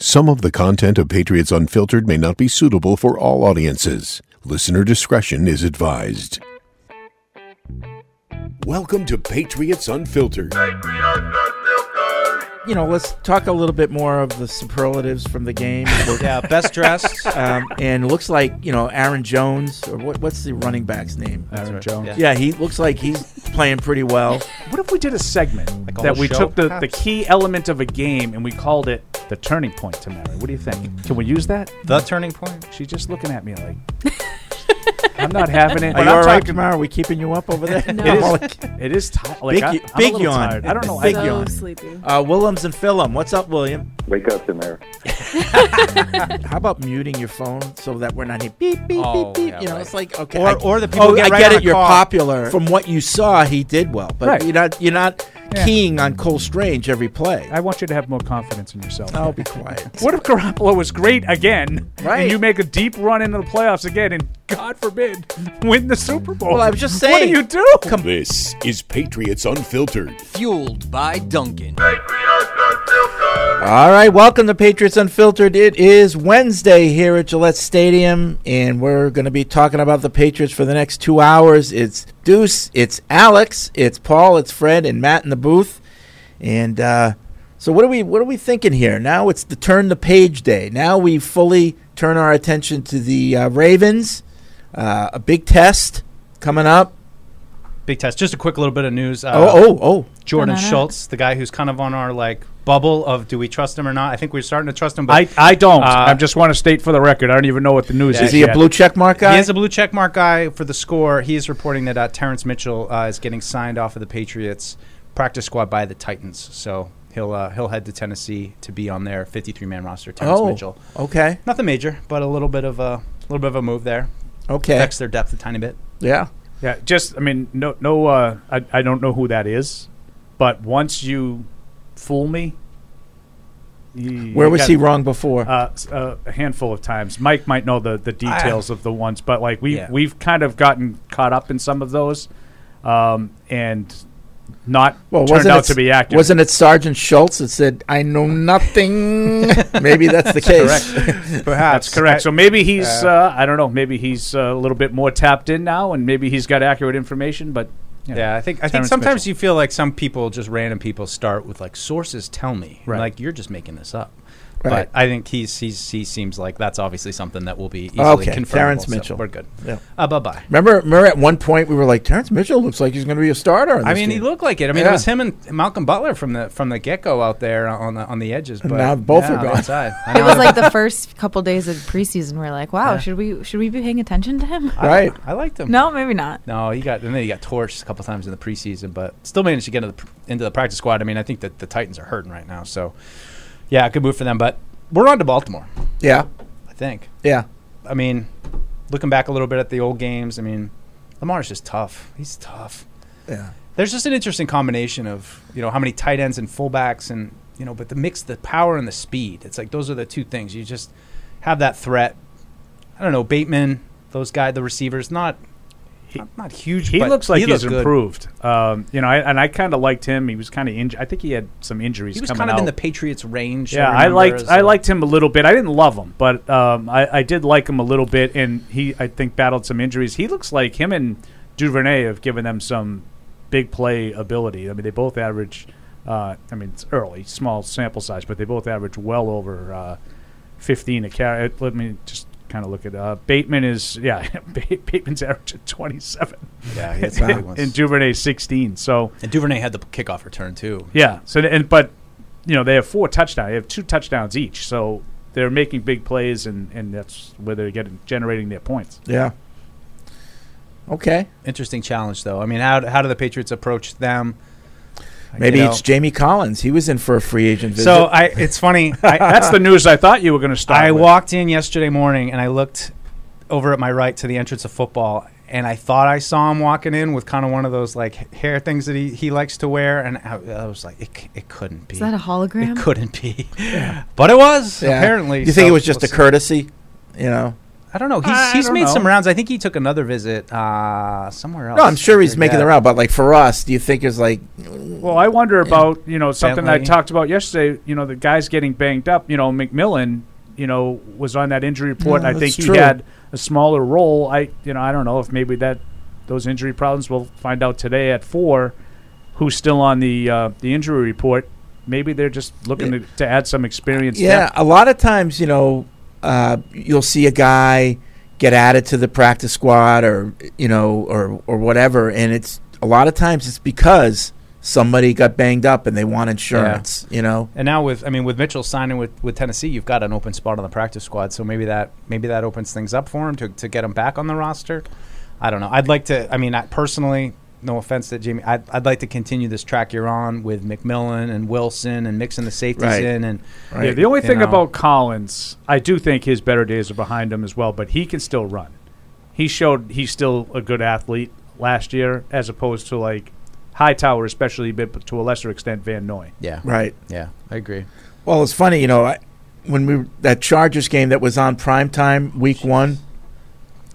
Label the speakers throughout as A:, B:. A: Some of the content of Patriots Unfiltered may not be suitable for all audiences. Listener discretion is advised. Welcome to Patriots Unfiltered.
B: you know, let's talk a little bit more of the superlatives from the game.
C: Yeah, best dressed.
B: um, and it looks like you know Aaron Jones or what, what's the running back's name?
D: Aaron Jones.
C: Yeah.
B: Yeah, he looks like he's playing pretty well.
D: What if we did a segment
C: Like a
D: that
C: whole
D: we
C: show?
D: took the, the key element of a game and we called it the turning point to memory? What do you think? Can we use that?
C: the turning point.
D: She's just looking at me like I'm not having it.
B: Are
D: But
B: you
D: I'm
B: all right,
D: talking-
B: Kamara? Are we keeping you up over there?
D: It is. It is ti- like
B: Big-
D: I, I'm a
B: big
D: little
B: yawn.
D: tired. I don't know.
B: Big
D: I,
B: yawn.
E: so
B: Yon.
E: sleepy.
B: Uh, Willems and Phillum, what's up, William?
F: Wake up, Samara.
B: How about muting your phone so that we're not here? Beep beep
C: Oh,
B: beep beep.
C: yeah,
B: you know,
C: right.
B: it's like okay.
C: Or-
B: I-
C: or the people
B: Oh,
C: get
B: I
C: right
B: get
C: on
B: it.
C: the
B: You're
C: call.
B: popular. From what you saw, he did well, but
D: Right.
B: you're not you're not
D: Yeah.
B: keying on Cole Strange every play.
D: I want you to have more confidence in yourself.
B: I'll be quiet.
D: What if Garoppolo was great again,
B: Right.
D: and you make a deep run into the playoffs again, and God forbid, win the Super Bowl?
B: Well, I was just
D: What do
B: saying.
D: you do?
A: This is Patriots Unfiltered.
G: Fueled by Duncan.
B: All right, welcome to Patriots Unfiltered. It is Wednesday here at Gillette Stadium, and we're going to be talking about the Patriots for the next two hours. It's Deuce, it's Alex, it's Paul, it's Fred, and Matt in the booth. And uh, so, what are we what are we thinking here? Now it's the turn the page day. Now we fully turn our attention to the uh, Ravens. Uh, a big test coming up.
C: Big test. Just a quick little bit of news. Uh,
B: oh, oh, oh!
C: Jordan
E: Banana.
C: Schultz, the guy who's kind of on our like bubble of do we trust him or not? I think we're starting to trust him, but
D: I, I don't.
C: Uh,
D: I just want to state for the record, I don't even know what the news
C: Yeah,
D: is.
B: Is he a
D: yet.
B: blue check mark guy?
C: He is a blue check mark guy for the score. He is reporting that uh, Terrence Mitchell uh, is getting signed off of the Patriots practice squad by the Titans. So he'll uh, he'll head to Tennessee to be on their 53 man roster. Terrence
B: oh,
C: Mitchell,
B: okay,
C: nothing major, but a little bit of a little bit of a move there.
B: okay,
C: Affects their depth a tiny bit.
B: yeah.
D: Yeah, just I mean, no, no. Uh, I, I don't know who that is, but once you fool me, you-
B: Where
D: you
B: was
D: got-
B: he wrong before? Ah.
D: Uh, s- uh, a handful of times. Mike might know the, the details of the ones, but like we
C: Yeah.
D: we've kind of gotten caught up in some of those, um, and not turned
B: wasn't
D: out
B: it-
D: to be accurate.
B: Wasn't it Sergeant Schultz that said, "I know nothing"? Maybe that's the case.
C: Perhaps
D: That's correct. So maybe he's uh, I don't know. Maybe he's uh, a little bit more tapped in now, and maybe he's got accurate information. But you know.
C: Yeah, I think I think
D: Terrence
C: sometimes
D: Mitchell.
C: you feel like some people, just random people, start with like sources tell me,
D: Right.
C: like you're just making this up.
B: Right.
C: But I think he's, he's he seems like that's obviously something that will be easily
B: Okay,
C: confirmed.
B: Terrence Mitchell.
C: we're good.
B: Yeah.
C: Uh, bye bye.
B: Remember, remember at one point we were like, Terrence Mitchell looks like he's going to be a starter. on
C: I
B: this
C: mean, he
B: team."
C: looked like it. I mean,
B: Yeah.
C: it was him and Malcolm Butler from the from the get go out there on the on the edges. But
B: now both are
C: on the
B: gone.
C: inside. I
E: It
C: know.
E: was like the first couple days of preseason. We're like, wow,
C: Yeah.
E: should we should we be paying attention to him?
C: I-
B: right.
C: I, liked him.
E: No, maybe not.
C: No, he got and then he got torched a couple times in the preseason, but still managed to get into the, into the practice squad. I mean, I think that the Titans are hurting right now, so yeah, good move for them. But we're on to Baltimore,
B: Yeah,
C: I think.
B: yeah.
C: I mean, looking back a little bit at the old games, I mean, Lamar's just tough. He's tough.
B: Yeah.
C: There's just an interesting combination of you know how many tight ends and fullbacks, and you know, but the mix, the power and the speed. It's like those are the two things you just have that threat. I don't know Bateman, those guys, the receivers, not
D: He-
C: not, not huge.
D: He
C: but
D: looks like he's
C: looked good.
D: improved. Um, you know, I, and I kind of liked him. He was kind of injured. I think he had some injuries.
C: He was
D: coming
C: kind of in
D: out.
C: the Patriots range.
D: Yeah, I
C: remember,
D: liked
C: as
D: I
C: a-
D: liked him a little bit. I didn't love him, but um, I, I did like him a little bit, and he I think battled some injuries. He looks like him and Duvernay have given them some big play ability. I mean, they both average. Uh, I mean, it's early, small sample size, but they both average well over uh, fifteen a carry. Let me just kind of look at uh, Bateman is yeah, Ba- Bateman's average at twenty seven,
C: Yeah, he had some big ones.
D: and Duvernay sixteen. So
C: and Duvernay had the kickoff return too.
D: yeah. So th- and but you know they have four touchdowns. They have two touchdowns each. So they're making big plays, and and that's where they're getting generating their points.
B: Yeah. Okay.
C: Interesting challenge though. I mean, how how do the Patriots approach them?
B: Maybe
C: You know.
B: it's Jamie Collins. He was in for a free agent visit.
C: So I, it's funny. I,
D: That's the news I thought you were going to start.
C: I
D: with.
C: walked in yesterday morning and I looked over at my right to the entrance of football, and I thought I saw him walking in with kind of one of those like h- hair things that he, he likes to wear, and I, I was like, it, c- it couldn't be.
E: Is that a
C: it
E: hologram?
C: couldn't be, but it was
B: Yeah.
C: apparently.
B: you think
C: so
B: it was just
C: we'll
B: a courtesy? You know,
C: see. I don't know. He's,
D: I
C: he's
D: don't
C: made
D: know.
C: some rounds. I think he took another visit uh, somewhere else.
B: No, I'm sure he's
C: Forget.
B: making the round, but like for us, do you think it's like
D: Well, I wonder about you know something that I
C: Bentley.
D: talked about yesterday. You know, the guys getting banged up. You know, McMillan. You know, was on that injury report.
B: Yeah,
D: I think
B: that's
D: he
B: true.
D: had a smaller role. I you know I don't know if maybe that those injury problems we'll find out today at four. Who's still on the uh, the injury report? Maybe they're just looking to, to add some experience.
B: Yeah, a lot of times, you know, uh, you'll see a guy get added to the practice squad or you know or or whatever, and it's a lot of times it's because somebody got banged up and they want insurance. You know,
C: And now with I mean with Mitchell signing with, with Tennessee, you've got an open spot on the practice squad. So maybe that maybe that opens things up for him to, to get him back on the roster. I don't know. I'd like to. I mean, I personally, no offense to Jamie, I'd, I'd like to continue this track you're on with McMillan and Wilson and mixing the safeties
B: Right.
C: in. And
D: Yeah,
B: right?
D: the only
C: You
D: thing
C: know.
D: about Collins, I do think his better days are behind him as well, but he can still run. He showed he's still a good athlete last year, as opposed to like Hightower, especially, but to a lesser extent, Van Noy.
C: yeah,
B: right.
C: yeah, I agree.
B: Well, it's funny, you know, I, when we that Chargers game that was on prime time week one,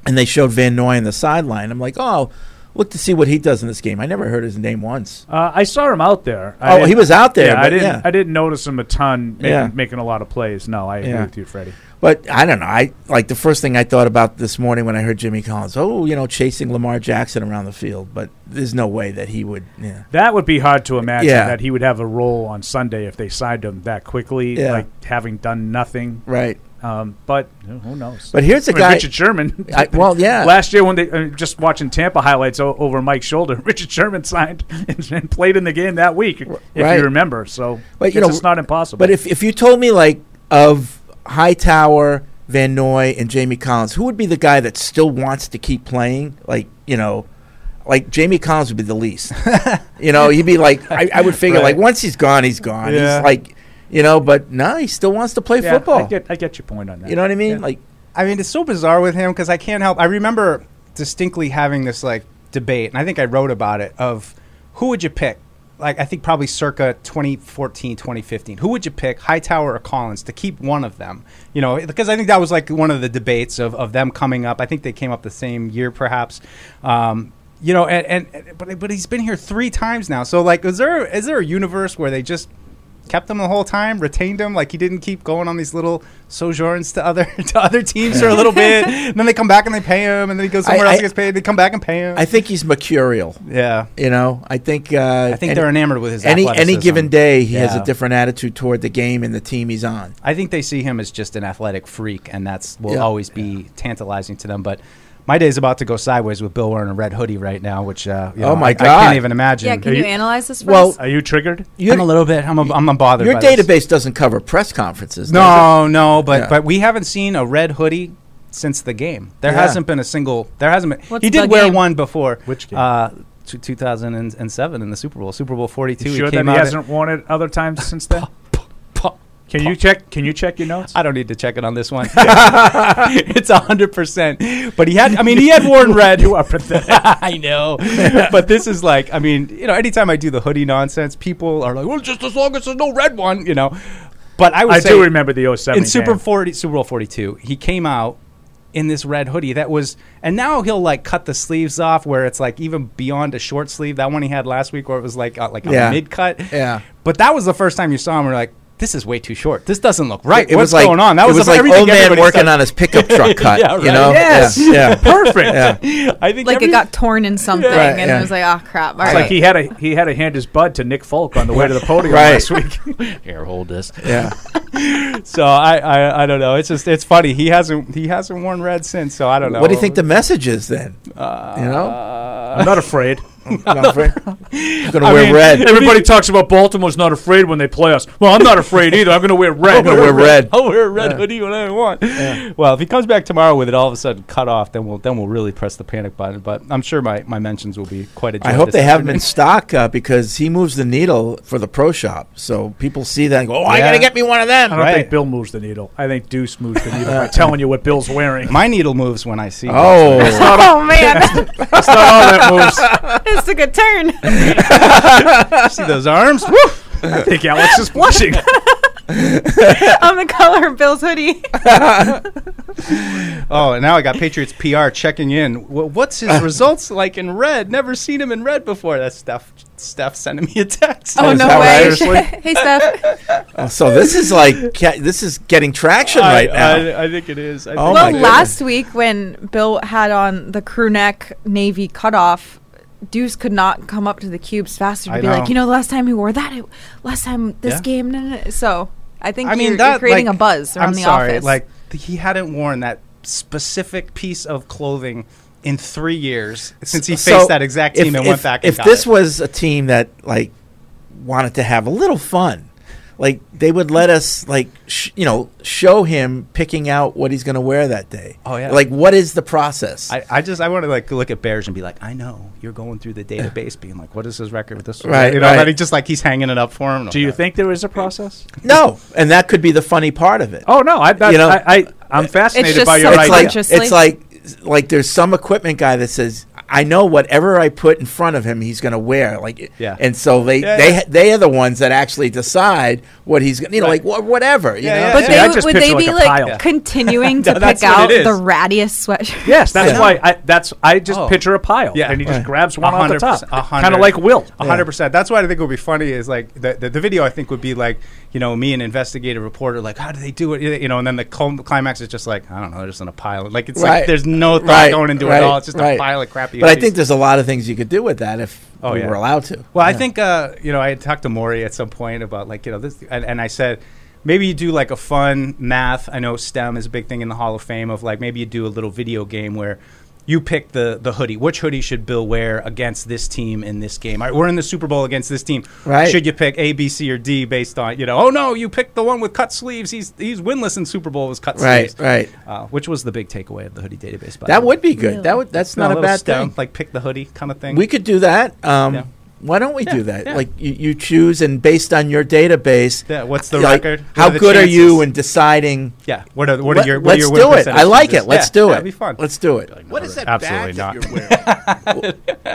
B: and they showed Van Noy on the sideline. I'm like, oh, look to see what he does in this game. I never heard his name once.
D: Uh, I saw him out there. I
B: Oh,
D: didn't-
B: he was out there.
D: Yeah,
B: but
D: I didn't.
B: yeah.
D: I didn't notice him a ton making,
B: Yeah.
D: making a lot of plays. No, I agree
B: Yeah.
D: with you, Freddie.
B: But I don't know. I like the first thing I thought about this morning when I heard Jimmy Collins. Oh, you know, chasing Lamar Jackson around the field, but there's no way that he would. Yeah,
D: That would be hard to imagine
B: Yeah.
D: that he would have a role on Sunday if they signed him that quickly,
B: Yeah.
D: like having done nothing.
B: right.
D: Um, but you know, who knows?
B: But here's a
D: I mean,
B: guy.
D: Richard Sherman.
B: I, well, yeah,
D: Last year, when they uh, just watching Tampa highlights o- over Mike's shoulder, Richard Sherman signed and, and played in the game that week, if
B: right.
D: you remember. So
B: But, you
D: it's
B: know,
D: just not impossible.
B: but if if you told me like of Hightower, Van Noy, and Jamie Collins, who would be the guy that still wants to keep playing? Like you know. Like Jamie Collins would be the least, you know. He'd be like, I, I would figure,
C: Right.
B: like once he's gone, he's gone.
C: Yeah.
B: He's like, you know, but no, he still wants to play
D: Yeah,
B: football.
D: I get, I get your point on that.
B: you know what I mean?
D: Yeah.
B: Like,
C: I mean, it's so bizarre with him because I can't help. I remember distinctly having this like debate, and I think I wrote about it of who would you pick? Like, I think probably circa 2014, 2015. Who would you pick, Hightower or Collins, to keep one of them? You know, because I think that was like one of the debates of, of them coming up. I think they came up the same year, perhaps. Um, you know, and, and but but he's been here three times now. So like, is there is there a universe where they just kept him the whole time, retained him. Like he didn't keep going on these little sojourns to other to other teams for a little bit. And then they come back and they pay him, and then he goes somewhere
B: I-
C: else
B: I-
C: and gets paid. They come back and pay him.
B: I think he's mercurial.
C: yeah,
B: You know, I think uh,
C: I think
B: any,
C: they're enamored with his
B: any any
C: athleticism.
B: given day he has a
C: Yeah.
B: different attitude toward the game and the team he's on.
C: I think they see him as just an athletic freak, and that's will
B: Yeah.
C: always be tantalizing to them. But my day's about to go sideways with Bill wearing a red hoodie right now, which uh, you
B: Oh
C: know,
B: my
C: I- I
B: God.
C: can't even imagine.
E: Yeah, can
D: Are
E: you,
D: you-
E: analyze this for
B: Well,
E: us?
D: Are you triggered?
C: I'm a little bit. I'm a, I'm a bothered.
B: Your
C: by this.
B: database doesn't cover press conferences. does
C: No, no, but
B: Yeah.
C: but we haven't seen a red hoodie since the game. There
B: Yeah.
C: hasn't been a single. There hasn't been.
E: What's
C: he did
E: the
C: wear
E: game?
C: one before.
D: Which game?
C: Uh, t- 2007 in the Super Bowl, Super Bowl 42.
D: You sure
C: he came
D: that he
C: out
D: hasn't won it other times since then?
C: and-
D: Can you check? Can you check your notes?
C: I don't need to check it on this one. it's hundred percent. But he had. I mean, he had worn red.
D: You are pathetic.
C: I know. but this is like, I mean, you know, anytime I do the hoodie nonsense, people are like, well, just as long as there's no red one, you know. But I would
D: I
C: say
D: do remember the 07
C: in Super
D: game.
C: forty Super Bowl forty two, he came out in this red hoodie that was, and now he'll like cut the sleeves off where it's like even beyond a short sleeve. That one he had last week where it was like uh, like a
B: Yeah.
C: mid cut.
B: Yeah.
C: But that was the first time you saw him. and We're like, this is way too short. This doesn't look right.
B: It
C: What's
B: was like,
C: going on? That
B: it
C: was,
B: was like
C: everything
B: old man
C: everybody
B: working
C: said.
B: on his pickup truck cut.
C: Yeah,
B: You
C: right.
B: know?
D: Yes.
B: Yeah. yeah.
D: Perfect.
B: Yeah.
C: I think
E: like
C: every-
E: it got torn in something,
B: Right,
E: and
B: yeah.
E: it was like, oh crap! All
D: It's
E: right.
D: like he had a he had to hand his bud to Nick Folk on the way to the podium
B: Right.
D: last week.
G: Here, hold this.
B: Yeah.
C: so I, I I don't know. It's just it's funny. He hasn't he hasn't worn red since. So I don't know. Uh,
B: What do you think the message is then? you know,
D: I'm not afraid.
B: I'm afraid- I'm gonna
C: I
B: wear
C: mean,
B: red. I'm
D: Everybody talks about Baltimore's not afraid when they play us. Well, I'm not afraid either. I'm going to wear red.
B: gonna wear red.
C: I'll wear a red hoodie when I want. Well, if he comes back tomorrow with it all of a sudden cut off, then we'll then we'll really press the panic button. But I'm sure my, my mentions will be quite a joy
B: I hope
C: this
B: they have him
C: afternoon.
B: in stock uh, because he moves the needle for the pro shop. So people see that and go, "Oh, I
C: Yeah.
B: gotta get me one of them."
D: I don't
C: Right.
D: think Bill moves the needle. I think Deuce moves the needle. by telling you what Bill's wearing.
C: My needle moves when I see. him.
B: Oh,
E: oh man,
D: That's not all that moves.
E: it's took a turn.
C: see those arms. Woo!
D: I think Alex is blushing.
E: on the color of Bill's hoodie.
C: Oh, and now I got Patriots PR checking in. Wh- What's his results like in red? Never seen him in red before. That's Steph. Steph sending me a text.
E: oh
B: is
E: no
B: that
E: way!
B: right? Seriously?
E: hey Steph.
B: Oh, so this is like ca- this is getting traction
C: I,
B: right now.
C: I, I think it is. I
B: Oh my
C: think
E: well,
C: it is.
B: goodness.
E: last week when Bill had on the crew neck navy cutoff, Deuce could not come up to the cubes faster to
C: I
E: be
C: know.
E: like, you know, the last time he wore that, it, last time this
C: Yeah.
E: game. nah, nah, nah." So I think
C: I mean,
E: you're,
C: that,
E: you're creating
C: like,
E: a buzz around
C: I'm
E: the
C: sorry,
E: office.
C: Like th- he hadn't worn that specific piece of clothing in three years since he faced
B: So
C: that exact
B: if-
C: team and
B: if-
C: went back. And
B: If
C: got
B: this
C: it.
B: was a team that like wanted to have a little fun, like they would let us like sh- you know show him picking out what he's going to wear that day.
C: Oh, yeah.
B: like what is the process?
C: I, I just I want to like look at Bears and be like, I know you're going through the database, being like, what is his record with this? one?
B: Right,
C: you know,
B: right.
C: that he just like he's hanging it up for him.
D: Do you think there is a process?
B: no, and that could be the funny part of it.
D: Oh no, I, that's,
B: You know,
D: I, I I'm fascinated
E: just
D: by your
E: so
D: idea.
B: it's like
E: Consciously?
B: it's like like there's some equipment guy that says I know whatever I put in front of him he's going to wear like
C: Yeah.
B: and so they
C: Yeah,
B: they
C: yeah.
B: they are the ones that actually decide what he's going you know
C: Right.
B: like wh- whatever you
C: Yeah,
B: know
C: yeah,
E: But
D: See,
E: they,
D: I
E: would-
D: just
E: would
D: picture
E: they
D: like
E: be
D: a
E: like
D: pile. Yeah.
E: continuing to
C: No, that's
E: pick
C: what
E: out
C: it
E: the
C: is.
E: rattiest sweatshirt?
D: Yes,
B: I
D: that's
B: know.
D: why. I, that's I just
C: Oh.
D: picture a pile,
C: Yeah.
D: and he just
C: Right.
D: grabs one off the top,
C: 100%, a hundred-
D: kind of like Will.
C: A hundred percent. That's why I think it would be funny is like the, the the video. I think would be like you know me and investigative reporter like how do they do it you know and then the clim- climax is just like I don't know they're just in a pile like it's
B: Right.
C: like there's no thought
B: Right,
C: going into
B: right,
C: it at all. It's just
B: right.
C: a pile of crappy.
B: But I
C: hoodies.
B: think there's a lot of things you could do with that if
C: Oh,
B: we
C: yeah.
B: were allowed to.
C: Well, I
B: Yeah.
C: think uh, you know I had talked to Maury at some point about like you know this, and, and I said maybe you do like a fun math. I know STEM is a big thing in the Hall of Fame of like maybe you do a little video game where you pick the the hoodie. Which hoodie should Bill wear against this team in this game? All right, we're in the Super Bowl against this team.
B: Right.
C: Should you pick A, B, C, or D based on you know? Oh no, you picked the one with cut sleeves. He's he's winless in Super Bowl with cut
B: Right,
C: sleeves.
B: right.
C: Uh, which was the big takeaway of the hoodie database. By
B: That
C: the way.
B: would be good. That would that's
C: No,
B: not a
C: little
B: bad
C: STEM,
B: thing.
C: Like pick the hoodie kind of thing.
B: We could do that. Um,
C: Yeah.
B: Why don't we do that?
C: yeah.
B: Like you, you choose and based on your database.
C: Yeah, what's the
B: like,
C: record? What
B: How
C: are the
B: good are you
C: chances?
B: in deciding?
C: Yeah. What are what are
B: Let-
C: your what
B: let's
C: are your
B: do
C: win
B: it. I
C: percentages?
B: like it. Let's
C: Yeah,
B: do it.
C: That'd be fun.
B: Let's do it.
F: What is that
D: Absolutely
F: bag
D: not.
F: that you're wearing?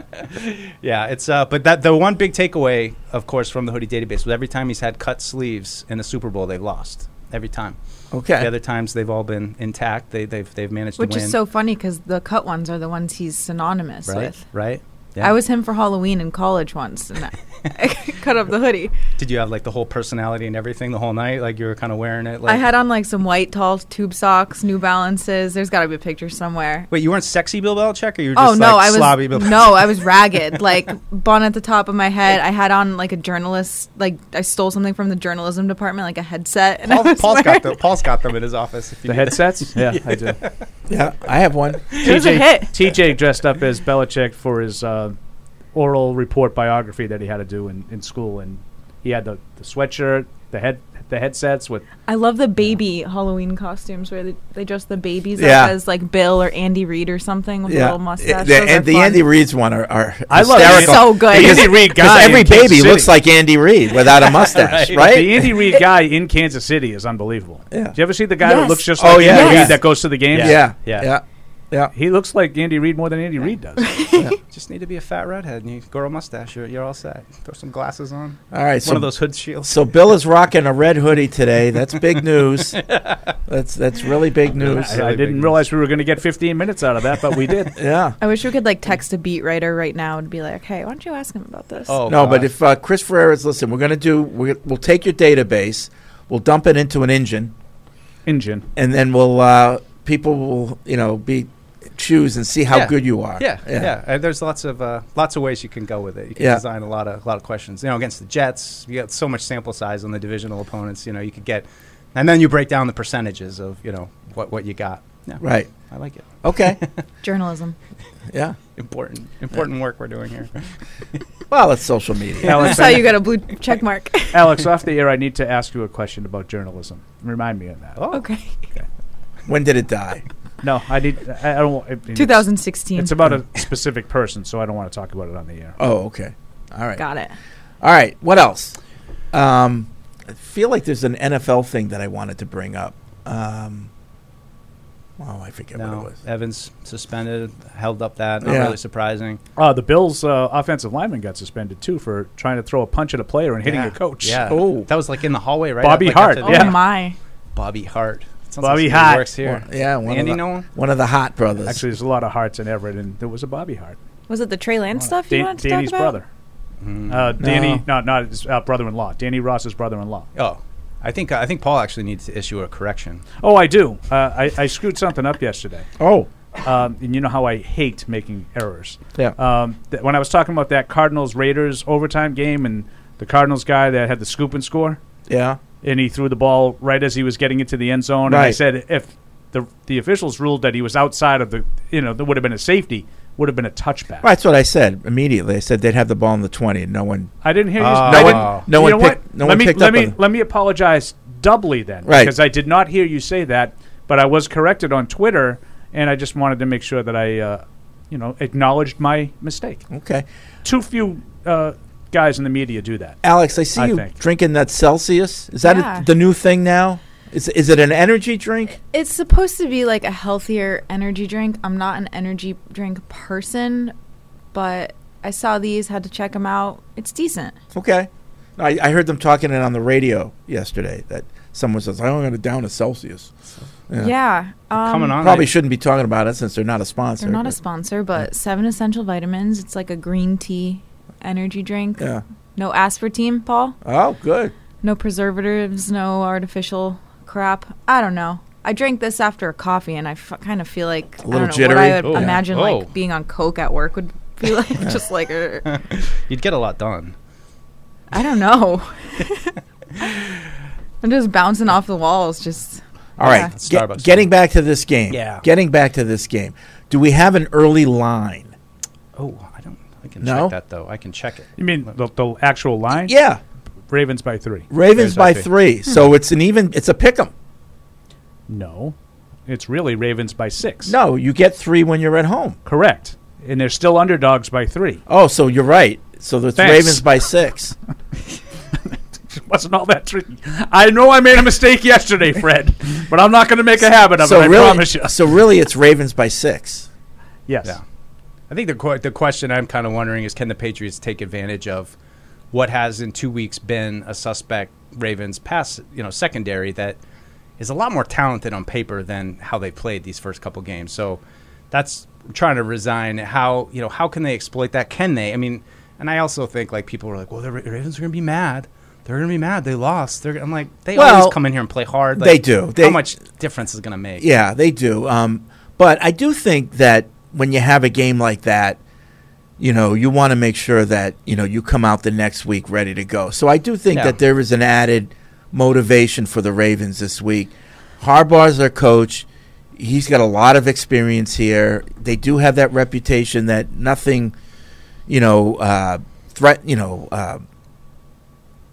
C: yeah, it's uh but that the one big takeaway, of course, from the hoodie database was every time he's had cut sleeves in the Super Bowl they've lost. Every time.
B: Okay.
C: The other times they've all been intact. They they've they've managed
E: Which
C: to win.
E: is so funny because the cut ones are the ones he's synonymous
C: right?
E: with.
C: Right? Yeah.
E: I was him for Halloween in college once, and I I cut up the hoodie.
C: Did you have like the whole personality and everything the whole night? Like you were kind of wearing it. Like
E: I had on like some white tall tube socks, New Balances. There's got to be a picture somewhere.
C: Wait, you weren't sexy Bill Belichick, or you were
E: Oh
C: just
E: no,
C: like
E: I was
C: slobby Bill?
E: no, I was ragged, like bun at the top of my head. I had on like a journalist, like I stole something from the journalism department, like a headset. And I
C: Paul,
E: was
C: Paul's
E: wearing-
C: got them. Paul's got them in his office. If you
D: The
C: need them.
D: headsets. yeah, I do.
B: yeah, I have one.
E: It was a hit.
D: TJ dressed up as Belichick for his uh, oral report biography that he had to do in, in school, and he had the, the sweatshirt, the head the headsets with
E: I love the baby Halloween costumes where they, they dress the babies
B: Yeah.
E: up as like Bill or Andy Reid or something with a
B: Yeah.
E: little mustache.
B: The,
E: Those are
B: and the
E: fun.
B: Andy Reid's one are, are
D: I love it.
B: hysterical.
E: So good.
B: Because-
D: Andy Reid
B: because
D: guy in
B: every
D: Kansas
B: baby
D: City.
B: looks like Andy Reid without a mustache, right?
D: The Andy Reid guy in Kansas City is unbelievable.
B: Yeah.
D: Do you ever see the guy that
E: Yes.
D: looks just
B: Oh,
D: like
B: yeah.
D: Andy
B: Yes.
D: Reid that goes to the games?
B: Yeah. Yeah.
C: Yeah.
B: Yeah. yeah.
D: He looks like Andy Reid more than Andy Reid does.
C: Just need to be a fat redhead and you grow a mustache. You're, you're all set. Throw some glasses on.
B: All right.
C: One
B: So
C: of those hood shields.
B: So Bill is rocking a red hoodie today. That's big news. that's that's really big news.
D: I, I
C: really big
D: didn't
C: news.
D: realize we were going to get 15 minutes out of that, but we did.
B: Yeah.
E: I wish we could like text a beat writer right now and be like, "Hey, why don't you ask him about this?"
C: Oh
B: no, but
C: gosh.
B: if uh, Chris Ferreras, listen, we're gonna do. We're, we'll take your database, we'll dump it into an engine,
D: Engine.
B: and then we'll uh, people will you know be choose and see how
C: Yeah.
B: good you are.
C: yeah, yeah, And there's lots of uh, lots of ways you can go with it. You can
B: Yeah.
C: design a lot of a lot of questions. You know, against the Jets, you got so much sample size on the divisional opponents. You know, you could get, and then you break down the percentages of you know what what you got. Yeah,
B: Right.
C: I like it.
B: Okay.
E: Journalism.
B: yeah.
C: Important, important work we're doing here.
B: Well, it's social media.
D: Alex,
E: That's how you got a blue check mark.
D: Alex, off the air, I need to ask you a question about journalism. Remind me of that.
C: Oh,
E: okay,
B: When did it die?
D: No, I need. I I don't. want- I mean, it's-
E: 2016.
D: It's about a specific person, so I don't want to talk about it on the air.
B: Oh, okay. All right.
E: got it.
B: All right. What else? Um, I feel like there's an NFL thing that I wanted to bring up. Um, Oh, I forget what
C: No,
B: it was.
C: Evans suspended, held up that. Not
B: Yeah.
C: really surprising.
D: Uh, the Bills' uh, offensive lineman got suspended too for trying to throw a punch at a player and hitting
C: Yeah.
D: a coach.
C: Yeah.
B: Oh.
C: That was like in the hallway, right?
D: Bobby
C: Like,
D: Hart,
C: after
E: Oh
C: the-
D: Yeah.
E: my.
C: Bobby Hart. Sounds somebody
D: Bobby
C: who
D: Hart.
C: works here.
B: One- yeah, one
C: Andy
B: of the,
C: Nolan.
B: one of the Hot Brothers.
D: Actually, there's a lot of hearts in Everett, and there was a Bobby Hart,
E: Was it the Trey Lance stuff you
D: Dan-
E: wanted to
D: Danny's
E: talk about?
D: brother.
C: Mm.
D: Uh, Danny, no, not his uh, brother-in-law. Danny Ross's brother-in-law.
C: Oh, I think I think Paul actually needs to issue a correction.
D: Oh, I do. Uh, I, I screwed something up yesterday.
B: oh,
D: um, and you know how I hate making errors.
B: Yeah.
D: Um, th- when I was talking about that Cardinals Raiders overtime game and the Cardinals guy that had the scoop and score,
B: yeah.
D: and he threw the ball right as he was getting into the end zone, and I
B: Right.
D: said if the the officials ruled that he was outside of the, you know, there would have been a safety, would have been a touchback.
B: Well, that's what I said immediately. I said they'd have the ball in the 20 and no one.
D: I didn't hear.
C: Oh.
D: you. I
C: No
D: didn't-
C: one-
B: no
D: you
B: one
D: know
B: picked-
D: what?
B: no
D: let
B: one
D: me
B: picked
D: let
B: up
D: me
B: on it.
D: let me apologize doubly then,
B: Right.
D: Because I did not hear you say that, but I was corrected on Twitter, and I just wanted to make sure that I, uh, you know, acknowledged my mistake.
B: Okay.
D: Too few uh, guys in the media do that.
B: Alex, I see
D: I
B: you
D: think.
B: drinking that Celsius. Is that
E: Yeah.
B: a, the new thing now? Is, is it an energy drink?
E: It's supposed to be like a healthier energy drink. I'm not an energy drink person, but I saw these, had to check them out. It's decent.
B: Okay. I, I heard them talking it on the radio yesterday that someone says, I'm going to down a Celsius. Yeah.
E: Yeah. Um,
C: Coming on,
B: Probably
C: like,
B: shouldn't be talking about it since they're not a sponsor.
E: They're not a
B: but-
E: sponsor, but Seven Essential Vitamins. It's like a green tea energy drink.
B: Yeah.
E: No aspartame, Paul.
B: Oh, good.
E: No preservatives. No artificial crap. I don't know. I drank this after a coffee, and I f- kind of feel like
B: little
E: I don't know, what
B: jittery?
E: I would
C: Oh.
E: imagine
C: Oh.
E: like being on coke at work would be like. just like uh,
C: you'd get a lot done.
E: I don't know. I'm just bouncing off the walls. Just
B: All right.
E: Yeah.
B: Get-
C: Starbucks.
B: getting back to this game.
C: Yeah.
B: Getting back to this game. Do we have an early line?
C: Oh, I don't. I can
B: No?
C: check that though. I can check it.
D: You mean the, the actual line?
B: Yeah.
D: Ravens by three.
B: Ravens
C: Ravens by
B: by three.
D: Hmm.
B: So it's an even, it's a pick 'em.
D: No, it's really Ravens by six.
B: No, you get three when you're at home.
D: correct. And they're still underdogs by three.
B: Oh, so you're right. So it's
D: Thanks.
B: Ravens by six.
D: It wasn't all that tricky. I know I made a mistake yesterday, Fred, but I'm not going to make a habit of
B: so
D: it. I
B: really,
D: promise you.
B: so really, it's Ravens by six.
D: Yes.
C: Yeah. I think the qu- the question I'm kind of wondering is, can the Patriots take advantage of what has in two weeks been a suspect Ravens pass, you know, secondary that is a lot more talented on paper than how they played these first couple games. So that's trying to resign. How you know how can they exploit that? Can they? I mean, and I also think like people were like, well, the Ra- Ravens are going to be mad. They're going to be mad. They lost. They're, I'm like, they
B: Well,
C: always come in here and play hard. Like,
B: they do. They-
C: how much difference is going to make?
B: Yeah, they do. Um, but I do think that when you have a game like that, you know, you want to make sure that you know you come out the next week ready to go. So I do think
C: Yeah.
B: that there is an added motivation for the Ravens this week. Harbaugh's their coach. He's got a lot of experience here. They do have that reputation that nothing, you know, uh, threat. You know, uh,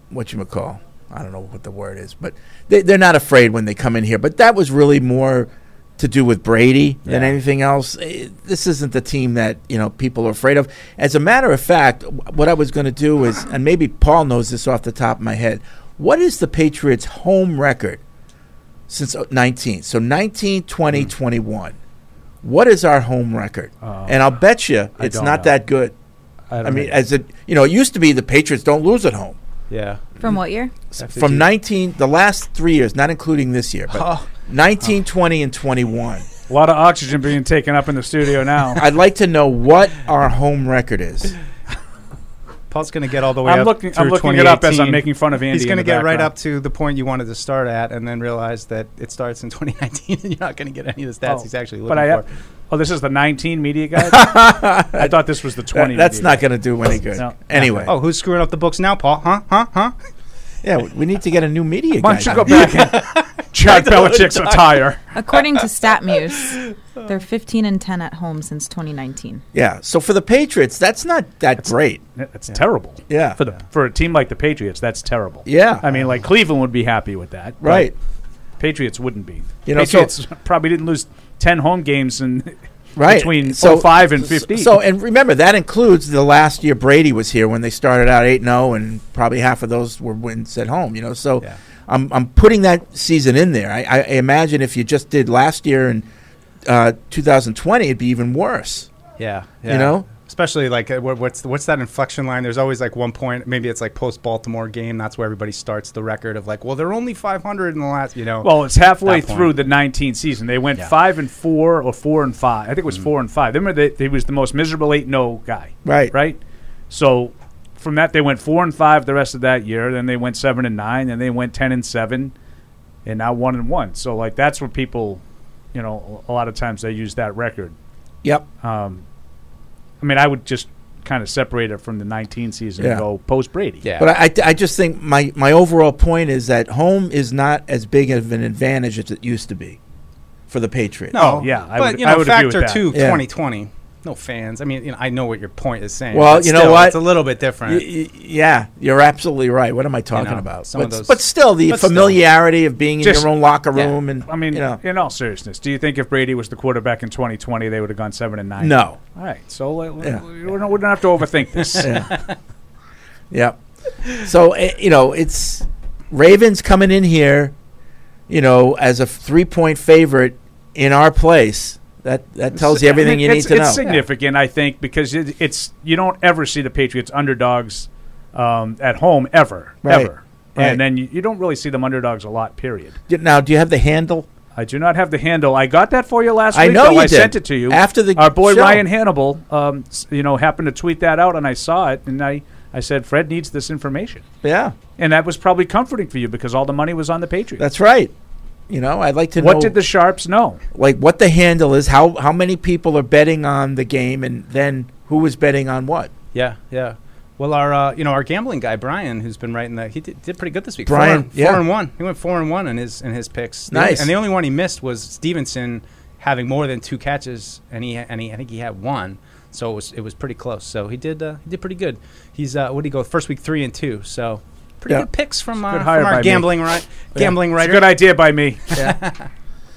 B: what you call. I don't know what the word is, but they, they're not afraid when they come in here. But that was really more to do with Brady than
C: Yeah.
B: anything else. Eh, This isn't the team that you know people are afraid of. As a matter of fact, w- what I was going to do is, and maybe Paul knows this off the top of my head. What is the Patriots' home record since uh, 19? So 19,
D: Hmm.
B: 20, 21. What is our home record?
D: Uh,
B: and I'll bet you
D: I
B: it's
D: don't
B: not
D: know.
B: that good. I,
D: don't
B: mean,
D: know.
B: as it you know, it used to be the Patriots don't lose at home
C: Yeah.
E: from what year?
B: from 19 the last three years not including this year but
C: Oh.
B: nineteen, twenty, 19 20 and 21
D: a lot of oxygen being taken up in the studio now.
B: i'd like to know what our home record is
C: Paul's going to get all the way
D: I'm
C: up.
D: looking. I'm
C: through
D: looking it up as I'm
C: 2018.
D: making fun of Andy.
C: He's
D: going to
C: get right up to the point you wanted to start at, and then realize that it starts in 2019, and you're not going to get any of the stats
D: Oh,
C: he's actually looking
D: But I.
C: for.
D: Oh, this is the 19 media guide. I thought this was the 20.
B: That- that's
D: media
B: not
D: guide.
B: going to do any good
D: No.
B: anyway
C: Oh, who's screwing up the books now, Paul? Huh? Huh? Huh?
B: yeah we we need to get a new media
D: Why don't you
B: guy.
D: go back and Chad Belichick's attire?
E: According to StatMuse, they're 15 and 10 at home since 2019.
B: yeah so for the patriots that's not that great
D: That's terrible.
B: Yeah.
D: For the for a team like the Patriots, that's terrible.
B: Yeah.
D: I mean, like Cleveland would be happy with that. but
B: right
D: Patriots wouldn't be.
B: You know, so-
D: Patriots probably didn't lose 10 home games in
B: right
D: between 05 and 15.
B: so and remember that includes the last year brady was here when they started out 8-0 and probably half of those were wins at home you know so
C: Yeah.
B: i'm, I'm putting that season in there I, I imagine if you just did last year and uh, 2020, it'd be even worse.
C: Yeah,
B: You know?
C: especially like uh, what, what's what's that inflection line? There's always like one point. Maybe it's like post Baltimore game. That's where everybody starts the record of like, well, they're only 500 in the last. You know,
D: Well, it's halfway
C: That point.
D: through the 19 season. They went
C: Yeah.
D: five and four or four and five. I think it was four and five. Remember, they, they was the most miserable eight no guy,
B: Right.
D: right? So from that, they went four and five the rest of that year. Then they went seven and nine. Then they went ten and seven, and now one and one. So like that's what people, you know, a lot of times they use that record.
B: Yep.
D: Um, I mean, I would just kind of separate it from the 19 season
B: Yeah.
D: and go post Brady.
C: yeah,
B: But I, I, I just think my, my overall point is that home is not as big of an advantage as it used to be for the Patriots.
C: no,
D: Oh, yeah, I
C: but
D: would-
C: you
D: I
C: know,
D: would agree with
C: factor
D: that.
C: two,
B: Yeah.
C: 2020, no fans. I mean, you know, I know what your point is saying.
B: Well,
C: but
B: you know
C: still,
B: what?
C: it's a little bit
B: Y-
C: different.
B: y- yeah, you're absolutely right. What am I talking
C: know,
B: about?
C: some
B: But,
C: of those-
B: but still, the
C: but still.
B: familiarity of being in
D: Just-
B: your own locker
C: yeah.
B: room and
D: I mean,
B: you know,
D: in all seriousness, do you think if Brady was the quarterback in 2020, they would have gone seven and nine?
B: no,
D: All right, so like,
B: Yeah.
D: we, we don't, we don't have to overthink this.
B: yeah. So eh, you know, it's Ravens coming in here, you know, as a three point favorite in our place. That that tells you everything you need
D: it's,
B: to
D: it's
B: know.
D: significant, I think, because it, it's you don't ever see the Patriots underdogs um, at home ever,
B: Right,
D: ever,
B: right.
D: and then you, you don't really see them underdogs a lot. Period.
B: D- Now, do you have the handle?
D: I do not have the handle. I got that for you last
B: I
D: week.
B: know
D: though.
B: you
D: I
B: did.
D: sent it to you
B: After the
D: Our boy
B: show.
D: Ryan Hannibal, um, s- you know, happened to tweet that out, and I saw it, and I, I said, Fred needs this information,
B: Yeah,
D: and that was probably comforting for you because all the money was on the Patriots.
B: that's right. You know, I'd like to
D: what
B: know
D: did the sharps know?
B: like what the handle is, how how many people are betting on the game, and then who is betting on what.
C: Yeah, yeah. Well, our uh, you know our gambling guy Brian, who's been writing that, he did, did pretty good this week.
B: Brian,
C: four and,
B: yeah.
C: four and one. He went four and one in his in his picks. The
B: Nice.
C: only- and the only one he missed was Stevenson having more than two catches, and he and he, I think he had one. So it was it was pretty close. So he did uh, he did pretty good. He's uh, what did he go first week three and two. So pretty
B: Yeah.
C: good picks from, uh,
D: good
C: from
D: hire by
C: our
D: me.
C: gambling right gambling
D: It's a
C: writer.
D: good idea by me.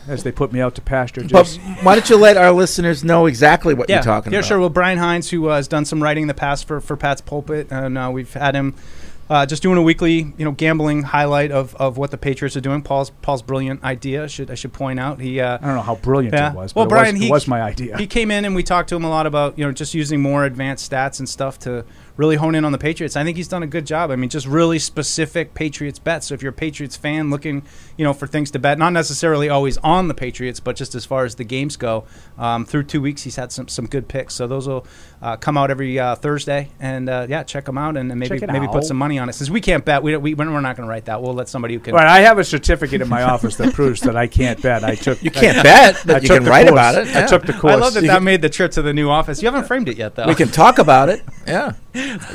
D: As they put me out to pasture.
B: But
D: Just,
B: why don't you let our listeners know exactly what
C: yeah,
B: you're talking
C: yeah,
B: about?
C: sure. Well, Brian Hines, who uh, has done some writing in the past for, for Pat's Pulpit, and uh, we've had him uh, just doing a weekly, you know, gambling highlight of, of what the Patriots are doing. Paul's Paul's brilliant idea. I Should I should point out he uh,
D: I don't know how brilliant
C: Yeah.
D: it was.
C: Well,
D: But it
C: Brian,
D: was, it
C: he-
D: was my idea.
C: he came in and we talked to him a lot about you know just using more advanced stats and stuff to really hone in on the Patriots. I think he's done a good job. I mean, just really specific Patriots bets. So if you're a Patriots fan looking you know for things to bet, not necessarily always on the Patriots, but just as far as the games go, um, through two weeks he's had some some good picks. So those will uh, come out every uh, Thursday, and uh, yeah, check them out and, and maybe
D: Check it
C: maybe put
D: out.
C: some money on it. Since we can't bet, we, don't- we we're not going to write that. We'll let somebody who can.
D: All right, I have a certificate in my office that proves that I can't bet. I took.
B: You can't bet,
D: I,
B: but you
D: took
B: can
D: the
B: write
D: course.
B: about it.
D: I
B: yeah.
D: took the course.
C: I love that that made the trip to the new office. You haven't framed it yet, though.
B: we can talk about it. Yeah.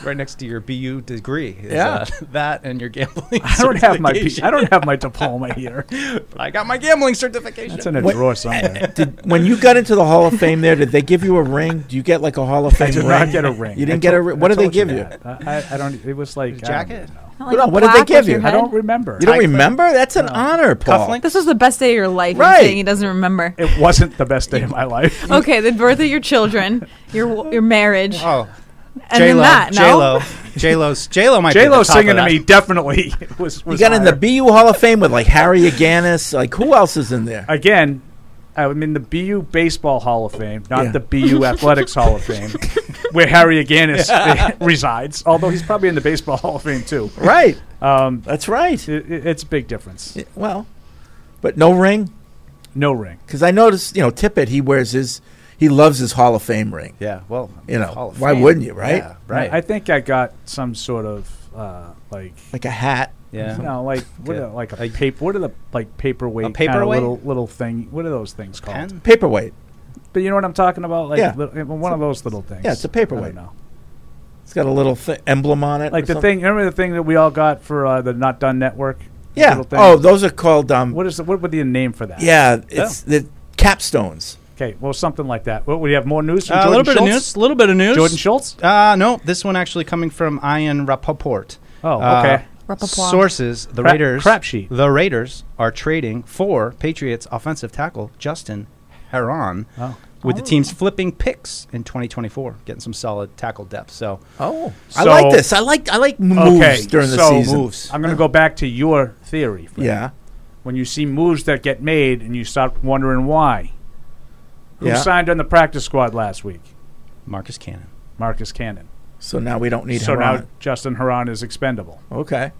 C: right next to your BU degree. is,
B: Yeah.
C: uh, that and your gambling.
D: I don't have my. P-
C: certification.
D: I don't have my diploma here.
C: But I got my gambling certification.
D: It's in a
B: What-
D: drawer somewhere.
B: Did, when you got into the Hall of Fame there, did they give you a ring? Do you get like a Hall of Fame
D: I did
B: ring?
D: not get a ring.
B: You didn't
D: I
B: get a
D: told-
B: ring. What
D: I
B: did they
D: told you
B: give you?
D: that. I, I, I don't. It was like I don't
C: jacket?
D: even know.
E: Not like
B: Hold
E: a
B: on, what did they
E: plaque
B: give
E: with your
B: you?
D: I
E: head.
D: don't remember.
B: You don't
C: Tie clip?
B: remember? That's an honor, Paul.
C: Cufflink?
E: This was the best day of your life. and
B: Right.
E: He's saying he doesn't remember.
D: it wasn't the best day of my life.
E: Okay, the birth of your children, your your marriage,
C: Oh,
E: and then that. No,
C: Lo, J Lo's, J
B: Oh
C: Lo might
D: J
C: be
D: Lo
C: at the top
D: singing
C: of
D: to
C: that.
D: me definitely was.
B: You
D: was
B: got in the
D: higher.
B: BU Hall of Fame with like Harry Aganis. Like who else is in there?
D: again, I'm in the BU Baseball Hall of Fame, not
B: Yeah.
D: the BU Athletics Hall of Fame, where Harry Aganis resides. Although he's probably in the Baseball Hall of Fame too.
B: Right.
D: Um,
B: That's right.
D: i- i it's a big difference.
B: Yeah, Well, but no ring
D: No ring.
B: because I noticed. You know, Tippett he wears his. He loves his Hall of Fame ring.
C: Yeah, well,
B: You know,
C: Hall of
B: why
C: Fame.
B: wouldn't you, right?
C: Yeah, right.
D: I, I think I got some sort of uh, like.
B: Like a hat.
C: yeah.
D: You know, like what
C: Yeah.
D: are, like a
C: A-
D: paper? What are the like paperweight? kinda
C: paperweight?
D: little little thing. What are those things called?
C: Pen?
B: Paperweight.
D: But you know what I'm talking about? Like
B: Yeah.
D: little- one of those little things.
B: yeah, it's a paperweight.
D: I don't know.
B: It's got a little th- emblem on it.
D: Like
B: or
D: the
B: something.
D: thing. Remember the thing that we all got for uh, the Not Done Network? The
B: Yeah.
D: little things?
B: Oh, those are called. Um,
D: What is the, what would be a name for that?
B: Yeah, it's the capstones.
D: Okay. Well, something like that. What we have more news?
C: Uh,
D: From
C: a
D: Jordan
C: little bit
D: Schultz?
C: of news. A little bit of news.
D: Jordan Schultz.
C: Uh, no, this one actually coming from Ian Rapoport.
D: Oh,
C: Uh,
D: okay.
E: Rappaport.
C: Sources: The
D: Crap-
C: Raiders.
D: crap sheet.
C: The Raiders are trading for Patriots offensive tackle Justin Heron,
D: Oh.
C: with the team's flipping picks in 2024, getting some solid tackle depth. So
B: Oh, I
D: So-
B: like this. I like I like m- moves
D: Okay,
B: during the
D: so
B: season.
C: moves.
D: I'm going to go back to your theory. Fred.
B: Yeah,
D: When you see moves that get made and you start wondering why, Who
B: Yeah.
D: signed on the practice squad last week?
C: Marcus Cannon.
D: Marcus Cannon.
B: So now we don't need
D: so
B: Haran.
D: now Justin Haran is expendable.
B: okay.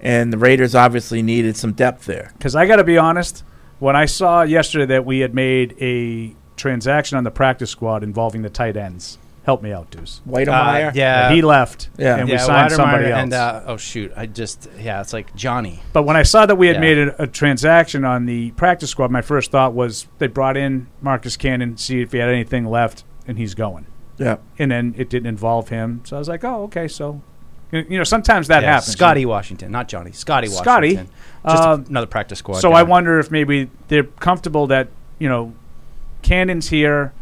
B: And the Raiders obviously needed some depth there.
D: Because I got to be honest, when I saw yesterday that we had made a transaction on the practice squad involving the tight ends, help me out, Deuce.
B: Weidemeyer.
C: Uh, yeah.
D: he left,
B: Yeah.
D: and
C: yeah,
D: we signed
C: Weidemeyer
D: somebody else.
C: And, uh, oh shoot! I just yeah, it's like Johnny.
D: But when I saw that we had
C: Yeah.
D: made a, a transaction on the practice squad, my first thought was they brought in Marcus Cannon, see if he had anything left, and he's going.
B: yeah.
D: And then it didn't involve him, so I was like, oh, okay. So, you you know, sometimes that
C: Yeah,
D: happens.
C: Scotty Washington, not Johnny. Scotty Washington.
D: Scotty,
C: Just
D: um,
C: another practice squad.
D: So
C: guy.
D: I wonder if maybe they're comfortable that you know, Cannon's here,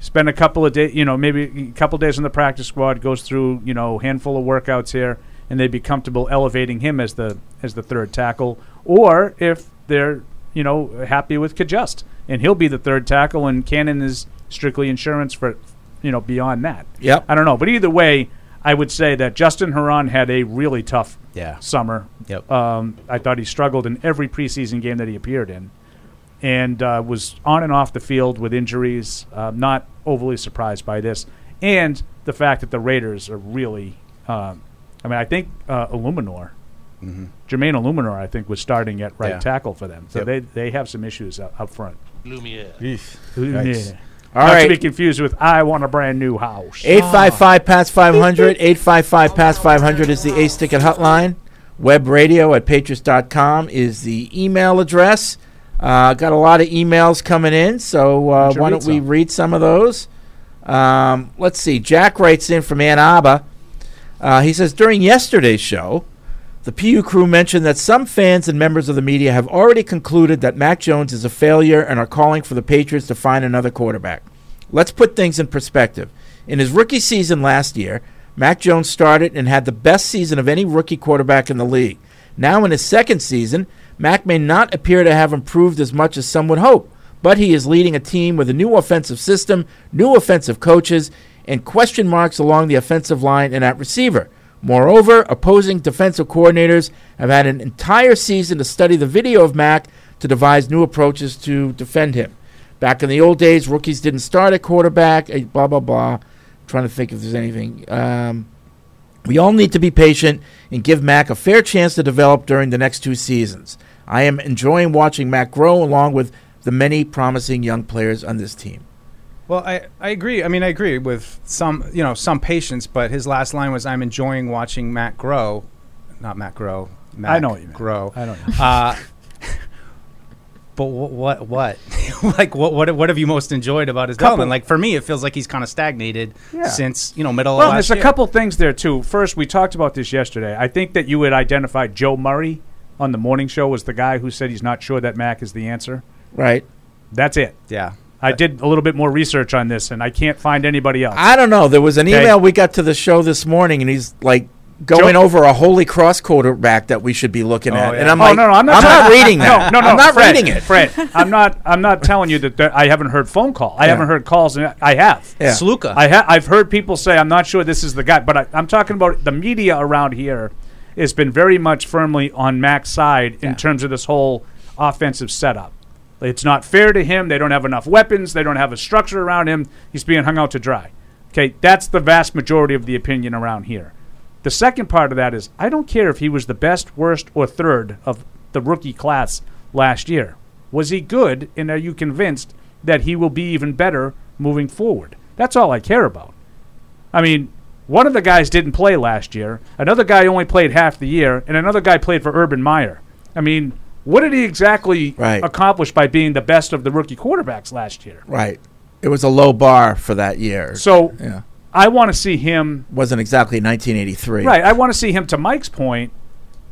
D: spend a couple of days, you know, maybe a couple days in the practice squad, goes through you know handful of workouts here, and they'd be comfortable elevating him as the as the third tackle, or if they're you know happy with Kajust and he'll be the third tackle, and Cannon is strictly insurance for you know beyond that.
B: Yep.
D: I don't know, but either way. I would say that Justin Huron had a really tough
C: Yeah.
D: summer
C: Yep.
D: um, I thought he struggled in every preseason game that he appeared in, and uh, was on and off the field with injuries. Uh, not overly surprised by this, and the fact that the Raiders are really. um I mean, I think uh, Illuminor,
C: Mm-hmm.
D: Jermaine Illuminor, I think was starting at right
C: Yeah.
D: tackle for them. So
C: Yep.
D: they they have some issues up, up front.
F: Lumiere.
D: Yeah.
B: All
D: Not
B: right.
D: to be confused with "I want a brand new house."
B: 855 Pass 500. 855 Pass 500 is the Ace Ticket hotline. Web radio at patriots.com is the email address. Uh, got a lot of emails coming in, so uh,
D: Why don't you
B: why
D: read
B: don't we
D: some?
B: read some of those? Um, let's see. Jack writes in from Ann Arbor. Uh, he says During yesterday's show, the PU crew mentioned that some fans and members of the media have already concluded that Mac Jones is a failure and are calling for the Patriots to find another quarterback. Let's put things in perspective. In his rookie season last year, Mac Jones started and had the best season of any rookie quarterback in the league. Now, in his second season, Mac may not appear to have improved as much as some would hope, but he is leading a team with a new offensive system, new offensive coaches, and question marks along the offensive line and at receiver. Moreover, opposing defensive coordinators have had an entire season to study the video of Mac to devise new approaches to defend him. Back in the old days, rookies didn't start at quarterback, eh, blah, blah, blah. Trying to think if there's anything. Um, we all need to be patient and give Mac a fair chance to develop during the next two seasons. I am enjoying watching Mac grow along with the many promising young players on this team.
C: Well, I, I agree. I mean, I agree with some, you know, some patience, but his last line was, I'm enjoying watching Matt grow. Not Matt grow. Matt
D: know what you mean.
C: Grow.
D: I don't know.
C: Uh, but wh- what, what, like, what, what, what have you most enjoyed about his
D: Couple-
C: development? Like, for me, it feels like he's kind of stagnated
D: Yeah.
C: since, you know, middle
D: Well,
C: of last
D: there's a
C: year.
D: couple things there too. First, we talked about this yesterday. I think that you had identified Joe Murray on the morning show was the guy who said he's not sure that Mac is the answer.
B: Right?
D: That's it.
C: Yeah.
D: I did a little bit more research on this, and I can't find anybody else.
B: I don't know. There was an
D: Okay.
B: email we got to the show this morning, and he's like going
D: Joe-
B: over a Holy Cross quarterback that we should be looking at.
C: yeah.
B: And I'm
D: oh
B: like,
D: no, no, I'm not.
B: I'm
D: talking-
B: not reading that.
D: No, no, no,
B: I'm not
D: Fred,
B: reading it.
D: Fred, I'm not. I'm not telling you that there, I haven't heard phone call. I haven't heard calls, and I have.
B: Yeah.
C: Sluka.
D: I ha- I've heard people say I'm not sure this is the guy, but I, I'm talking about the media around here has been very much firmly on Mac's side in terms of this whole offensive setup. It's not fair to him. They don't have enough weapons. They don't have a structure around him. He's being hung out to dry. Okay, that's the vast majority of the opinion around here. The second part of that is I don't care if he was the best, worst, or third of the rookie class last year. Was he good, and are you convinced that he will be even better moving forward? That's all I care about. I mean, one of the guys didn't play last year, another guy only played half the year, and another guy played for Urban Meyer. I mean, what did he exactly
B: Right.
D: accomplish by being the best of the rookie quarterbacks last year?
B: Right. It was a low bar for that year.
D: So
B: yeah.
D: I want to see him
B: Wasn't exactly 1983.
D: Right. I want to see him, to Mike's point,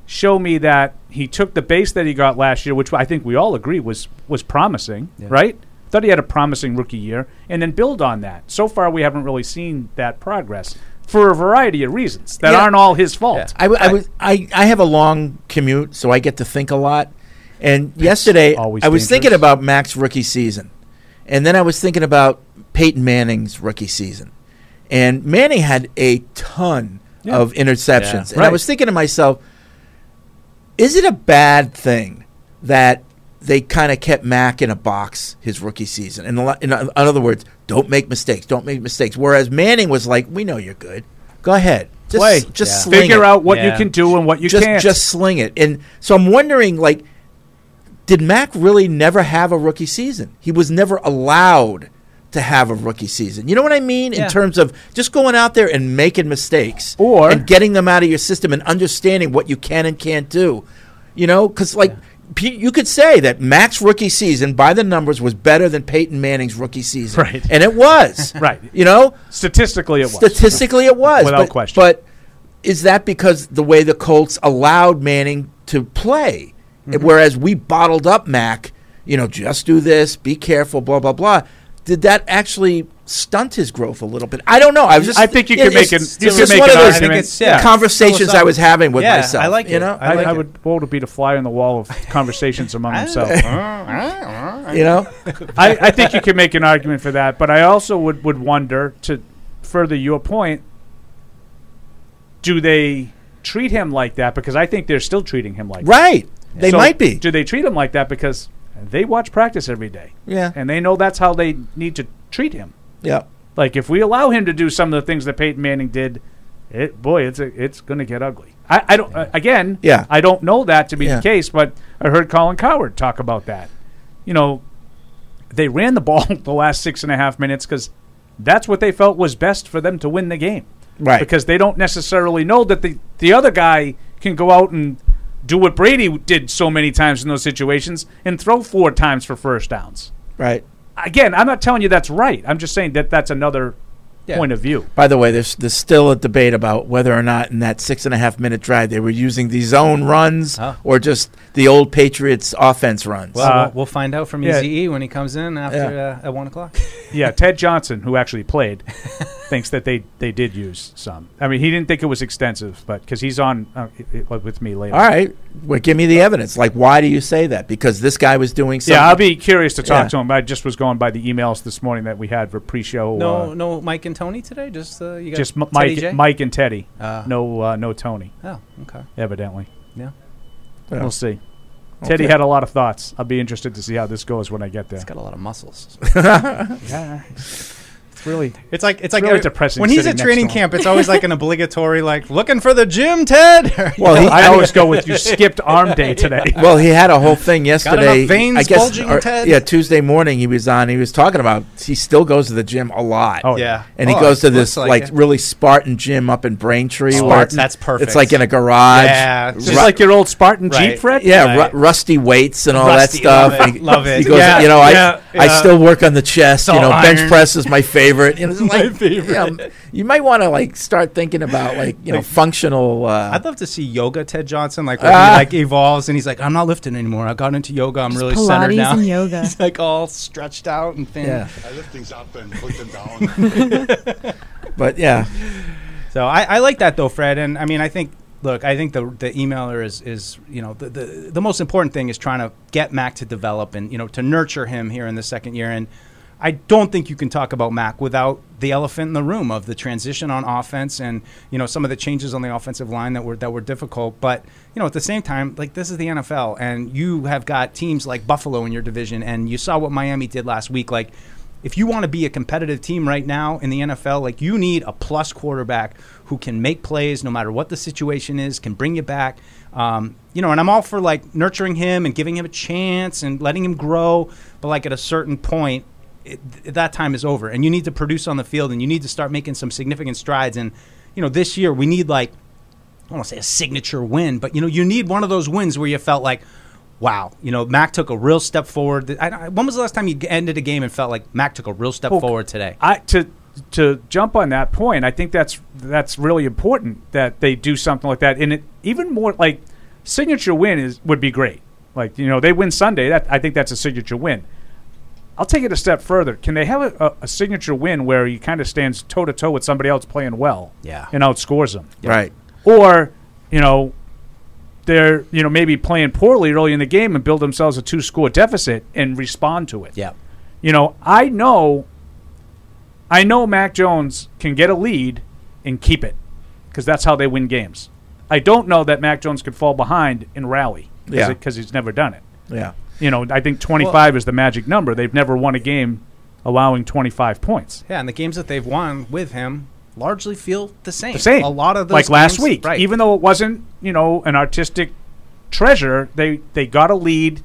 D: show me that he took the base that he got last year, which I think we all agree was was promising, right? Thought he had a promising rookie year, and then build on that. So far, we haven't really seen that progress for a variety of reasons that
B: Yeah.
D: aren't all his fault.
B: I, w- I, was, I, I have a long commute, so I get to think a lot. And yesterday, I was
D: always
B: thinking
D: dangerous.
B: about Mac's rookie season. And then I was thinking about Peyton Manning's rookie season. And Manning had a ton of interceptions.
C: Yeah.
B: And I
D: Right.
B: was thinking to myself, is it a bad thing that they kind of kept Mack in a box his rookie season. In, a lo- in, o- in other words, don't make mistakes. Don't make mistakes. Whereas Manning was like, we know you're good. Go ahead. Just,
D: Play.
B: Just
C: Yeah.
B: sling
D: Figure
B: it.
D: out what
C: Yeah.
D: you can do and what you
B: just,
D: can't.
B: Just sling it. And so I'm wondering, like, did Mac really never have a rookie season? He was never allowed to have a rookie season. You know what I mean?
C: Yeah.
B: In terms of just going out there and making mistakes
D: Or-
B: and getting them out of your system and understanding what you can and can't do. You know, because like. P You could say that Mac's rookie season, by the numbers, was better than Peyton Manning's rookie season,
D: Right.
B: And it was,
D: Right.
B: You know,
D: Statistically, it was.
B: Statistically, it was
D: Without
B: but,
D: question.
B: But is that because the way the Colts allowed Manning to play,
D: Mm-hmm.
B: whereas we bottled up Mac? You know, just do this, be careful, blah blah blah. Did that actually stunt his growth a little bit? I don't know. I was just.
D: I think you
B: it-
D: could make
B: it's-
D: an- you
B: it's
D: could
B: just
D: make
B: one
D: an
B: of those
D: argument. I think it's-
C: yeah.
B: conversations I was
C: Philosophical.
B: having with
C: Yeah,
B: myself.
C: I like
B: you
C: it.
B: know.
D: I,
C: like
D: I
C: it.
D: would bold to be to fly on the wall of conversations among themselves.
B: You know.
D: I, I think you can make an argument for that, but I also would, would wonder to further your point, do they treat him like that? Because I think they're still treating him like
B: right.
D: that.
B: They
D: So
B: might be.
D: Do they treat him like that because they watch practice every day
B: Yeah.
D: and they know that's how they need to treat him.
B: Yeah.
D: Like if we allow him to do some of the things that Peyton Manning did, it boy, it's a, it's going to get ugly. I, I don't uh, again.
B: Yeah.
D: I don't know that to be
B: Yeah.
D: the case, but I heard Colin Coward talk about that. You know, they ran the ball the last six and a half minutes because that's what they felt was best for them to win the game.
B: Right.
D: Because they don't necessarily know that the the other guy can go out and do what Brady did so many times in those situations and throw four times for first downs
B: Right.
D: again, I'm not telling you that's right. I'm just saying that that's another
C: Yeah.
D: point of view.
B: By the way, there's there's still a debate about whether or not in that six and a half minute drive they were using the zone runs
C: Oh.
B: or just the old Patriots offense runs.
C: Well,
D: Uh,
C: we'll, we'll find out from
D: yeah.
C: EZE when he comes in after uh, at one o'clock.
D: Yeah, Ted Johnson, who actually played, thinks that they, they did use some. I mean, he didn't think it was extensive, but because he's on uh, it, it, with me later.
B: All right, well, give me the evidence. Like, why do you say that? Because this guy was doing something.
D: yeah, I'll be curious to talk
B: Yeah.
D: to him. I just was going by the emails this morning that we had for pre-show.
C: No,
D: uh,
C: no, Mike and Tony today. Just uh, you got
D: just M-
C: Teddy
D: Mike,
C: J?
D: Mike and Teddy.
C: Ah.
D: no, uh, no Tony.
C: Oh, okay.
D: Evidently,
C: Yeah.
B: Yeah.
D: We'll see. Teddy
B: Okay.
D: had a lot of thoughts. I'll be interested to see how this goes when I get there.
C: He's got a lot of muscles.
D: yeah, it's really
C: It's like it's like
D: really
C: every-
D: depressing
C: when he's
D: sitting
C: at
D: next
C: training
D: to him.
C: camp. It's always like an obligatory like looking for the gym, Ted.
B: Well, he,
D: I always go with you skipped arm day today.
B: well, he had a whole thing yesterday.
C: enough veins
B: I guess,
C: bulging, Ted?
B: yeah, Tuesday morning he was on. He was talking about he still goes to the gym a lot.
D: Oh,
C: yeah,
B: and he
C: Oh,
B: goes to
C: it
B: this
C: looks
B: like,
C: it.
B: really Spartan gym up in Braintree. where
C: Spartan,
B: it's-
C: that's perfect.
B: It's like in a garage.
C: Yeah, it's
D: Just
C: Ru-
B: Ru-
D: like your old Spartan
C: Right.
D: Jeep, Fred.
B: Yeah,
C: Right.
B: ru- rusty weights and all
C: Rusty,
B: that stuff.
C: love it,
B: He-
C: love it.
B: He goes,
C: Yeah,
B: you know, I
C: yeah, yeah.
B: I still work on the chest.
C: It's
B: You know,
C: all
B: bench
C: iron.
B: press is my favorite. You know, it's like,
C: favorite.
B: yeah, m- you might want to like start thinking about like you know functional. Uh,
C: I'd love to see yoga Ted Johnson like when
B: Ah.
C: he like evolves and he's like I'm not lifting anymore. I got into yoga. I'm really
E: Pilates
C: centered now.
E: and yoga.
C: he's like all stretched out and thin.
B: yeah,
F: I lift things up and put them down.
B: but yeah,
C: So I, I like that though, Fred. And I mean, I think look, I think the the emailer is is you know the, the the most important thing is trying to get Mac to develop and you know to nurture him here in the second year. And I don't think you can talk about Mac without the elephant in the room of the transition on offense and you know some of the changes on the offensive line that were that were difficult. But you know at the same time, like this is the NFL, and you have got teams like Buffalo in your division, and you saw what Miami did last week, like if you want to be a competitive team right now in the NFL, like you need a plus quarterback who can make plays no matter what the situation is, can bring you back. Um, you know, and I'm all for like nurturing him and giving him a chance and letting him grow, but like at a certain point, it, th- that time is over, and you need to produce on the field, and you need to start making some significant strides. And you know, this year we need like I don't want to say a signature win, but you know, you need one of those wins where you felt like, wow, you know, Mac took a real step forward. I, I- when was the last time you ended a game and felt like Mac took a real step
D: Well,
C: forward today?
D: I to to jump on that point. I think that's that's really important that they do something like that. And it even more like signature win is would be great. Like you know they win Sunday. That I think that's a signature win. I'll take it a step further. Can they have a, a, a signature win where he kind of stands toe to toe with somebody else playing well,
C: Yeah.
D: and outscores them?
B: right.
D: or you know they're you know maybe playing poorly early in the game and build themselves a two score deficit and respond to it
C: Yeah.
D: you know i know i know mac jones can get a lead and keep it because that's how they win games i don't know that mac jones could fall behind and rally
B: Yeah.
D: because he's never done it
B: Yeah.
D: You know, I think 25 is the magic number. They've never won a game allowing 25 points.
C: Yeah, and the games that they've won with him largely feel the same.
D: The same.
C: A lot of those
D: like last
C: games-
D: week,
C: right?
D: even though it wasn't you know an artistic treasure, they they got a lead.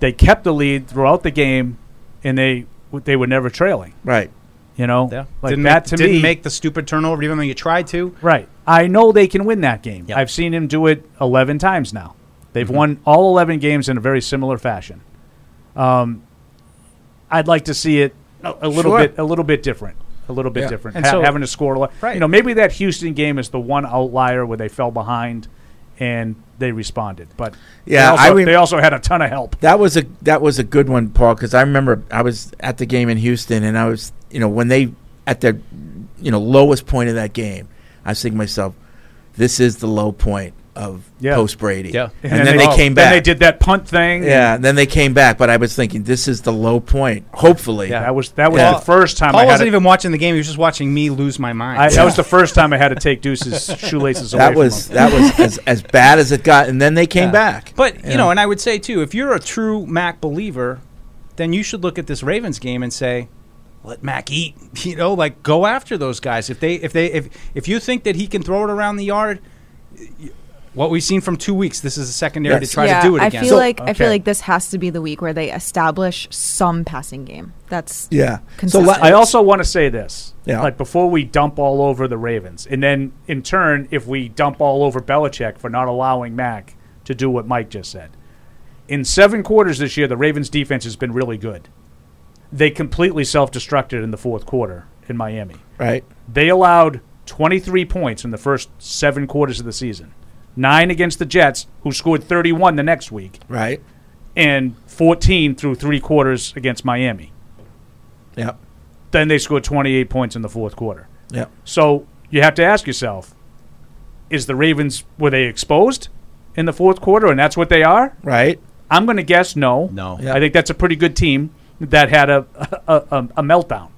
D: They kept the lead throughout the game, and they they were never trailing.
B: Right.
D: You know,
C: yeah.
D: like
C: didn't
D: that
C: make,
D: to
C: didn't
D: me
C: make the stupid turnover, even though you tried to.
D: Right. I know they can win that game.
C: Yeah.
D: I've seen him do it 11 times now. They've won all 11 games in a very similar fashion. Um, I'd like to see it a, a little
B: Sure.
D: bit a little bit different. A little bit
B: Yeah.
D: different.
C: And
D: Ha-
C: so-
D: having to score li-
C: Right.
D: You know, maybe that Houston game is the one outlier where they fell behind and they responded. But they
B: Yeah,
D: also-
B: I rem-
D: they also had a ton of help.
B: That was a that was a good one, Paul, because I remember I was at the game in Houston, and I was you know when they at their you know lowest point of that game, I was thinking to myself, this is the low point of
D: Yeah.
B: post Brady.
C: Yeah.
B: and, then, they, came back.
D: Then they did that punt thing.
B: Yeah, and then they came back, but I was thinking this is the low point. Hopefully,
C: Yeah.
D: That was that was
B: Yeah.
D: the first time I
C: Paul
D: had
C: wasn't
D: a-
C: even watching the game; he was just watching me lose my mind.
D: I, that was the first time I had to take Deuce's shoelaces away.
B: that
D: from
B: was
D: him.
B: that was as, as bad as it got, and then they came
C: Yeah.
B: back.
C: But you know, and I would say too, if you're a true Mac believer, then you should look at this Ravens game and say, "Let Mac eat." You know, like go after those guys. If they, if they, if if you think that he can throw it around the yard, y- what we've seen from two weeks, this is a secondary
B: Yes.
C: to try
E: yeah,
C: to do it
E: I
C: again.
E: feel like I feel
D: okay.
E: like this has to be the week where they establish some passing game. That's
B: yeah,
E: Consistent.
B: la-
D: I also want to say this.
B: Yeah.
D: Like before we dump all over the Ravens, and then in turn, if we dump all over Belichick for not allowing Mac to do what Mike just said. In seven quarters this year, the Ravens defense has been really good. They completely self destructed in the fourth quarter in Miami.
B: right.
D: They allowed 23 points in the first seven quarters of the season. Nine against the Jets, who scored 31 the next week,
B: Right.
D: and 14 through three quarters against Miami.
B: Yep.
D: Then they scored 28 points in the fourth quarter.
B: Yep.
D: So you have to ask yourself: Is the Ravens were they exposed in the fourth quarter, and that's what they are?
B: Right.
D: I'm going to guess no.
C: No.
B: Yeah.
D: I think that's a pretty good team that had a a, a a meltdown,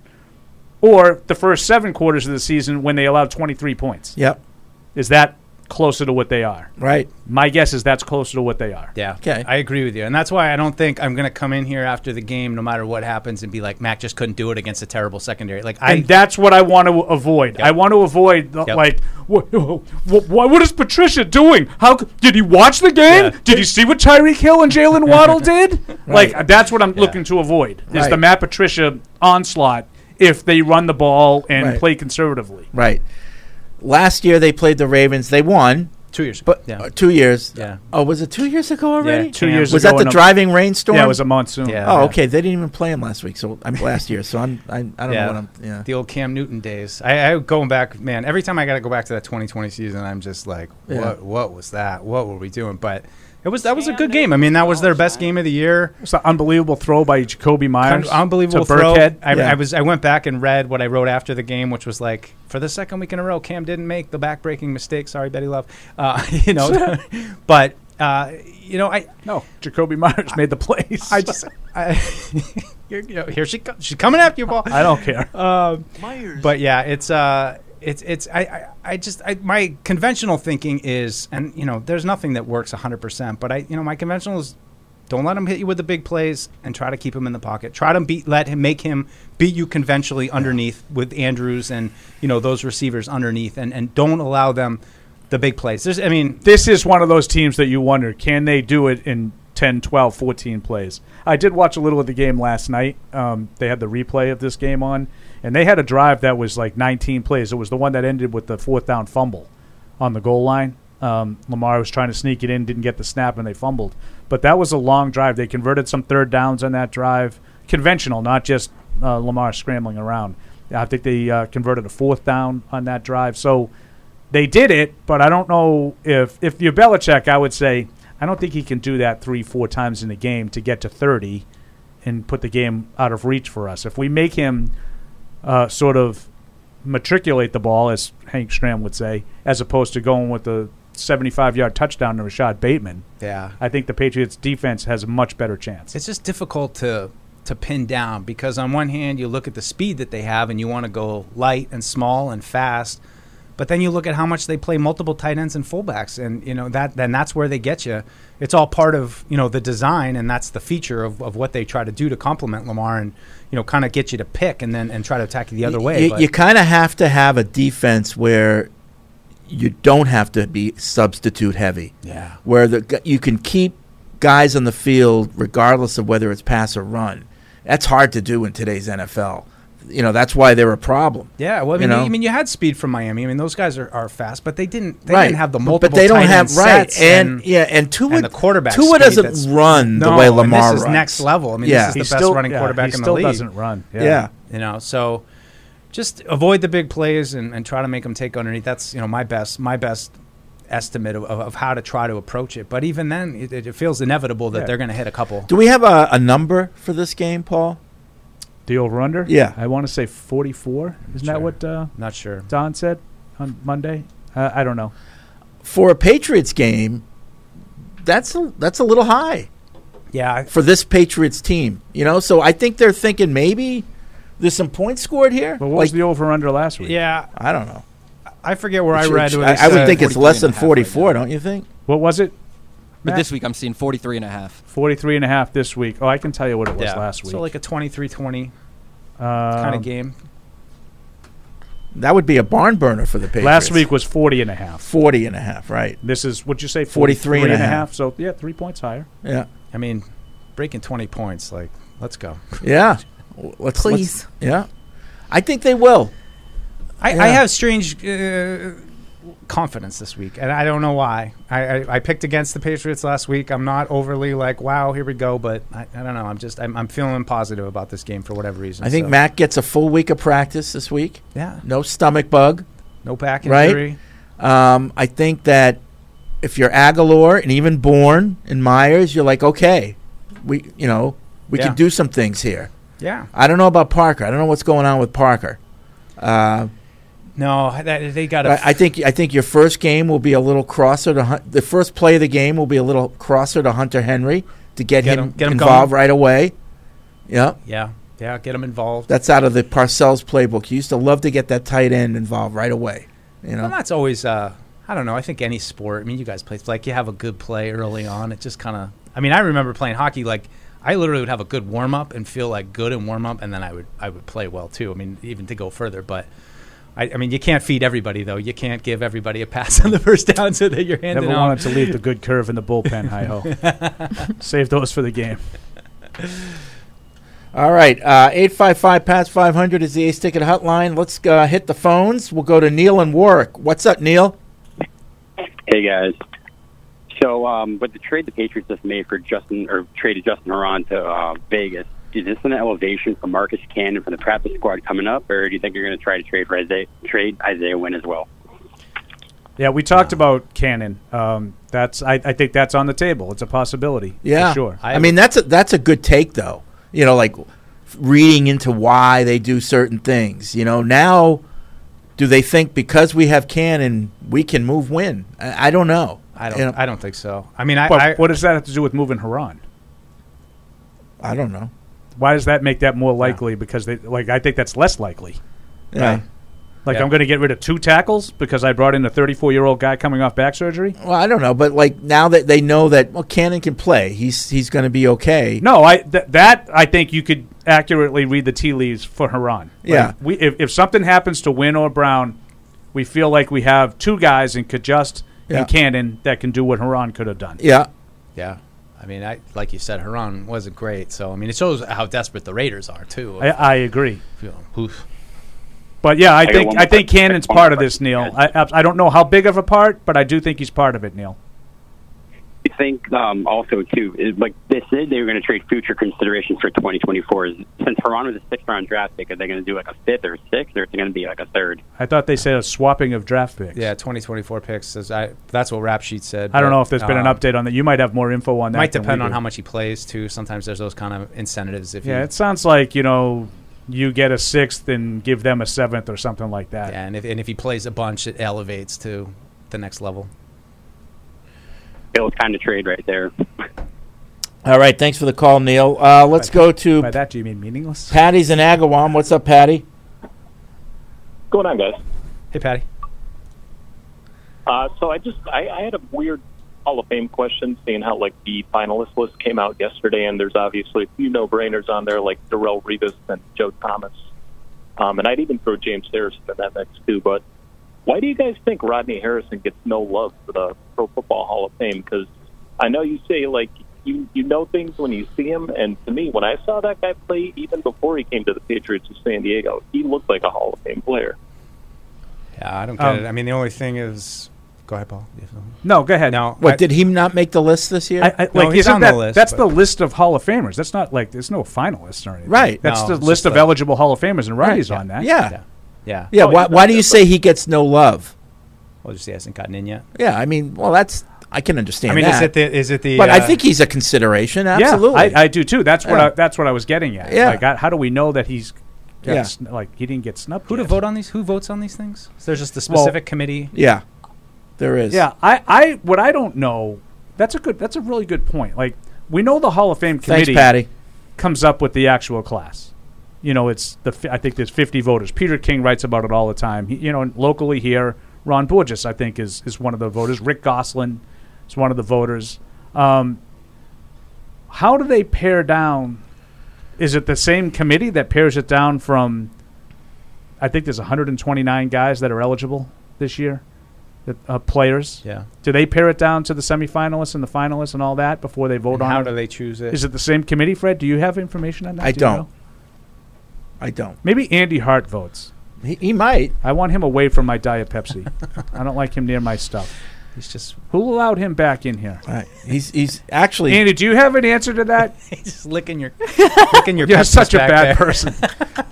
D: or the first seven quarters of the season when they allowed 23 points.
B: Yep.
D: Is that closer to what they are?
B: Right.
D: My guess is that's closer to what they are.
C: yeah,
B: Okay.
C: I agree with you, and that's why I don't think I'm going to come in here after the game, no matter what happens, and be like Mac just couldn't do it against a terrible secondary. Like I,
D: and that's what I want to avoid. I want to avoid the,
C: Yep.
D: like what, what, what is Patricia doing? How c- did he watch the game?
C: Yeah.
D: Did he see what Tyreek Hill and Jalen Waddle did? Like that's what I'm looking to avoid is the
B: Right.
D: Matt Patricia onslaught if they run the ball and
B: Right.
D: play conservatively.
B: Right. Last year they played the Ravens. They won,
C: two years,
B: but
C: yeah,
B: uh, two years.
C: Yeah.
B: Oh, was it two years ago already?
C: Yeah,
D: Two
C: Yeah.
D: years
B: Was
D: ago,
B: that the
D: in a-
B: driving rainstorm?
D: Yeah, it was a monsoon.
C: Yeah.
B: Oh, okay. They didn't even play him last week, so I'm last year. So I'm I, I don't
C: Yeah.
B: know what I'm. Yeah.
C: the old Cam Newton days. I, I going back, man. Every time I got to go back to that 2020 season, I'm just like, what?
B: Yeah.
C: What was that? What were we doing? But it was that was a good game. I mean, that was their best game of the year.
D: It's an unbelievable throw by Jacoby Myers.
C: unbelievable
D: to
C: throw.
D: Burkhead.
C: I,
B: Yeah.
C: I was I went back and read what I wrote after the game, which was like for the second week in a row, Cam didn't make the backbreaking mistake. Sorry, Betty Love. Uh, you know, but uh, you know, I
D: No, Jacoby Myers made the plays.
C: I just I, you're, you know, here she comes. She's coming after you, Paul.
D: I don't care.
C: Um, But yeah, it's uh, it's it's I, I, I just I, my conventional thinking is, and you know, there's nothing that works 100. percent But I, you know, my conventional is don't let him hit you with the big plays and try to keep him in the pocket. Try to beat, let him make him beat you conventionally underneath with Andrews and you know those receivers underneath, and and don't allow them the big plays. There's, I mean,
D: this is one of those teams that you wonder can they do it in 10 12 14 plays i did watch a little of the game last night um, they had the replay of this game on and they had a drive that was like 19 plays it was the one that ended with the fourth down fumble on the goal line um, lamar was trying to sneak it in didn't get the snap and they fumbled but that was a long drive they converted some third downs on that drive conventional not just uh, lamar scrambling around i think they uh, converted a fourth down on that drive so they did it, but I don't know if if you're Belichick, I would say I don't think he can do that three, four times in a game to get to thirty and put the game out of reach for us. If we make him uh, sort of matriculate the ball, as Hank Stram would say, as opposed to going with the 75 yard touchdown to Rashad Bateman,
C: yeah,
D: I think the Patriots defense has a much better chance.
C: It's just difficult to to pin down because on one hand you look at the speed that they have and you want to go light and small and fast, But then you look at how much they play multiple tight ends and fullbacks, and you know that then that's where they get you. It's all part of you know the design, and that's the feature of, of what they try to do to complement Lamar, and you know kind of get you to pick and then and try to attack you the other
B: Y-
C: way.
B: You,
C: but-
B: you kind of have to have a defense where you don't have to be substitute heavy,
C: yeah,
B: where the gu- you can keep guys on the field regardless of whether it's pass or run. That's hard to do in today's NFL. You know that's why they're a problem.
C: yeah. Well,
B: You
C: I mean, you
B: know?
C: I mean, you had speed from Miami. I mean, those guys are, are fast, but they didn't. They
B: right.
C: didn't have the
B: But-
C: multiple.
B: but they don't
C: tight
B: have
C: end
B: right
C: sets
B: and, yeah and Tua
C: and the quarterback
B: Tua
C: speed that's-
B: doesn't run the
C: No,
B: way
C: and
B: Lamar
C: this is
B: runs.
C: next level. I mean,
B: Yeah.
C: this is
D: He's
C: the best running quarterback
D: he
C: in the
D: still
C: league.
D: doesn't run. Yeah.
B: yeah.
C: You know, so just avoid the big plays and, and try to make them take underneath. That's you know my best my best estimate of, of, of how to try to approach it. But even then, it, it feels inevitable that
D: Yeah.
C: they're going to hit a couple.
B: Do we have a, a number for this game, Paul?
D: The over under?
B: Yeah.
D: I want to say 44. Isn't
C: Sure.
D: that what uh,
C: Not sure.
D: Don said on Monday? Uh, I don't know.
B: For a Patriots game, that's a, that's a little high.
C: Yeah, I-
B: for this Patriots team. You know, so I think they're thinking maybe there's some points scored here.
D: But what was
B: Like,
D: the over under last week?
C: yeah.
B: I don't know.
C: I forget where I
B: It's-
C: read.
B: it's-
C: where they
B: I, I would
C: said-
B: think it's less than
F: 43 and a half right
B: 44,
F: now.
B: don't you think?
D: What was it?
G: But
D: Matt?
G: this week I'm seeing 43 and a half.
D: 43 and a half this week. Oh, I can tell you what it was
C: yeah.
D: last week.
C: So like a 23-20 kind
D: Um,
C: of game.
B: That would be a barn burner for the Patriots.
D: Last week was 40 and a half.
B: 40 and a half, right?
D: This is what you say
B: 43 and a half.
D: So yeah, 3 points higher.
B: Yeah.
C: I mean, breaking 20 points like let's go.
B: Yeah. W- Let's,
E: Please.
B: let's- yeah. I think they will.
C: I,
B: Yeah.
C: I have strange uh, confidence this week, and I don't know why. I, I, I picked against the Patriots last week. I'm not overly like, wow, here we go, but I, I don't know. I'm just I'm, I'm feeling positive about this game for whatever reason.
B: I think
C: so-
B: Mac gets a full week of practice this week.
C: yeah,
B: No stomach bug.
C: no back
B: Right?
C: injury.
B: Um, I think that if you're Aguilar and even Bourne and Myers, you're like, okay, we, you know, we
C: Yeah.
B: can do some things here.
C: Yeah,
B: I don't know about Parker. I don't know what's going on with Parker. Uh,
C: no, that, they got
B: but
C: a
B: I think I think your first game will be a little crosser to Hun- the first play of the game will be a little crosser to Hunter Henry to get,
C: Get
B: him,
C: him- get him
B: involved right away. Yeah,
C: yeah, yeah. Get them involved.
B: that's out of the Parcells playbook. He used to love to get that tight end involved right away. You
C: Well,
B: know,
C: that's always. Uh, I don't know. I think any sport. I mean, you guys play like you have a good play early on. It just kind of. I mean, I remember playing hockey. Like I literally would have a good warm up and feel like good in warm up, and then I would I would play well too. I mean, even to go further, but. I, I mean, you can't feed everybody though. You can't give everybody a pass on the first down so that you're handing
D: Never
C: out.
D: wanted to leave the good curve in the bullpen. Hi ho. Save those for the game.
B: all right. uh, Eight five five past five hundred is the Ace Ticket hotline. Let's uh, hit the phones. We'll go to Neil and Warwick. What's up, Neil?
H: Hey guys. So um, with the trade the Patriots just made for Justin or traded Justin Horan to uh, Vegas, is this an elevation for Marcus Cannon from the practice squad coming up, or do you think you're going to try to trade for Isaiah, trade Isaiah Wynn as well?
D: Yeah, we talked about Cannon. Um, that's I, I think that's on the table. It's a possibility.
B: Yeah,
D: For sure.
B: I, mean, that's a that's a good take though. You know, like reading into why they do certain things. You know, now do they think because we have Cannon we can move win? I, I don't know.
C: I
B: You
C: don't.
B: know,
C: I don't think so. I mean, I.
D: But
C: I
D: what does that have to do with moving Haran?
B: I don't know.
D: Why does that make that more likely? Because they like I think that's less likely.
B: Yeah.
D: Like
C: Yeah.
D: I'm going to get rid of two tackles because I brought in a 34 year old guy coming off back surgery.
B: Well, I don't know, but like now that they know that well, Cannon can play, he's he's going to be okay.
D: No, I th- that I think you could accurately read the tea leaves for Haran. Like,
B: Yeah.
D: we if, if something happens to Win or Brown, we feel like we have two guys in Kajust
B: Yeah.
D: and Cannon that can do what Haran could have done.
B: Yeah,
C: yeah. I mean, I like you said, Haran wasn't great. So I mean, it shows how desperate the Raiders are too.
D: I, I agree.
C: You know, oof.
D: But yeah, I,
H: got
D: think
H: one
D: I
H: more
D: think
H: question.
D: Cannon's
H: One more
D: part of this,
H: question,
D: Neil. I,
H: guys.
D: I I don't know how big of a part, but I do think he's part of it, Neil.
H: You think um, also too, is, like they said they were going to trade future considerations for 2024. Is- Since Horan was a sixth round draft pick, are they going to do like a fifth or sixth, or is it going to be like a third?
D: I thought they said a swapping of draft picks.
C: Yeah, 2024 picks. Says I, that's what Rap Sheet said.
D: I don't
C: but,
D: know if there's been an
C: um,
D: update on that. You might have more info on that.
C: might
D: than we
C: depend on
D: do.
C: how much he plays too. Sometimes there's those kind of incentives. If
D: Yeah,
C: you,
D: it sounds like you know you get a sixth and give them a seventh or something like that.
C: yeah, and if and if he plays a bunch, it elevates to the next level.
H: It was kind of trade right there.
B: All right. Thanks for the call, Neil. Uh, let's go to
D: By that, do you mean meaningless?
B: Patty's in Agawam. What's up, Patty?
I: What's going on, guys?
C: Hey, Patty.
I: Uh, so I just I, I had a weird Hall of Fame question, seeing how like the finalist list came out yesterday, and there's obviously a few no-brainers on there like Darrell Rivas and Joe Thomas, um, and I'd even throw James Harrison in that mix too. But why do you guys think Rodney Harrison gets no love for the Pro Football Hall of Fame? Because I know you say like you you know things when you see him, and to me, when I saw that guy play, even before he came to the Patriots of San Diego, he looked like a Hall of Fame player.
C: Yeah, I don't get
D: Um,
C: it. I mean, the only thing is, go ahead, Paul.
D: No, go ahead.
C: Now,
B: What
C: I-
B: did he not make the list this year?
D: I, I,
C: No,
D: like,
C: he's
D: isn't
C: on the
D: that,
C: list,
D: That's
C: but-
D: the list of Hall of Famers. That's not like there's no finalists or anything.
B: Right.
D: That's
C: No,
D: the
C: it's
D: list
C: just
D: of
C: a-
D: eligible Hall of Famers, and Rodney's
C: Right,
D: on that.
B: yeah,
C: yeah,
B: yeah.
I: Oh,
B: Why,
I: he's
B: why
I: not
B: do you
I: good,
B: say he gets no love?
C: well, just he hasn't gotten in yet.
B: Yeah, I mean, well, that's I can understand.
C: I mean,
B: that.
C: is it the is it the?
B: But I
C: uh,
B: think he's a consideration.
D: Yeah,
B: Absolutely.
D: I, I do too. That's what
B: Yeah.
D: I, that's what I was getting at.
B: Yeah.
D: Like, I, how do we know that he's got
B: Yeah.
D: sn- like he didn't get snubbed?
C: who to
D: yet?
C: vote on these? Who votes on these things? Is there just the
D: Well-
C: specific committee?
B: yeah, there is.
D: Yeah, I, I what I don't know. That's a good. That's a really good point. Like we know the Hall of Fame
B: Thanks,
D: committee
B: Patty.
D: comes up with the actual class. You know, it's the fi- I think there's 50 voters. Peter King writes about it all the time. He, you know, and locally here, Ron Borges I think is is one of the voters. Rick Goslin is one of the voters. Um, how do they pare down? Is it the same committee that pares it down from? I think there's 129 guys that are eligible this year, that, uh, players.
C: Yeah.
D: Do they pare it down to the semifinalists and the finalists and all that before they vote
C: And how
D: on? it?
C: do they choose it?
D: Is it the same committee, Fred? Do you have information on that?
B: I
D: Do you
B: don't.
D: know?
B: I don't.
D: Maybe Andy Hart votes.
B: He, he might.
D: I want him away from my Diet Pepsi. I don't like him near my stuff.
C: He's just
D: Who allowed him back in here?
B: All right. He's he's actually
D: Andy, do you have an answer to that?
C: he's just licking your licking your.
D: You're
C: Pepsis
D: such a
C: back
D: bad
C: there.
D: person.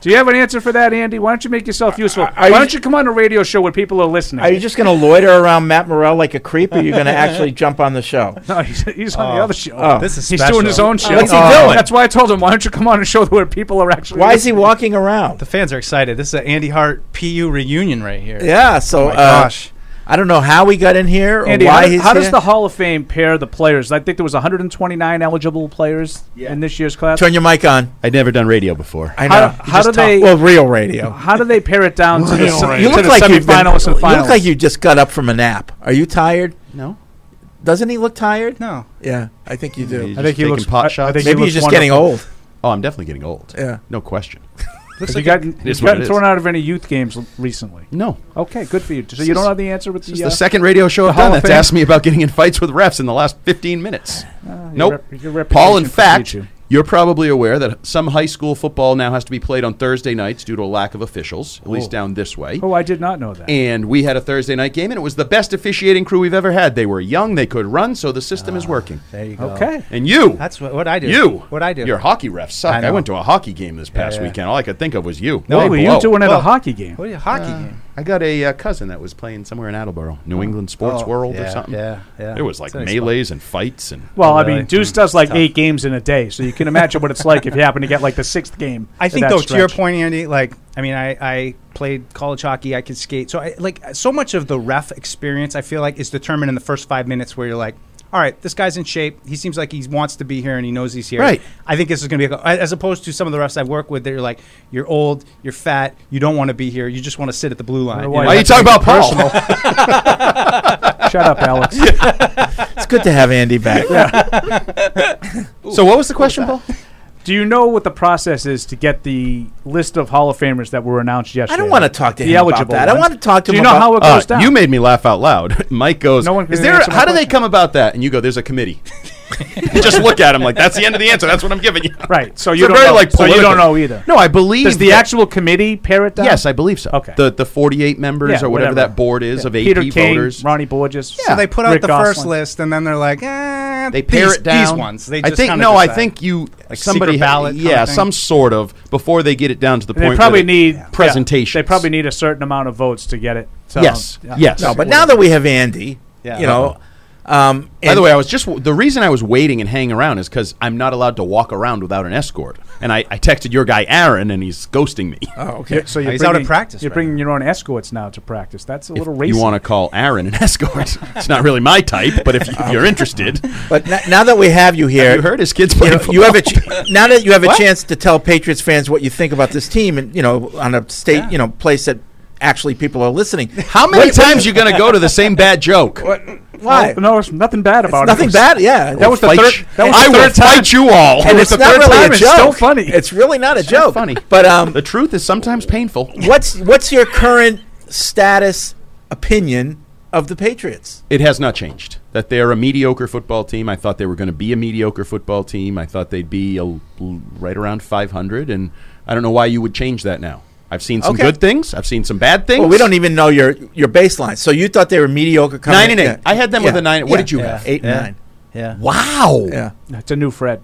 D: Do you have an answer for that, Andy? Why don't you make yourself useful?
B: are
D: Why
B: you-
D: don't you come on a radio show where people are listening?
B: Are you just going to loiter around Matt Morrell like a creep, or are you going to actually jump on the show?
D: no, he's, he's on the
C: Oh.
D: other show.
B: Oh.
C: This is
D: he's
C: special.
D: doing his own show. Oh.
B: What's he doing?
D: That's why I told him, why don't you come on a show where people are actually
B: Why is he
D: listening?
B: walking
D: Oh.
B: around?
C: The fans are excited. This is an Andy Hart PU reunion right here.
B: Yeah, so
C: Oh my
B: uh,
C: gosh.
B: I don't know how he got in here or
D: Andy,
B: why
D: how,
B: he's
D: how does
B: here.
D: the Hall of Fame pair the players? I think there was 129 eligible players in this year's class.
B: turn your mic on?
J: I'd never done radio before.
B: I
D: how
B: know.
D: how do they?
B: well, real radio.
D: how do they pare it down to the, se-
B: You
D: to
B: look
D: the
B: like you've been,
D: semifinalists
B: you
D: and finals?
B: look like you just got up from a nap. Are you tired?
J: No.
B: Doesn't he look tired?
C: No.
B: Yeah, I think you do.
J: You
D: I think
J: just
D: he
J: taking
D: looks.
J: pot
D: I- I
J: shots?
D: think he
B: Maybe you're
D: looks
B: just getting
D: wonderful.
B: old.
J: Oh, I'm definitely getting old.
B: Yeah.
J: No question.
D: Have you gotten,
J: is
D: you've
J: what it
D: gotten
J: is.
D: thrown out of any youth games l- recently?
J: No.
D: Okay, good for you. So you don't have the answer with
J: This is
D: the, uh,
J: the second radio show I've
D: Hall
J: done
D: of
J: that's
D: Fame? Ah,
J: asked me about getting in fights with refs in the last 15 minutes.
D: your
J: nope.
D: rep- your
J: Paul, in
D: reputation
J: fact,
D: precedes
J: you're probably aware that some high school football now has to be played on Thursday nights due to a lack of officials, at least down this way.
D: you. Oh, I did not know that.
J: And we had a Thursday night game, and it was the best officiating crew we've ever had. They were young, they could run, so the system
D: Ah,
J: is working.
C: There you go.
D: Okay.
J: And you,
C: That's what, what I do.
J: you,
C: What I do.
J: your hockey refs suck.
C: I
J: I,
C: know.
J: went to a hockey game this past
C: yeah.
J: weekend. All I could think of was you.
D: What
J: They
D: were
J: blow.
D: you doing at
C: Well-
D: a hockey game?
C: What are you hockey game?
J: I got a uh, cousin that was playing somewhere in Attleboro, New England Sports
C: Oh,
J: World or
C: yeah,
J: something.
C: Yeah, yeah.
J: There was like
C: It's an expo-
J: melees and fights and
D: Well, I
C: Really?
D: mean, Deuce
C: Mm,
D: does like
C: tough.
D: eight games in a day, so you can imagine what it's like if you happen to get like the sixth game.
C: I
D: in
C: think
D: that
C: though, to your
D: stretch.
C: point, Andy, like I mean, I, I played college hockey. I could skate, so I like so much of the ref experience. I feel like is determined in the first five minutes, where you're like, all right, this guy's in shape. He seems like he wants to be here, and he knows he's here.
J: Right.
C: I think this is going to be a, go- as opposed to some of the refs I work with. They're like, you're old, you're fat, you don't want to be here. You just want to sit at the blue line.
D: Why
J: Why
C: know?
J: are you talking about Paul?
D: Shut up, Alex.
B: It's good to have Andy back.
J: so what was the question, Paul?
D: Do you know what the process is to get the list of Hall of Famers that were announced yesterday?
B: I don't want to talk to
D: The
B: him about
D: eligible
B: that. I
D: ones.
B: want to talk to
D: Do
B: him
D: you know
B: about
D: how it
J: Uh,
D: goes down?
J: you made me laugh out loud. Mike goes,
D: No one can
J: "Is there?
D: answer my
J: How do they
D: question."
J: come about that?" And you go, "There's a committee." You just look at him like that's the end of the answer. That's what I'm giving you.
D: Right. So
J: It's
D: you
J: a
D: don't
J: very,
D: know.
J: like,
D: so you don't
J: political-
D: know either.
J: No, I believe
D: Does the
J: that-
D: actual committee pare it down?
J: Yes, I believe so.
D: Okay.
J: The the 48 members
D: Yeah,
J: or whatever,
D: whatever.
J: that board is of AP
D: Peter King,
J: voters.
D: Ronnie Borges.
J: Yeah.
C: So they put out
D: Rick
C: the first
D: Goslin.
C: list, and then they're like, eh,
J: They pare
C: these,
J: it down.
C: These ones, they
J: I
C: just
J: think
C: kinda
J: no. I
C: decide.
J: think you
C: Like
J: somebody
C: secret ballot kinda
J: Yeah,
C: thing?
J: some sort of before they get it down to the
D: And
J: point.
D: They
J: where
D: probably need yeah.
J: presentations.
D: They probably need a certain amount of votes to get it. So,
J: Yes.
D: yeah.
J: Yes.
B: No, but now that we have Andy,
C: Yeah.
B: you know,
D: Uh-huh.
B: um,
J: By
B: and-
J: the way, I was just the reason I was waiting and hanging around is because I'm not allowed to walk around without an escort. And I, I texted your guy Aaron, and he's ghosting me.
B: oh, okay.
D: Yeah, so you're
C: He's out of
D: bringing-
C: practice
D: You're
C: right
D: bringing your own escorts now to practice. That's a
J: If
D: little racist.
J: you want to call Aaron an escort? it's not really my type, but if you, you're interested,
B: But n- now that we have you here,
J: you heard his kids
B: you
J: play.
B: know, you have a
J: football.
B: ch- now that you have a
J: What?
B: chance to tell Patriots fans what you think about this team, and you know, on a state, you know, place that actually people are listening. How many
J: What times you gonna go to the same bad joke?
B: Why?
D: No, it's nothing bad about it.
B: nothing bad. Yeah,
D: That was the
J: Fight
D: third.
J: you.
D: That was
J: I
D: the
J: will
D: third time.
J: fight you all.
B: and
D: It
B: it's
D: was the
B: not
D: third
B: really
D: time.
B: a
D: It's
B: joke.
D: so funny.
B: It's really not a joke.
J: funny.
B: But um,
J: The truth is sometimes painful.
B: what's what's your current status opinion of the Patriots?
J: It has not changed. That they're a mediocre football team. I thought they were going to be a mediocre football team. I thought they'd be a, right around 500, and I don't know why you would change that now. I've seen some
B: Okay.
J: good things. I've seen some bad things.
B: Well, we don't even know your your baseline. So you thought they were mediocre. Coming
J: Nine and
B: in.
J: eight. I had them with a nine. What did you
B: yeah.
J: have?
B: Eight and
C: Yeah.
B: nine.
C: Yeah.
J: Wow.
B: Yeah.
D: It's a new Fred.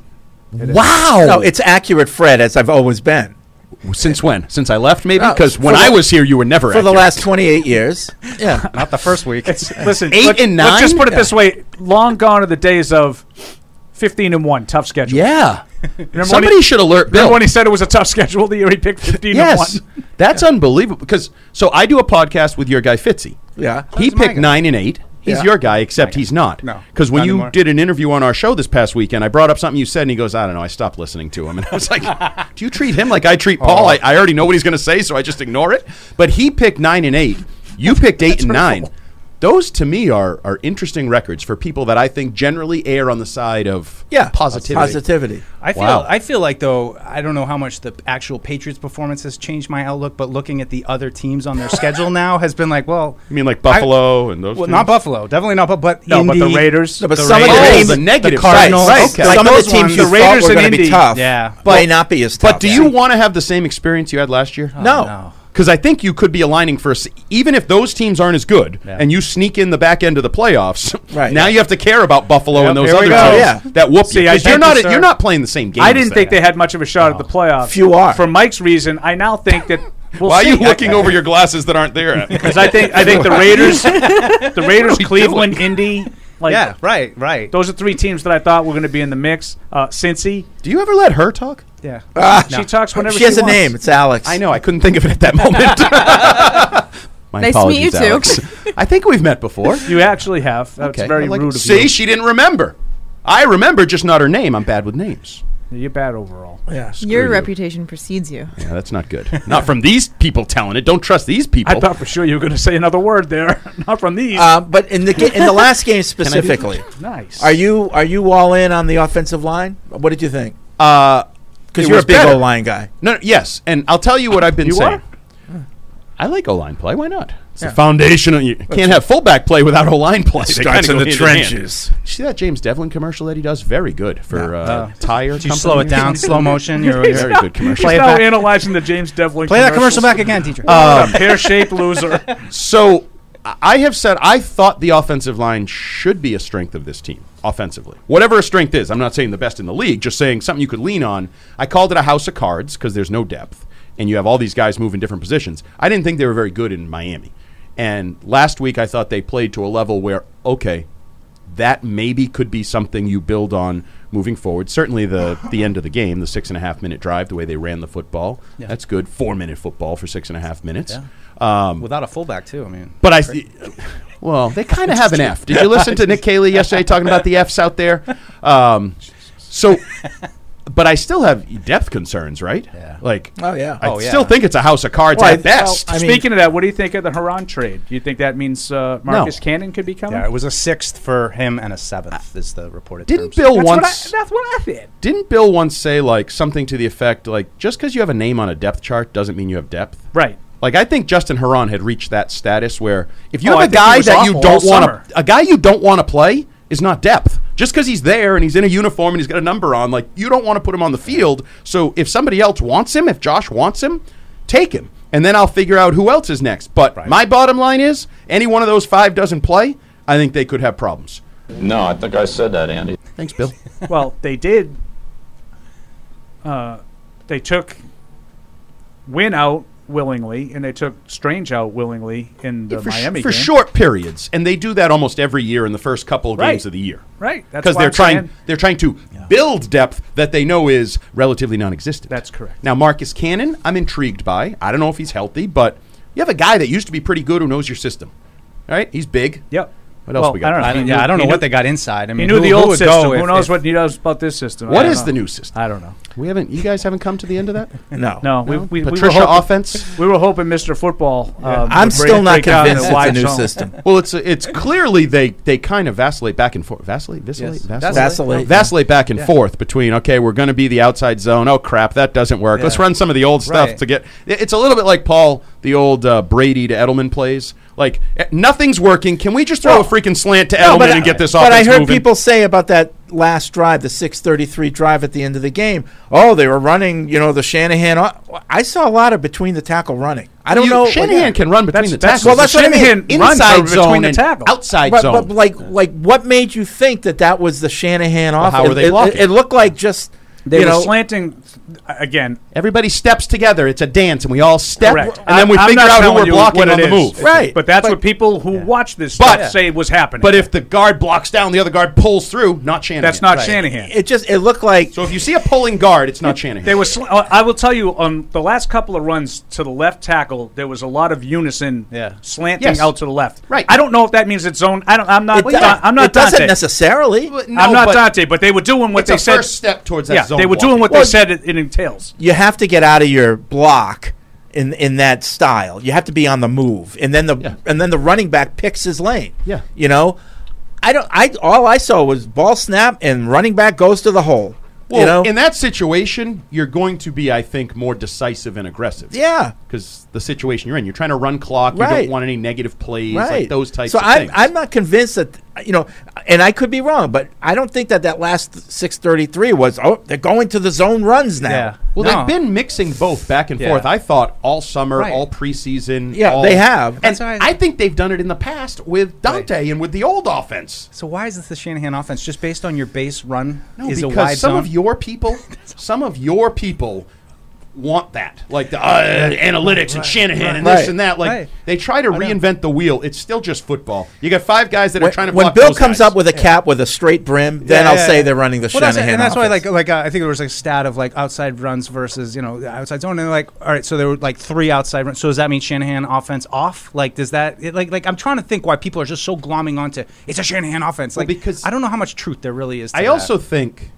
J: Wow.
B: No, it's accurate, Fred, as I've always been
J: Since when? Since I left, maybe?
B: No,
J: Because when
B: for
J: I
B: the-
J: was here, you were never
B: for the
J: accurate.
B: last twenty eight years. Yeah.
C: Not the first week.
D: It's listen.
J: Eight
D: let-
J: and
D: Let's just
J: nine?
D: put it this way: long gone are the days of fifteen and one tough schedule.
J: Yeah.
D: Remember when
J: Somebody
D: he-
J: should alert Bill.
D: Remember when he said it was a tough schedule the year he picked fifteen
J: Yes,
D: and one?
J: that's unbelievable. Because so I do a podcast with your guy Fitzy.
B: Yeah.
J: he
C: he's my
J: picked
C: guy.
J: nine and eight. He's
B: Yeah.
J: your guy, except he's not.
C: No,
J: because when
C: not
J: you
C: anymore.
J: did an interview on our show this past weekend, I brought up something you said, and he goes, "I don't know." I stopped listening to him, and I was like, "Do you treat him like I treat Paul?
C: Oh.
J: I, I already know what he's going to say, so I just ignore it." But he picked nine and eight. You picked eight and nine. Those to me are are interesting records for people that I think generally err on the side of
B: Yeah.
J: positivity.
B: Positivity.
C: I feel
J: Wow.
C: I feel like though I don't know how much the actual Patriots performance has changed my outlook, but looking at the other teams on their schedule now has been like, well,
J: You mean like Buffalo and those?
C: well,
J: teams?
C: not Buffalo, definitely not, Bu- but
D: No, but the
C: Indy,
D: Raiders.
B: No, but
C: the
B: some of the
J: Oh,
C: Raiders,
B: teams,
J: the negative
B: right,
C: Cardinals,
B: right.
J: Okay.
B: Some
C: Like
B: of
C: those
B: the teams you
C: ones.
D: The
B: thought
D: Raiders
B: were
D: and
B: going to be
D: Indy.
B: tough,
C: Yeah.
B: may not be as tough. Oh,
J: But do you want to have the same experience you had last year?
B: No.
C: no.
J: Because I think you could be aligning for, a s- even if those teams aren't as good, and you sneak in the back end of the playoffs.
B: Right.
J: Now you have to care about Buffalo
D: Yep,
J: and those
D: here
J: other
D: we
J: teams
D: go.
B: Yeah.
J: that whoop
D: See,
J: you.
D: I
J: 'Cause You're
D: think
J: not
D: the-
J: you're not playing the same game.
D: I didn't think they had much of a shot at the playoffs.
B: Few are.
D: For Mike's reason, I now think that. We'll
J: Why are you
D: see.
J: looking over your glasses that aren't there? At me?
D: Because I think I think the Raiders, the Raiders, Cleveland, Indy, like
C: yeah, right, right.
D: those are three teams that I thought were going to be in the mix. Uh, Cincy,
J: Do you ever let her talk? Ah,
C: Yeah.
D: she talks whenever she,
B: she has a
D: wants.
B: name. It's Alex.
J: I know I couldn't think of it at that moment. My
E: Nice to meet you
J: apologies,
E: too.
J: Alex. I think we've met before.
D: You actually have. That's very
J: I like-
D: rude of
J: See,
D: you.
J: she didn't remember. I remember, just not her name. I'm bad with names.
D: You're bad overall.
B: Yeah.
J: Screw
E: Your
J: you.
E: reputation precedes you.
J: Yeah, that's not good. Not from these people telling it. Don't trust these people.
D: I thought for sure you were going to say another word there. Not from these.
B: Uh, but in the ga- in the last game specifically,
D: nice.
B: are you are you all in on the offensive line? What did you think?
J: Uh,
B: Because
J: it
B: you're a
J: was
B: big
J: better.
B: O line guy.
J: No, no, yes, and I'll tell you what I've been
D: You
J: saying.
D: are?
J: I like O line play. Why not? It's
B: Yeah.
J: the foundation. Of, you can't have fullback play without O line play. They kinda go hand in hand. See that James Devlin commercial that he does? Very good for uh, tire.
C: Did you slow it down, slow motion. You're, you're
J: Very good commercial.
C: Play
D: She's
C: it
D: now
C: back.
D: analyzing the James Devlin.
C: Play that commercial back again, teacher.
J: Um,
D: Pear shaped loser.
J: So I- I have said I thought the offensive line should be a strength of this team offensively. Whatever a strength is, I'm not saying the best in the league, just saying something you could lean on. I called it a house of cards because there's no depth and you have all these guys move in different positions. I didn't think they were very good in Miami. And last week I thought they played to a level where okay, that maybe could be something you build on moving forward. Certainly, the the end of the game, the six and a half minute drive, the way they ran the football, that's good. Four minute football for six and a half minutes. Um,
C: Without a fullback too. I mean,
J: but I, well, they kind of have an F. Did you listen to Nick Cayley yesterday talking about the Fs out there? Um, so, but I still have depth concerns, right?
C: Yeah.
J: Like,
B: Oh, yeah.
J: I
C: Oh, yeah.
J: still think it's a house of cards
B: Well, I-
J: at best.
B: well, I mean-
D: Speaking of that, what do you think of the Haran trade? Do you think that means uh, Marcus Cannon could be coming?
C: yeah, it was a sixth for him and a seventh is the reported.
J: didn't
C: terms.
J: Bill
D: that's, what I,
J: once?
D: that's what I did.
J: Didn't Bill once say like something to the effect like just because you have a name on a depth chart doesn't mean you have depth?
D: Right.
J: Like I think Justin Huron had reached that status where if you
D: Oh, I
J: have a
D: think he
J: guy
D: was
J: that you
D: awful
J: don't
D: all
J: want
D: summer.
J: to a guy you don't want to play is not depth. Just because he's there and he's in a uniform and he's got a number on, like you don't want to put him on the field. So if somebody else wants him, if Josh wants him, take him, and then I'll figure out who else is next. But my bottom line is, any one of those five doesn't play, I think they could have problems.
K: No, I think I said that, Andy.
J: Thanks, Bill.
D: well, they did. Uh, they took Win out willingly, and they took Strange out willingly in the
J: for, sh-
D: Miami
J: for
D: game.
J: short periods, and they do that almost every year in the first couple of games
D: Right.
J: of the year.
D: Right. That's
J: because
D: why
J: they're
D: I'm
J: trying
D: saying-
J: they're trying to build depth that they know is relatively non-existent.
D: That's correct.
J: Now Marcus Cannon, I'm intrigued by. I don't know if he's healthy, but you have a guy that used to be pretty good who knows your system. All right, he's big.
D: Yep.
J: What else
D: Well,
J: we got?
D: I don't know.
C: I don't,
D: He
C: yeah,
D: knew-
C: I don't know
D: he
C: what
D: knew-
C: they got inside. I mean,
D: He knew
C: who,
D: the
C: who
D: old
C: would
D: system.
C: Go
D: Who
C: if-
D: knows
C: if-
D: what he knows about this system? I
J: What
D: don't
J: is
D: know.
J: the new system?
D: I don't know.
J: We haven't. You guys haven't come to the end of that.
B: No,
D: no. We, we, we
J: Patricia
D: were hoping,
J: offense.
D: We were hoping Mr. Football. Um,
J: I'm
D: would break-
J: still not
D: break out in
J: convinced
D: the
J: it's a
D: wide
J: new
D: zone.
B: system.
J: Well, it's it's clearly they they kind of vacillate back and forth. Vacillate, vacillate,
B: Yes.
J: vacillate,
B: Vacillate.
J: Vacillate back and
B: Yeah.
J: forth between okay, we're going to be the outside zone. Oh crap, that doesn't work. Let's
B: Yeah.
J: run some of the old stuff
B: Right.
J: to get. it- It's a little bit like Paul, the old uh, Brady to Edelman plays. Like eh, nothing's working. Can we just throw a freaking slant to Edelman and get this
B: But I
J: offense
B: heard
J: moving?
B: people say about that last drive, the 6:33 drive at the end of the game. Oh, they were running, you know, the Shanahan. o- I saw a lot of between the tackle running. I don't
J: You-
B: know.
J: Shanahan can run between That's- the that's- tackles.
B: Well, that's what I mean.
J: Shanahan runs
B: Inside
J: between
B: zone
J: the
B: and
J: tackles. outside
B: but,
J: zone.
B: But like, like, what made you think that that was the Shanahan
J: Well,
B: offense?
J: how were they
B: It- it-
J: blocking?
B: It, looked like just
D: They
B: you
D: were
B: know,
D: slanting again.
J: Everybody steps together. It's a dance, and we all step,
D: Correct.
J: and then we
D: I'm- I'm
J: figure
D: not
J: out who
D: telling
J: we're
D: you
J: blocking
D: what
J: on
D: it
J: the
D: is.
J: move.
D: Right. But that's what people who watch this stuff
J: But-
D: say was happening.
J: But if the guard blocks down, the other guard pulls through. Not Shanahan.
D: That's not Right. Shanahan.
B: It just it looked like.
J: So if you see a pulling guard, it's not Shanahan.
D: There was. sl- uh, I will tell you on the last couple of runs to the left tackle, there was a lot of unison slanting
J: Yes.
D: out to the left.
J: Right.
D: I don't know if that means it's zone. I don't. I'm not.
B: It
D: Don-
B: does-
D: I'm not.
B: it doesn't
D: Dante.
B: necessarily.
D: I'm not Dante, but they were doing what
J: It's
D: they
J: a
D: said.
J: first step towards that
D: yeah,
J: zone
D: They were doing
J: blocking.
D: what
B: Well,
D: they said it, it entails.
B: you have to get out of your block in in that style. You have to be on the move, and then the and then the running back picks his lane.
J: Yeah.
B: you know, I don't. I all I saw was ball snap and running back goes to the hole.
J: Well,
B: you know,
J: in that situation, you're going to be, I think, more decisive and aggressive.
B: Yeah.
J: because the situation you're in, you're trying to run clock. You
B: Right.
J: don't want any negative plays, like those types.
B: So
J: of
B: I'm
J: things.
B: I'm not convinced that you know, and I could be wrong, but I don't think that that last six thirty three was. Oh, they're going to the zone runs now.
J: Well, they've been mixing both back and
B: Yeah.
J: forth. I thought all summer,
B: Right.
J: all preseason.
B: Yeah,
J: all-
B: they have.
J: And I think they've done it in the past with Dante and with the old offense.
C: So why is this the Shanahan offense? Just based on your base run
J: No,
C: is a
J: because
C: wide
J: some
C: zone.
J: of your people, some of your people want that, like the uh, analytics and
C: Right,
J: Shanahan
C: right.
J: and this
B: Right,
J: and that. Like
B: right.
J: they try to reinvent the wheel. It's still just football. You got five guys that are
B: When,
J: trying to.
B: when
J: block
B: Bill
J: those
B: comes
J: guys.
B: up with a cap with a straight brim, then
C: Yeah,
B: I'll
C: yeah,
B: say
C: yeah.
B: they're running the
C: Well, that's-
B: Shanahan.
C: and that's
B: offense.
C: why, like, like uh, I think there was like a stat of like outside runs versus you know the outside zone, and they're like, all right, so there were like three outside runs. So does that mean Shanahan offense off? Like, does that it, like like I'm trying to think why people are just so glomming onto it's a Shanahan offense?
J: Well,
C: Like, because I don't know how much truth there really is. To
J: I
C: that.
J: also think,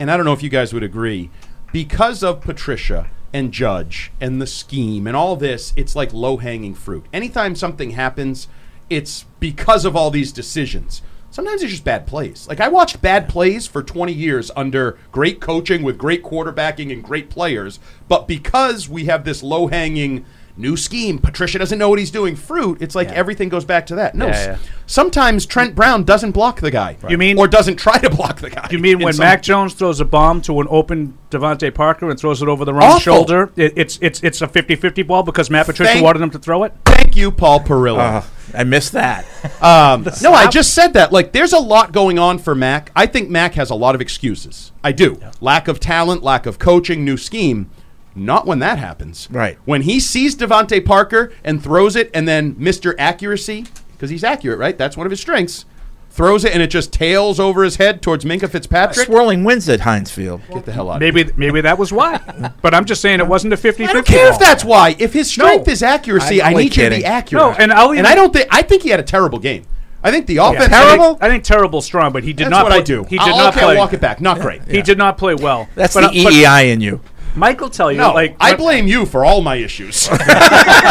J: and I don't know if you guys would agree, because of Patricia and Judge and the scheme and all this, it's like low hanging fruit. Anytime something happens, it's because of all these decisions. Sometimes it's just bad plays. Like I watched bad plays for 20 years under great coaching with great quarterbacking and great players, but because we have this low hanging new scheme, Patricia doesn't know what he's doing fruit, it's like everything goes back to that. No.
D: Yeah,
J: s-
D: yeah.
J: Sometimes Trent Brown doesn't block the guy.
D: You mean-
J: or doesn't try to block the guy.
D: You mean
J: in
D: when
J: some-
D: Mac Jones throws a bomb to an open Devontae Parker and throws it over the wrong
J: Awful.
D: shoulder? It, it's it's it's a 50-50 ball because Matt Patricia
J: Thank-
D: wanted him to throw it.
J: Thank you, Paul Perillo.
B: Uh, I missed that.
J: um, no, I
D: slap.
J: just said that. Like, there's a lot going on for Mac. I think Mac has a lot of excuses. I do. Lack of talent, lack of coaching, new scheme. Not when that happens.
B: Right.
J: When he sees Devontae Parker and throws it, and then Mr. Accuracy, because he's accurate, right? That's one of his strengths. Throws it, and it just tails over his head towards Minka Fitzpatrick.
B: Uh, Swirling winds at Heinz Field.
J: Get the hell out. of
D: Maybe maybe that was why. but I'm just saying it wasn't a 50-50
J: I don't care if
D: ball.
J: that's why. If his strength
D: No.
J: is accuracy, I
D: I'm only
J: need you to be
D: kidding.
J: accurate.
D: No, and I'll even-
J: I don't think I think he had a terrible game. I think the offense
D: I think- I think, terrible strong, but he did
J: That's
D: not.
J: what
D: play,
J: I do.
D: He did
J: I'll-
D: not
J: okay, I'll
D: play.
J: walk it back. Not great.
D: He did not play well.
B: That's
D: But- uh,
B: the
D: but
B: EEI in you.
D: Mike will tell you.
J: No,
D: like
J: I
D: when-
J: blame you for all my issues. I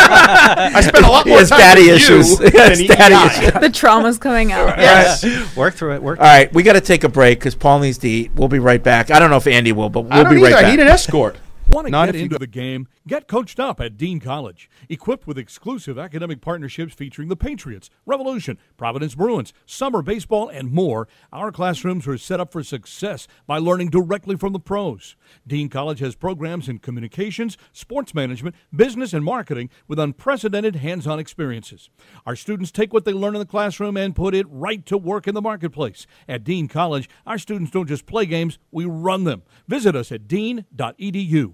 J: spent a lot more
B: His
J: time
B: daddy
J: with
B: issues.
J: you
B: His
J: than
B: daddy
J: EI.
B: issues.
E: the trauma's coming out.
J: Yes.
C: work through it. Work.
B: All right, we got to take a break because Paul needs to eat. We'll be right back. I don't know if Andy will, but
J: I
B: we'll
J: don't
B: be
J: either.
B: right back.
J: I need an escort.
L: Want to
J: Not
L: get
J: if you
L: into
J: go-
L: the game? Get coached up at Dean College. Equipped with exclusive academic partnerships featuring the Patriots, Revolution, Providence Bruins, summer baseball, and more, our classrooms are set up for success by learning directly from the pros. Dean College has programs in communications, sports management, business, and marketing with unprecedented hands on experiences. Our students take what they learn in the classroom and put it right to work in the marketplace. At Dean College, our students don't just play games, we run them. Visit us at e dean.edu.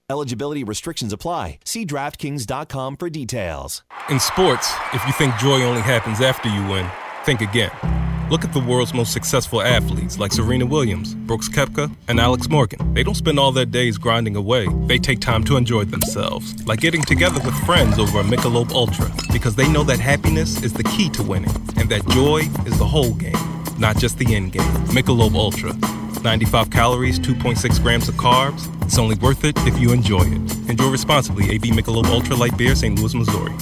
M: Eligibility restrictions apply. See DraftKings.com for details.
N: In sports, if you think joy only happens after you win, think again. Look at the world's most successful athletes like Serena Williams, Brooks Kepka, and Alex Morgan. They don't spend all their days grinding away. They take time to enjoy themselves, like getting together with friends over a Michelob Ultra, because they know that happiness is the key to winning, and that joy is the whole game, not just the end game. Michelob Ultra. 95 calories, 2.6 grams of carbs. It's only worth it if you enjoy it. Enjoy responsibly. AB Michelob Ultra Light Beer, St. Louis, Missouri.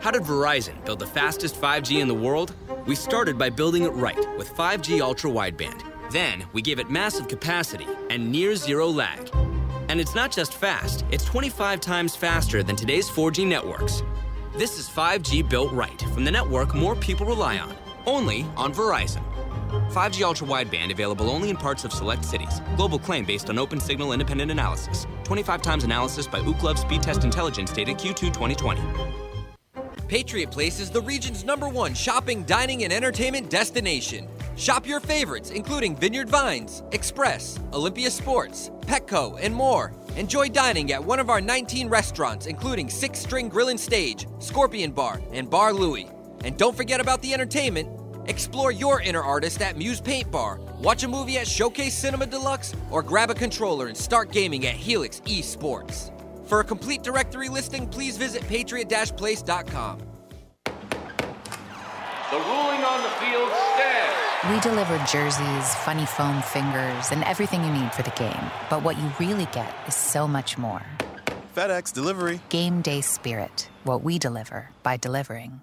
G: How did Verizon build the fastest 5G in the world? We started by building it right with 5G ultra wideband. Then we gave it massive capacity and near zero lag. And it's not just fast, it's 25 times faster than today's 4G networks. This is 5G built right from the network more people rely on, only on Verizon. 5G ultra wideband available only in parts of select cities. Global claim based on open signal independent analysis. 25 times analysis by Ookla Speed Test Intelligence data Q2 2020.
O: Patriot Place is the region's number one shopping, dining, and entertainment destination. Shop your favorites, including Vineyard Vines, Express, Olympia Sports, Petco, and more. Enjoy dining at one of our 19 restaurants, including Six String Grill and Stage, Scorpion Bar, and Bar Louie. And don't forget about the entertainment. Explore your inner artist at Muse Paint Bar, watch a movie at Showcase Cinema Deluxe, or grab a controller and start gaming at Helix Esports. For a complete directory listing, please visit patriot-place.com.
P: The ruling on the field stands.
Q: We deliver jerseys, funny foam fingers, and everything you need for the game. But what you really get is so much more.
R: FedEx delivery.
Q: Game day spirit. What we deliver by delivering.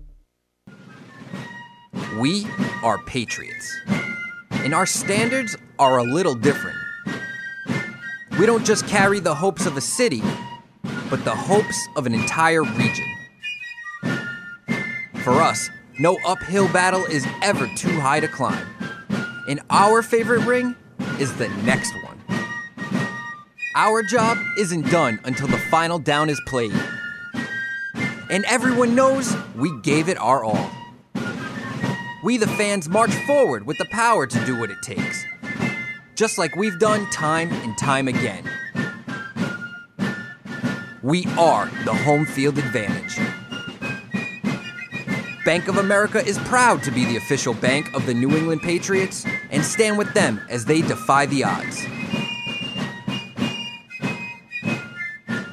O: We are patriots. And our standards are a little different. We don't just carry the hopes of a city, but the hopes of an entire region. For us, no uphill battle is ever too high to climb. And our favorite ring is the next one. Our job isn't done until the final down is played. And everyone knows we gave it our all. We, the fans, march forward with the power to do what it takes, just like we've done time and time again. We are the home field advantage. Bank of America is proud to be the official bank of the New England Patriots and stand with them as they defy the odds.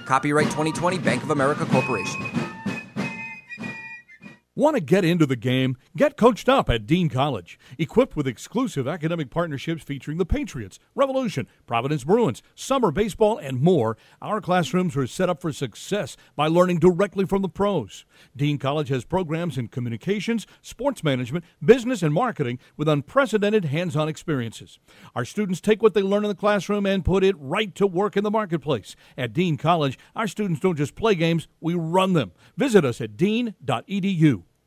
O: Copyright 2020 Bank of America Corporation.
L: Want to get into the game? Get coached up at Dean College. Equipped with exclusive academic partnerships featuring the Patriots, Revolution, Providence Bruins, summer baseball, and more, our classrooms are set up for success by learning directly from the pros. Dean College has programs in communications, sports management, business, and marketing with unprecedented hands on experiences. Our students take what they learn in the classroom and put it right to work in the marketplace. At Dean College, our students don't just play games, we run them. Visit us at dean.edu.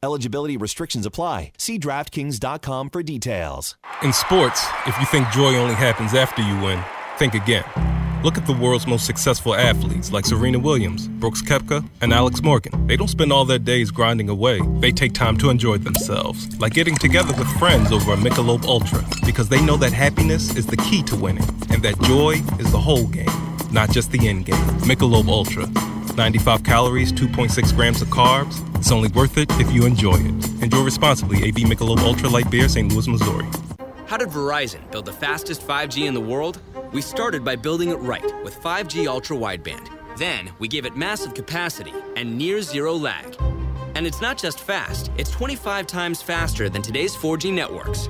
M: Eligibility restrictions apply. See DraftKings.com for details.
N: In sports, if you think joy only happens after you win, think again. Look at the world's most successful athletes like Serena Williams, Brooks Kepka, and Alex Morgan. They don't spend all their days grinding away. They take time to enjoy themselves, like getting together with friends over a Michelob Ultra, because they know that happiness is the key to winning, and that joy is the whole game, not just the end game. Michelob Ultra, 95 calories, 2.6 grams of carbs. It's only worth it if you enjoy it. Enjoy responsibly. AB Michelob Ultra Light Beer, St. Louis, Missouri.
G: How did Verizon build the fastest 5G in the world? We started by building it right with 5G ultra wideband. Then we gave it massive capacity and near zero lag. And it's not just fast, it's 25 times faster than today's 4G networks.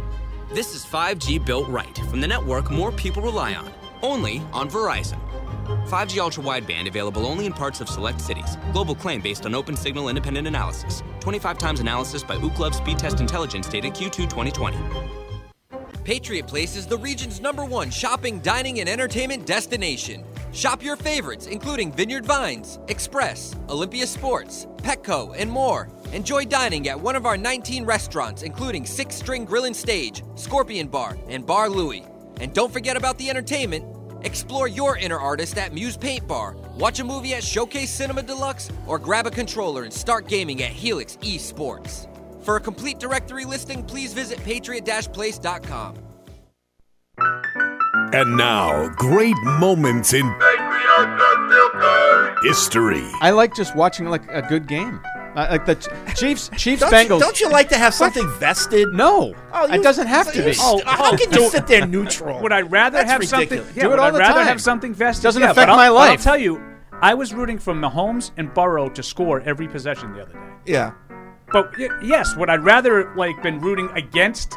G: This is 5G built right from the network more people rely on, only on Verizon. 5G ultra wideband available only in parts of select cities. Global claim based on open signal independent analysis. 25 times analysis by Ookla Speed Test Intelligence data Q2 2020.
O: Patriot Place is the region's number one shopping, dining, and entertainment destination. Shop your favorites, including Vineyard Vines, Express, Olympia Sports, Petco, and more. Enjoy dining at one of our 19 restaurants, including Six String Grill and Stage, Scorpion Bar, and Bar Louie. And don't forget about the entertainment. Explore your inner artist at Muse Paint Bar, watch a movie at Showcase Cinema Deluxe, or grab a controller and start gaming at Helix Esports. For a complete directory listing, please visit patriot-place.com.
A: And now, great moments in history.
S: I like just watching like a good game. Uh, like the Ch- Chiefs, Chiefs,
B: Don't you-
S: Bengals.
B: don't you like to have something vested?
S: No,
B: Oh, you-
S: it doesn't have to
B: you
S: be.
D: Oh,
B: st- how can you sit there neutral?
S: Would I
D: rather have something. Yeah,
S: Do it
D: would
S: all
D: I
S: the
D: rather
S: time.
D: have something vested.
S: Doesn't
D: Yeah, but
S: affect
D: I'll-
S: my
D: but
S: life.
D: I'll tell you, I was rooting for Mahomes and Burrow to score every possession the other day.
B: Yeah.
D: But y- yes, would I rather like been rooting against,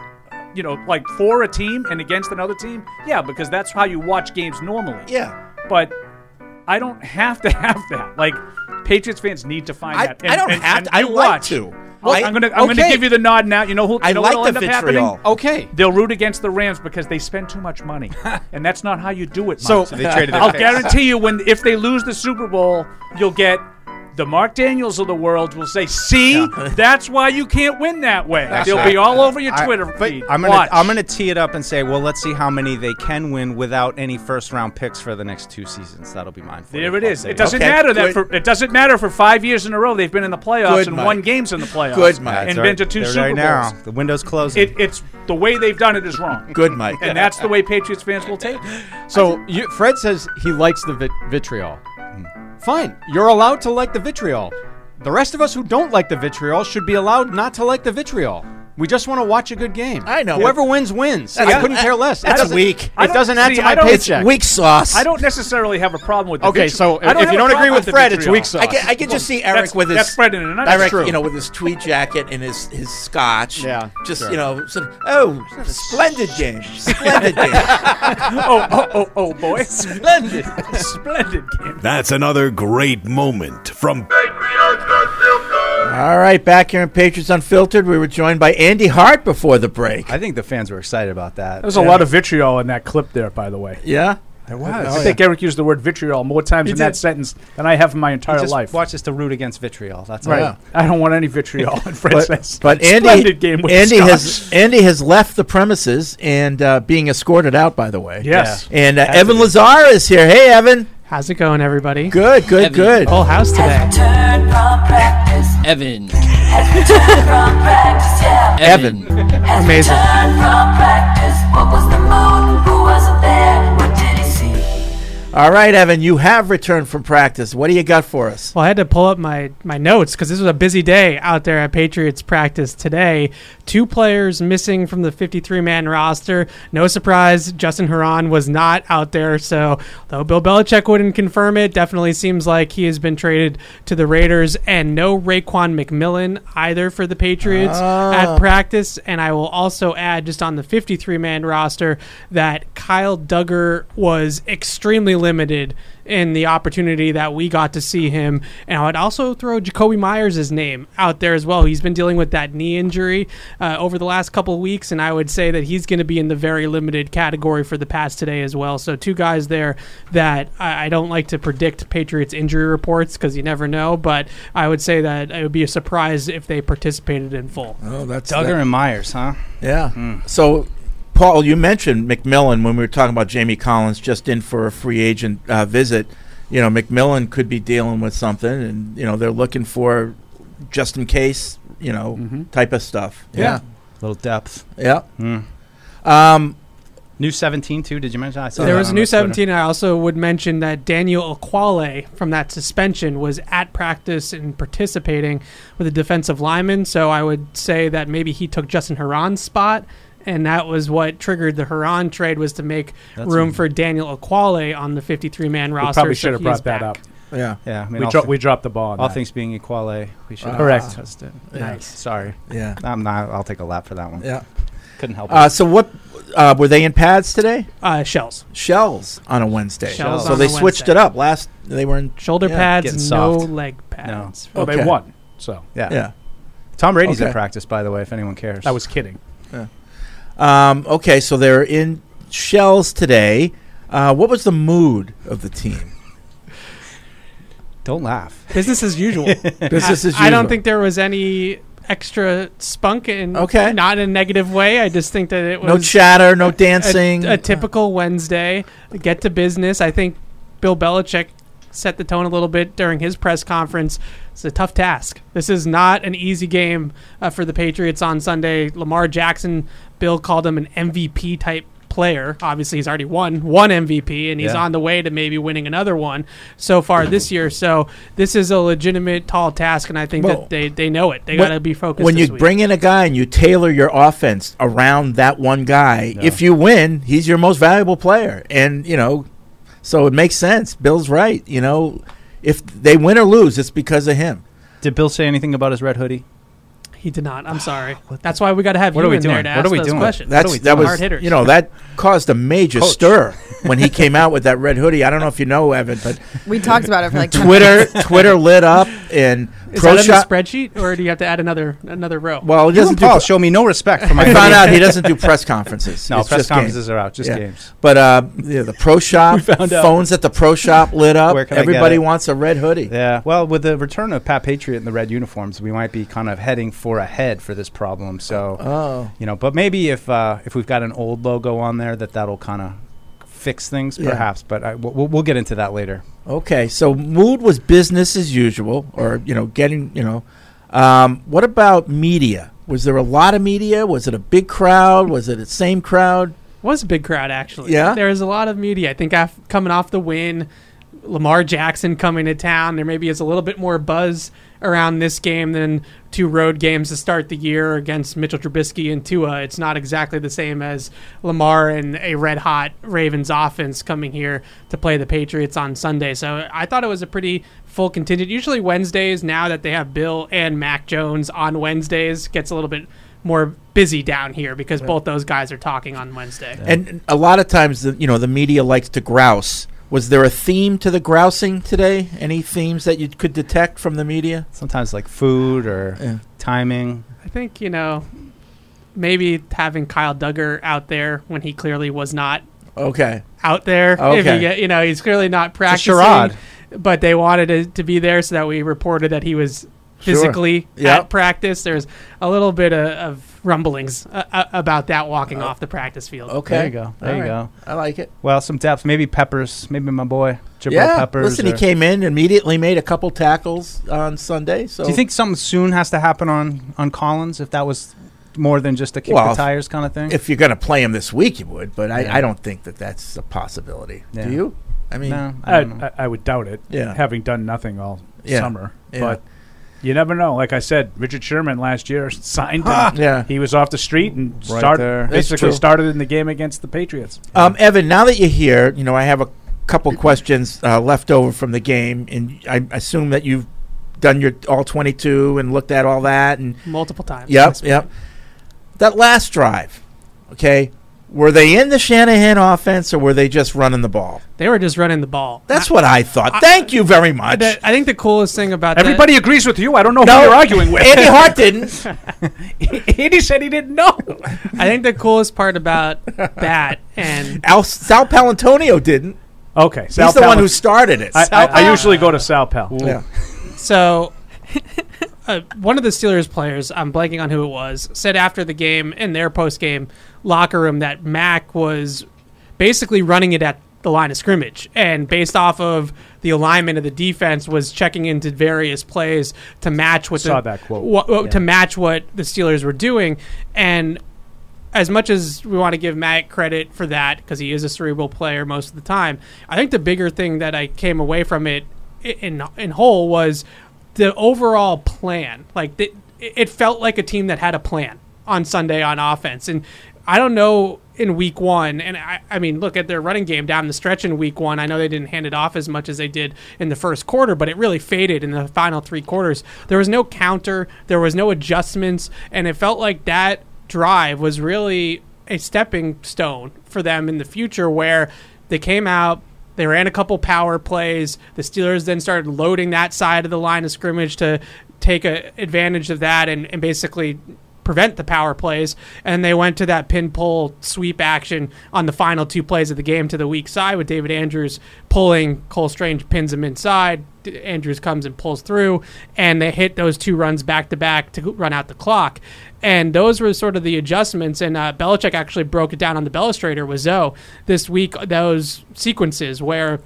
D: you know, like for a team and against another team? Yeah, because that's how you watch games normally.
B: Yeah.
D: But I don't have to have that. Like Patriots fans need to find
B: I-
D: that.
B: I don't have to. I
D: you
B: like
D: watch.
B: to.
D: Look,
B: I-
D: I'm gonna I'm
B: okay.
D: gonna give you the nod now. You know who? You
B: I
D: know
B: like
D: what'll
B: the
D: end up
B: vitriol.
D: happening?
S: Okay.
D: They'll root against the Rams because they spend too much money, and that's not how you do it.
S: So-
D: Mike.
S: So they traded their
D: I'll
S: picks.
D: guarantee you, when if they lose the Super Bowl, you'll get the Mark Daniels of the world will say, "See, that's why you can't win that way."
T: That's
D: They'll
T: right.
D: be all over your
T: I-
D: Twitter
T: but
D: feed.
T: I'm gonna
D: Watch.
T: I'm gonna tee it up and say, well, let's see how many they can win without any first round picks for the next two seasons. That'll be mine. For
D: there
T: you.
D: it is.
T: I'll say
D: It doesn't
T: Okay,
D: matter
T: good.
D: that for, it doesn't matter for five years in a row they've been in the playoffs
T: Good,
D: and
T: Mike.
D: won games in the playoffs
T: That's
D: and
T: right.
D: been to two
T: There
D: Super
T: right now.
D: Bowls.
T: The window's closing.
D: It, it's the way they've done it is wrong.
B: Good, Mike.
D: and that's the way Patriots fans will take it.
S: So you, Fred says he likes the vit- vitriol.
T: Hmm.
S: Fine, you're allowed to like the vitriol. The rest of us who don't like the vitriol should be allowed not to like the vitriol. We just want to watch a good game. I know. Whoever wins wins.
B: That's-
S: I couldn't care less. It
B: that's
S: doesn't-
B: weak. I
S: It
B: don't-
S: doesn't add
B: see,
S: to
B: I
S: my
B: don't- it's
S: paycheck.
B: weak sauce.
D: I don't necessarily have a problem with. The
S: Okay,
D: vitri-
S: so
D: I
S: if
D: have
S: you
D: a
S: don't agree
D: problem
S: with
D: the
S: Fred, it's
D: vitriol.
S: weak sauce.
B: I can, I can just see Eric
D: That's-
B: with his
D: that's Fred in a nutshell.
B: direct, you know, with his tweed jacket and his his scotch.
D: Yeah,
B: just
D: sure.
B: you know, sort of, oh, splendid game, splendid game.
D: oh, oh, oh, oh, boy,
B: splendid,
D: splendid game.
A: That's another great moment from
B: All right, back here in Patriots Unfiltered, we were joined by Andy Hart before the break.
T: I think the fans were excited about that.
D: There was a lot of vitriol in that clip there, by the way.
B: Yeah?
T: There
D: I-
T: was.
D: I
S: Oh,
D: think Eric used the word vitriol more times
T: He
D: in
T: did.
D: that sentence than I have in my entire
T: just
D: life.
T: Watch us to root against vitriol. That's
D: Right.
T: All.
D: I don't want any vitriol in Fred's face.
B: But, but Andy,
D: Splendid game with
B: Andy
D: Scott.
B: has Andy has left the premises and uh, being escorted out. By the way,
U: Yes. Yeah.
B: And uh,
U: Has
B: Evan Lazar is here. Hey, Evan.
U: How's it going, everybody?
B: Good, good, good.
U: Full house today.
V: Evan.
B: Evan.
U: Amazing.
W: What was the mood? Who wasn't there? What did he see?
B: All right, Evan, you have returned from practice. What do you got for us?
U: Well, I had to pull up my, my notes because this was a busy day out there at Patriots practice today. Two players missing from the 53 man roster. No surprise, Justin Huron was not out there. So, though Bill Belichick wouldn't confirm it, definitely seems like he has been traded to the Raiders. And no Raquan McMillan either for the Patriots
B: Ah.
U: at practice. And I will also add, just on the 53 man roster, that Kyle Duggar was extremely limited in the opportunity that we got to see him. And I would also throw Jacoby Myers' name out there as well. He's been dealing with that knee injury uh, over the last couple of weeks, and I would say that he's going to be in the very limited category for the pass today as well. So, two guys there that I, I don't like to predict Patriots injury reports because you never know, but I would say that it would be a surprise if they participated in full.
B: Oh, that's
U: Duggar
B: that-
U: and
T: Myers, huh? Hmm.
B: Yeah. So, Paul, you mentioned McMillan when we were talking about Jamie Collins just in for a free agent uh, visit. You know, McMillan could be dealing with something, and you know they're looking for just in case, you know,
U: Mm-hmm.
B: type of stuff.
T: Yeah. Little depth.
B: Yeah.
T: Mm.
B: Um,
T: new 17 too. Did you mention? I saw
U: there
T: that
U: was a
T: on
U: new
T: my Twitter.
U: 17. and I also would mention that Daniel Aquale from that suspension was at practice and participating with a defensive lineman. So I would say that maybe he took Justin Huron's spot, and that was what triggered the Huron trade was to make
D: That's
U: room
D: right.
U: for Daniel Aquale on the 53-man roster.
D: we probably
U: so
D: should have
U: he is
D: brought that
U: back.
D: up.
B: Yeah.
T: Yeah, I mean,
D: we,
T: all
D: dro-
T: thi-
D: we dropped the ball. On
T: All
D: that.
T: things being equal, eh, we should have
D: Correct.
T: discussed it.
D: Yeah.
T: Nice. Sorry.
B: Yeah.
T: I'm not. I'll take a lap for that one.
B: Yeah.
T: Couldn't help
B: Uh,
T: it.
B: so, what uh, were they in pads today?
U: Uh, shells.
B: Shells on a Wednesday.
U: Shells
B: so
U: on
B: they
U: a
B: switched it
U: Wednesday.
B: up. Last they were in
U: Shoulder
B: yeah.
U: pads, no leg pads.
T: No.
B: Okay.
T: yeah.
B: Yeah.
T: Tom Brady's
B: Okay.
T: in practice, by the way, if anyone cares.
D: I was kidding.
B: Um, okay, so they're in shells today. Uh, what was the mood of the team?
T: Don't laugh.
U: Business as usual.
B: Business
U: I,
B: as
U: I don't
B: usual.
U: think there was any extra spunk in
B: Okay.
U: not in a negative way. I just think that it was
B: No chatter, no
U: a- a-
B: dancing.
U: A, typical Wednesday. Get to business. I think Bill Belichick set the tone a little bit during his press conference. It's a tough task. This is not an easy game uh, for the Patriots on Sunday. Lamar Jackson, Bill called him an MVP type player. Obviously, he's already won one MVP and he's
F: Yeah.
U: on the way to maybe winning another one so far this year. So this is a legitimate tall task, and I think
B: Well,
U: that they, they know it. They
B: When-
U: got to be focused.
B: When
U: this
B: you
U: week.
B: bring in a guy and you tailor your offense around that one guy,
U: No.
B: if you win, he's your most valuable player. And, you know, so it makes sense. Bill's right. You know, if they win or lose, it's because of him.
T: Did Bill say anything about his red hoodie?
U: He did not. I'm sorry. That's why we got to have
T: What
U: you
T: are we
U: in there
T: doing?
U: to
T: What
U: ask
T: are we
U: those
T: doing?
U: questions.
B: That's that was you know that caused a major
U: Coach.
B: stir when he came out with that red hoodie. I don't know if you know Evan, but
E: We talked about it for like 10
B: Twitter
E: minutes.
B: Twitter lit up and
U: Is
B: pro
U: that in
B: shop.
U: the spreadsheet, or do you have to add another another row?
B: Well, he doesn't do
T: Paul show me no respect for my
B: I found
T: opinion.
B: out he doesn't do press conferences.
T: No,
B: It's
T: press
B: just games.
T: conferences are out, just games.
B: But uh, yeah, the pro shop
T: found out.
B: phones at the pro shop lit up.
T: Where can I get
B: Everybody
T: it?
B: wants a red hoodie.
T: Yeah. Well, with the return of Pat Patriot in the red uniforms, we might be kind of heading for ahead for this problem. So,
B: Oh.
T: you know, but maybe if uh, if we've got an old logo on there, that that'll kind of fix things,
B: Yeah.
T: perhaps. But I, we'll, we'll get into that later.
B: Okay, so mood was business as usual, or you know, getting you know. Um, what about media? Was there a lot of media? Was it a big crowd? Was it the same crowd?
U: was a big crowd actually.
B: Yeah?
U: there is a lot of media. I think af- coming off the win, Lamar Jackson coming to town, there maybe is a little bit more buzz around this game than two road games to start the year against Mitchell Trubisky and Tua. It's not exactly the same as Lamar and a red hot Ravens offense coming here to play the Patriots on Sunday. So I thought it was a pretty full contingent. Usually Wednesdays now that they have Bill and Mac Jones on Wednesdays gets a little bit more busy down here because both those guys are talking on Wednesday.
B: And a lot of times, the, you know, the media likes to grouse. Was there a theme to the grousing today? Any themes that you could detect from the media?
T: Sometimes like food or timing.
U: I think, you know, maybe having Kyle Duggar out there when he clearly was not
B: Okay.
U: out there. If
B: Okay.
U: you, get, you know, he's clearly not practicing.
B: charade.
U: But they wanted to, to be there so that we reported that he was
B: Sure.
U: physically
B: Yep.
U: at practice. There's a little bit of, of rumblings uh, uh, about that walking off the practice field.
B: Okay.
T: There you go. There
B: All
T: you
B: right.
T: go.
B: I like it.
T: Well, some depth. Maybe Peppers. Maybe my boy Jabril
B: yeah.
T: Peppers.
B: Listen, he
T: or-
B: came in immediately, made a couple tackles on Sunday. So
T: Do you think something soon has to happen on on Collins? If that was more than just a kick
B: Well,
T: the tires kind of thing.
B: if you're going to play him this week, you would, but I,
T: Yeah.
B: I don't think that that's a possibility.
T: Yeah.
B: Do you? I mean,
C: No, I
D: I,
C: don't know.
D: I, I would doubt it.
B: Yeah.
D: having done nothing all
B: Yeah.
D: summer,
B: Yeah.
D: but you never know. Like I said, Richard Sherman last year signed. him.
B: Ah! Yeah.
D: he was off the street and
B: Right there.
D: started
B: That's
D: basically
B: true.
D: started in the game against the Patriots.
B: Um, Evan, now that you're here, you know I have a couple questions uh, left over from the game, and I assume that you've done your all 22 and looked at all that and
U: Multiple times.
B: Yep, yep. That last drive, okay, were they in the Shanahan offense or were they just running the ball?
U: They were just running the ball.
B: That's what I thought. Thank you very much.
U: I, I think the coolest thing about that-
D: Everybody agrees with you. I don't know
U: No,
D: who you're arguing with.
U: Andy Hart
B: didn't.
D: Andy said he didn't know.
U: I think the coolest part about that and
B: Al, Sal Palantonio didn't.
D: Okay,
B: He's the one who started it.
D: I, I-
U: Sal
D: I usually go to Sal Pal.
B: Yeah.
U: So, uh, one of the Steelers players, I'm blanking on who it was, said after the game in their post game locker room that Mac was basically running it at the line of scrimmage, and based off of the alignment of the defense, was checking into various plays to match what
D: Saw
U: the,
D: that quote.
U: what- what-
D: Yeah.
U: to match what the Steelers were doing, and as much as we want to give Matt credit for that because he is a cerebral player most of the time, I think the bigger thing that I came away from it i- in in whole was the overall plan. Like the, it felt like a team that had a plan on Sunday on offense, and I don't know in week one, and I, I mean, look at their running game down the stretch in week one. I know they didn't hand it off as much as they did in the first quarter, but it really faded in the final three quarters. There was no counter, there was no adjustments, and it felt like that drive was really a stepping stone for them in the future where they came out they ran a couple power plays the steelers then started loading that side of the line of scrimmage to take a, advantage of that and, and basically prevent the power plays and they went to that pin pull sweep action on the final two plays of the game to the weak side with david andrews pulling cole strange pins him inside D- andrews comes and pulls through and they hit those two runs back to back to run out the clock and those were sort of the adjustments. And uh, Belichick actually broke it down on the Bellustrator with Zoe this week. Those sequences where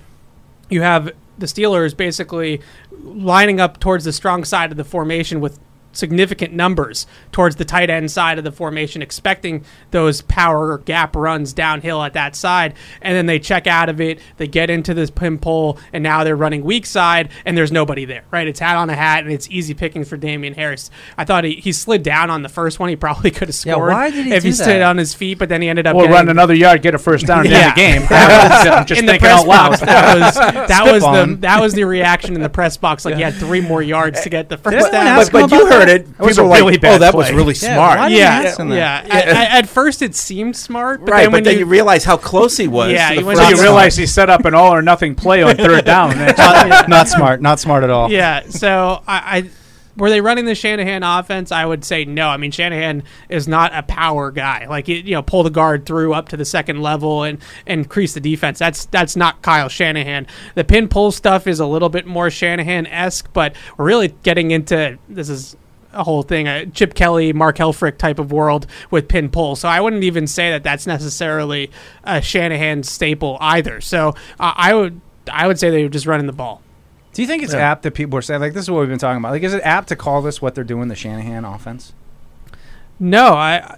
U: you have the Steelers basically lining up towards the strong side of the formation with significant numbers towards the tight end side of the formation, expecting those power gap runs downhill at that side. And then they check out of it, they get into this pin pole, and now they're running weak side, and there's nobody there, right? It's hat on a hat, and it's easy pickings for Damian Harris. I thought he, he slid down on the first one. He probably could have
D: Yeah,
U: scored
D: why did he
U: if he
D: do that?
U: stood on his feet, but then he ended up
D: We'll
U: getting
D: run another yard, get a first down, and end the game. That was- I'm just
U: in the
D: thinking
U: press
D: out loud.
U: box, that was that
D: Spit
U: was the
D: bomb.
U: that was the reaction in the press box. Like he had three more yards to get the
B: But-
U: first down.
B: but- but you heard it. That was People a were like, really bad "Oh, that was play." really Yeah, smart. why did you
U: Yeah,
B: ask him
U: yeah.
B: that?
U: At- at- at first it seemed smart, but
B: right,
U: then when
B: but then you,
U: you
B: realize how close he was.
U: Yeah,
B: to
U: he
B: the
U: went
B: front
D: you
B: line.
D: realize he set up an all or nothing play on third down.
T: not, not smart. Not smart at all.
U: Yeah. So I, I were they running the Shanahan offense? I would say no. I mean, Shanahan is not a power guy. Like you know, pull the guard through up to the second level and, and increase the defense. That's that's not Kyle Shanahan. The pin pull stuff is a little bit more Shanahan esque, but we're really getting into this is a whole thing, a Chip Kelly, Mark Helfrich type of world with pin pull. So I wouldn't even say that that's necessarily a Shanahan staple either. So uh, I would I would say they were just running the ball.
C: Do you think it's
U: Yeah.
C: apt that people are saying like this is what we've been talking about? Like, is it apt to call this what they're doing the Shanahan offense?
U: No, I I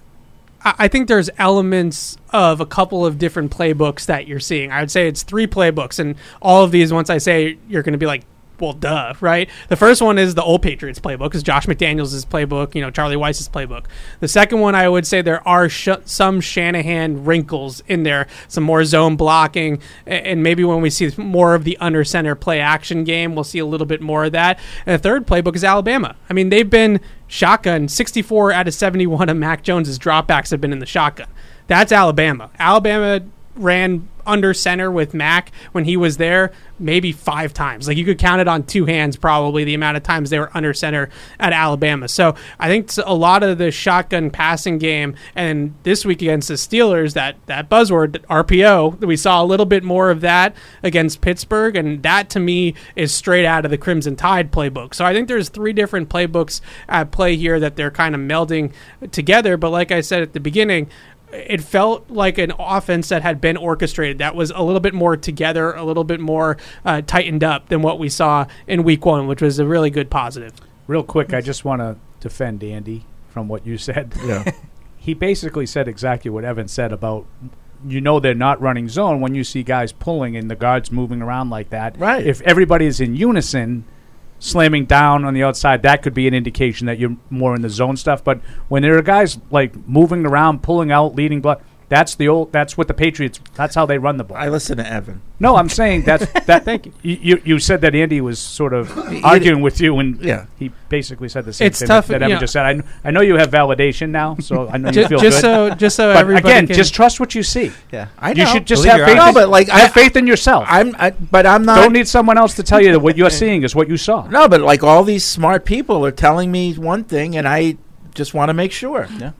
U: I think there's elements of a couple of different playbooks that you're seeing. I would say it's three playbooks, and all of these. Once I say, you're going to be like. Well, duh, right? The first one is the old Patriots playbook, is Josh McDaniels' playbook, you know, Charlie Weiss's playbook. The second one, I would say there are sh- some Shanahan wrinkles in there, some more zone blocking, a- and maybe when we see more of the under center play action game, we'll see a little bit more of that. And the third playbook is Alabama. I mean, they've been shotgun 64 out of 71 of Mac Jones's dropbacks have been in the shotgun. That's Alabama. Alabama ran under center with Mac when he was there maybe five times. Like you could count it on two hands probably the amount of times they were under center at Alabama. So I think it's a lot of the shotgun passing game and this week against the Steelers that that buzzword that RPO we saw a little bit more of that against Pittsburgh and that to me is straight out of the Crimson Tide playbook. So I think there's three different playbooks at play here that they're kind of melding together, but like I said at the beginning, it felt like an offense that had been orchestrated that was a little bit more together a little bit more uh, tightened up than what we saw in week one which was a really good positive
D: Real quick, I just want to defend Andy from what you said.
B: Yeah.
D: he basically said exactly what Evan said about you know they're not running zone when you see guys pulling and the guards moving around like that. Right. If everybody is in unison, slamming down on the outside, that could be an indication that you're more in the zone stuff. But when there are guys like moving around, pulling out, leading block, that's the old. That's what the Patriots. That's how they run the ball. I
B: listen to Evan.
D: No, I'm saying that's that. Thank you. You you said that Andy was sort of arguing with you, and
B: Yeah.
D: he basically said the same
U: It's
D: thing
U: tough,
D: that
U: you
D: Evan
U: know-
D: just said. I, kn- I know you have validation now, so I know you
U: Ju-
D: feel
U: just
D: good.
U: so- just so
D: But
U: everybody
D: again,
U: can-
D: just trust what you see.
U: Yeah.
B: I
D: You
B: know.
D: should just
B: Believe
D: have
B: your
D: faith.
B: eyes. No, but, like, I-
D: have faith in yourself.
B: I'm, I, but I'm not.
D: Don't need someone else to tell you that what you're seeing is what you saw.
B: No, but like all these smart people are telling me one thing, and I just want to make sure. Yeah.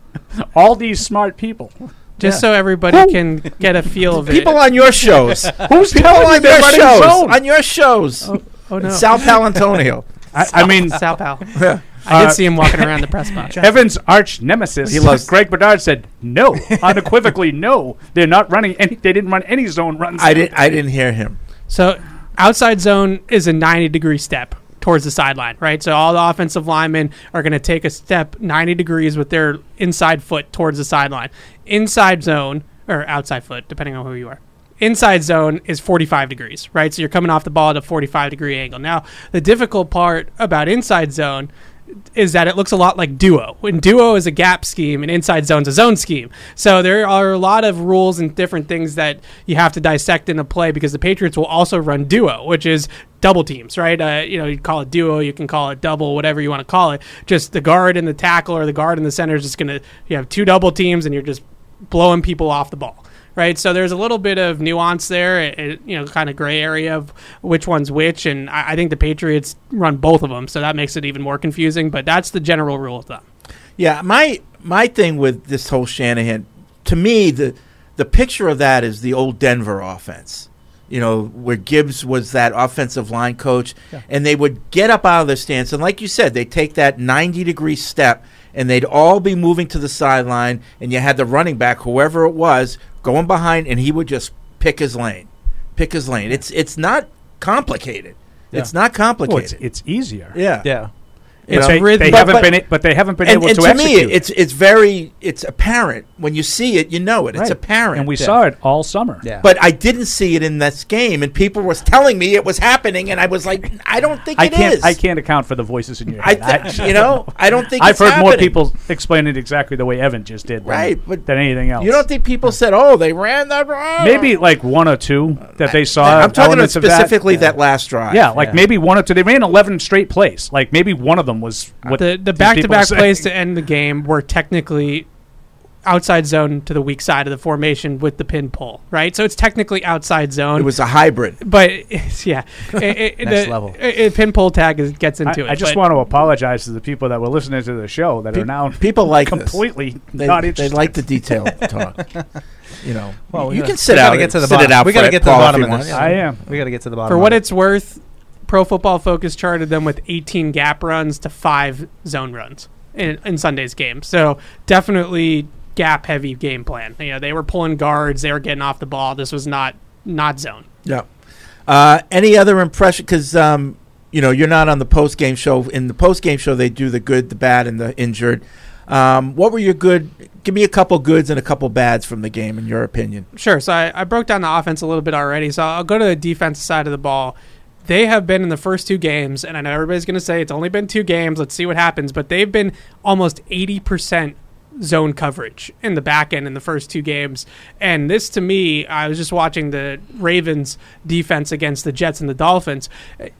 D: all these smart people.
U: Just
B: Yeah.
U: so everybody can get a feel of it.
B: People on your shows.
D: Who's
B: people
D: telling you
B: on
D: they're
B: your
D: running
B: shows?
D: zone?
B: On your shows.
U: Oh, oh no.
B: Sal Palantonio.
D: I, I mean,
U: Sal Pal. I did see him walking around the press box.
D: Evans' Uh, arch nemesis,
U: He loves-
D: Greg Bedard, said no, unequivocally no. They're not running any. They didn't run any zone runs.
B: didn't hear him.
U: So outside zone is a 90 degree step towards the sideline, right? So all the offensive linemen are going to take a step 90 degrees with their inside foot towards the sideline. Inside zone or outside foot, depending on who you are. Inside zone is 45 degrees, right? So you're coming off the ball at a 45 degree angle. Now, the difficult part about inside zone is that it looks a lot like duo. When duo is a gap scheme and inside zone's a zone scheme. So there are a lot of rules and different things that you have to dissect in a play because the Patriots will also run duo, which is double teams, right? Uh, you know, you call it duo, you can call it double, whatever you want to call it. Just the guard and the tackle or the guard and the center is just going to, you have two double teams and you're just blowing people off the ball right? So there's a little bit of nuance there, it, it, you know, kind of gray area of which one's which, and I, I think the Patriots run both of them, so that makes it even more confusing. But that's the general rule of thumb.
B: Yeah, my my thing with this whole Shanahan, to me, the the picture of that is the old Denver offense. You know, where Gibbs was that offensive line coach, and they would get up out of their stance, and like you said, they take that ninety degree step, and they'd all be moving to the sideline, and you had the running back, whoever it was, going behind, and he would just pick his lane, pick his lane. It's it's not complicated.
D: Yeah.
B: Oh, It's not complicated.
D: Well, it's, it's easier.
B: Yeah. Yeah.
D: It's they, they haven't been, a- but they haven't been
B: and,
D: able
B: and
D: to,
B: to
D: execute.
B: me, it's it's very it's apparent when you see it, you know it. It's
D: Right.
B: apparent,
D: and we saw it all summer. Yeah.
B: But I didn't see it in this game, and people was telling me it was happening, and I was like, I don't think it
D: I
B: is.
D: can't. I can't account for the voices in your
B: I
D: head.
B: thi- you know, I don't think
D: I've
B: it's
D: heard more
B: happening.
D: people explain it exactly the way Evan just did. than-
B: Right, but
D: than anything else.
B: You don't think people said, "Oh, they ran that wrong"?
D: Maybe like one or two that they saw.
B: I'm talking about
D: elements of that.
B: specifically that. last drive.
D: Yeah, like maybe one or two. They ran 11 straight plays. Like maybe one of them was what
U: Uh, the the
D: these
U: back to
D: people are
U: back
D: saying.
U: plays to end the game were technically outside zone to the weak side of the formation with the pin pull, right? So it's technically outside zone.
B: It was a hybrid.
U: but it's- yeah, It- it-
D: Next
U: the-
D: level.
U: it- it- pin pull tag is, gets into
D: I,
U: it.
D: I just
U: but-
D: want to apologize to the people that were listening to the show that
B: Pe-
D: are now
B: people like this.
D: completely
B: They-
D: not
B: they
D: interested.
B: like the detail talk. You know,
D: Well, we
B: you
D: gotta-
B: can sit
D: we gotta
B: out.
D: get to the
B: sit
D: bottom.
B: It out
D: We gotta
B: Fred,
D: get to the
B: Paul, if
D: bottom
B: you
D: of
B: want.
D: this. I am.
T: We got to get to the bottom.
U: For
T: of
U: what
T: it.
U: it's worth, Pro Football Focus charted them with 18 gap runs to five zone runs in, in Sunday's game. So definitely gap heavy game plan. You know, they were pulling guards, they were getting off the ball. This was not not zone.
B: Yeah. Uh, any other impression? Because um, you know you're not on the post game show. In the post game show, they do the good, the bad, and the injured. Um, what were your good? Give me a couple goods and a couple bads from the game, in your opinion.
U: Sure. So I, I broke down the offense a little bit already. So I'll go to the defensive side of the ball. They have been in the first two games, and I know everybody's going to say it's only been two games. Let's see what happens. But they've been almost 80% zone coverage in the back end in the first two games. And this, to me, I was just watching the Ravens defense against the Jets and the Dolphins.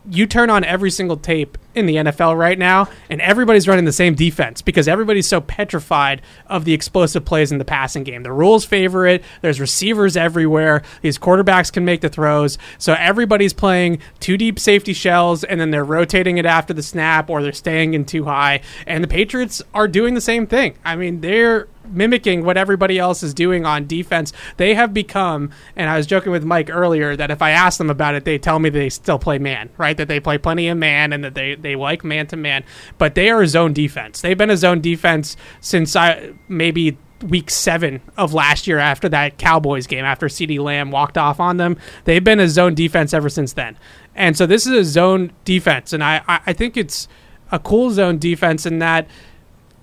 U: You turn on every single tape in the NFL right now, and everybody's running the same defense because everybody's so petrified of the explosive plays in the passing game. The rules favor it. There's receivers everywhere. These quarterbacks can make the throws. So everybody's playing two deep safety shells, and then they're rotating it after the snap, or they're staying in too high. And the Patriots are doing the same thing. I mean, they're mimicking what everybody else is doing on defense. They have become, and I was joking with Mike earlier that if I ask them about it, they tell me they still play man, right? That they play plenty of man and that they, they like man to man. But they are a zone defense. They've been a zone defense since I maybe week seven of last year after that Cowboys game, after CeeDee Lamb walked off on them. They've been a zone defense ever since then. And so this is a zone defense. And I, I, I think it's a cool zone defense in that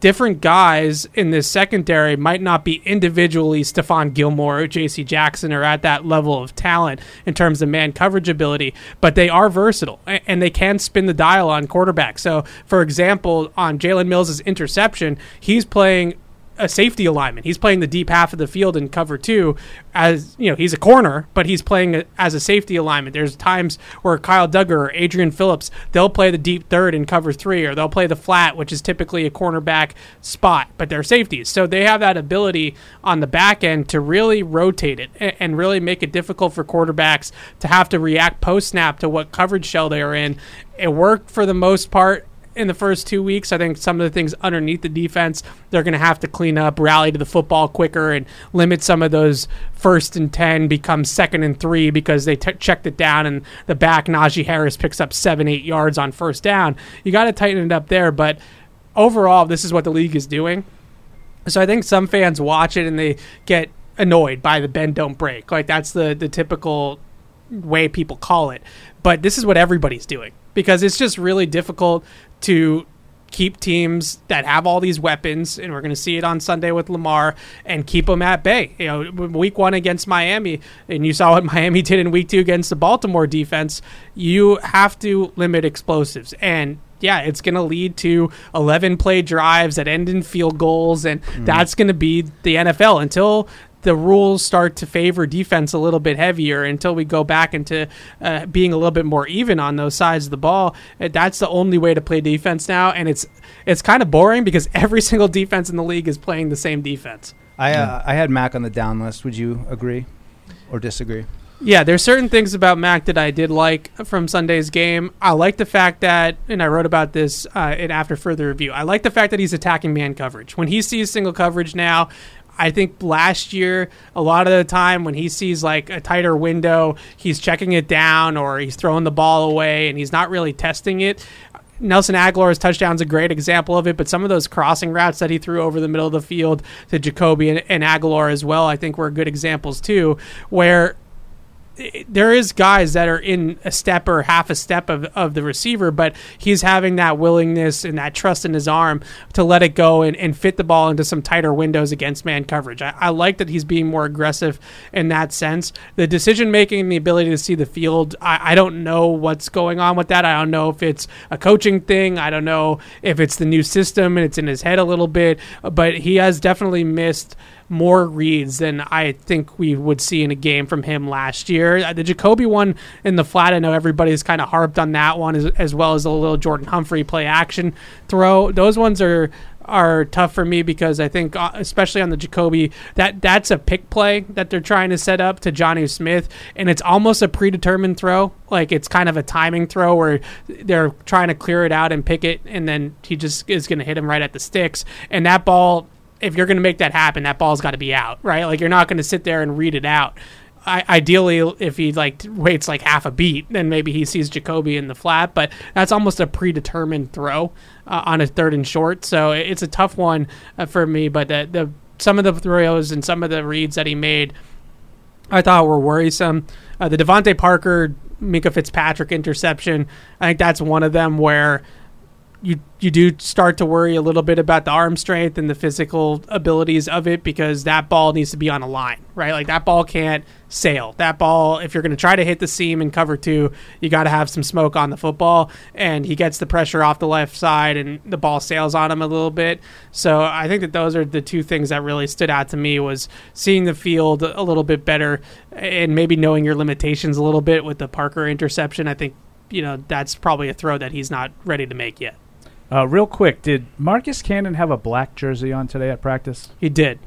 U: different guys in this secondary might not be individually Stephon Gilmore or J.C. Jackson are at that level of talent in terms of man coverage ability, but they are versatile a- and they can spin the dial on quarterback. So, for example, on Jalen Mills' interception, he's playing a safety alignment. He's playing the deep half of the field in cover two, as you know, he's a corner, but he's playing a, as a safety alignment. There's times where Kyle Duggar or Adrian Phillips they'll play the deep third in cover three, or they'll play the flat, which is typically a cornerback spot, but they're safeties, so they have that ability on the back end to really rotate it and, and really make it difficult for quarterbacks to have to react post snap to what coverage shell they are in. It worked for the most part in the first two weeks. I think some of the things underneath the defense they're going to have to clean up, rally to the football quicker, and limit some of those first and ten become second and three because they t- checked it down and the back Najee Harris picks up seven eight yards on first down. You got to tighten it up there, but overall, this is what the league is doing. So I think some fans watch it and they get annoyed by the bend don't break. Like that's the the typical way people call it. But this is what everybody's doing because it's just really difficult to keep teams that have all these weapons, and we're going to see it on Sunday with Lamar, and keep them at bay. You know, week one against Miami, and you saw what Miami did in week two against the Baltimore defense. You have to limit explosives, and yeah, it's going to lead to 11 play drives that end in field goals, and that's going to be the NFL until the rules start to favor defense a little bit heavier until we go back into uh, being a little bit more even on those sides of the ball. Uh, That's the only way to play defense now, and it's it's kind of boring because every single defense in the league is playing the same defense.
C: I uh, I had Mac on the down list. Would you agree or disagree?
U: Yeah, there's certain things about Mac that I did like from Sunday's game. I like the fact that, and I wrote about this uh, in after further review. I like the fact that he's attacking man coverage. When he sees single coverage now, I think last year a lot of the time when he sees like a tighter window, he's checking it down or he's throwing the ball away and he's not really testing it. Nelson Aguilar's touchdown's a great example of it, but some of those crossing routes that he threw over the middle of the field to Jacoby and, and Aguilar as well, I think were good examples too, where it- there is guys that are in a step or half a step of, of the receiver, but he's having that willingness and that trust in his arm to let it go and, and fit the ball into some tighter windows against man coverage. I, I like that he's being more aggressive in that sense. The decision making and the ability to see the field, I, I don't know what's going on with that. I don't know if it's a coaching thing. I don't know if it's the new system and it's in his head a little bit, but he has definitely missed more reads than I think we would see in a game from him last year. Uh, The Jacoby one in the flat, I know everybody's kind of harped on that one, as, as well as the little Jordan Humphrey play action throw. Those ones are are tough for me because I think, uh, especially on the Jacoby, that that's a pick play that they're trying to set up to Johnny Smith, and it's almost a predetermined throw. Like it's kind of a timing throw where they're trying to clear it out and pick it, and then he just is going to hit him right at the sticks, and that ball if you're going to make that happen, that ball's got to be out, right? Like you're not going to sit there and read it out. I, ideally, if he like waits like half a beat, then maybe he sees Jacoby in the flat. But that's almost a predetermined throw uh, on a third and short, so it- it's a tough one uh, for me. But the, the some of the throws and some of the reads that he made, I thought were worrisome. Uh, the Devonte Parker, Minka Fitzpatrick interception. I think that's one of them where you you do start to worry a little bit about the arm strength and the physical abilities of it because that ball needs to be on a line, right? Like that ball can't sail. That ball, if you're going to try to hit the seam in cover two, you got to have some smoke on the football. And he gets the pressure off the left side, and the ball sails on him a little bit. So I think that those are the two things that really stood out to me was seeing the field a little bit better and maybe knowing your limitations a little bit with the Parker interception. I think. You know, that's probably a throw that he's not ready to make yet.
D: Uh, real quick, did Marcus Cannon have a black jersey on today at practice?
U: He did.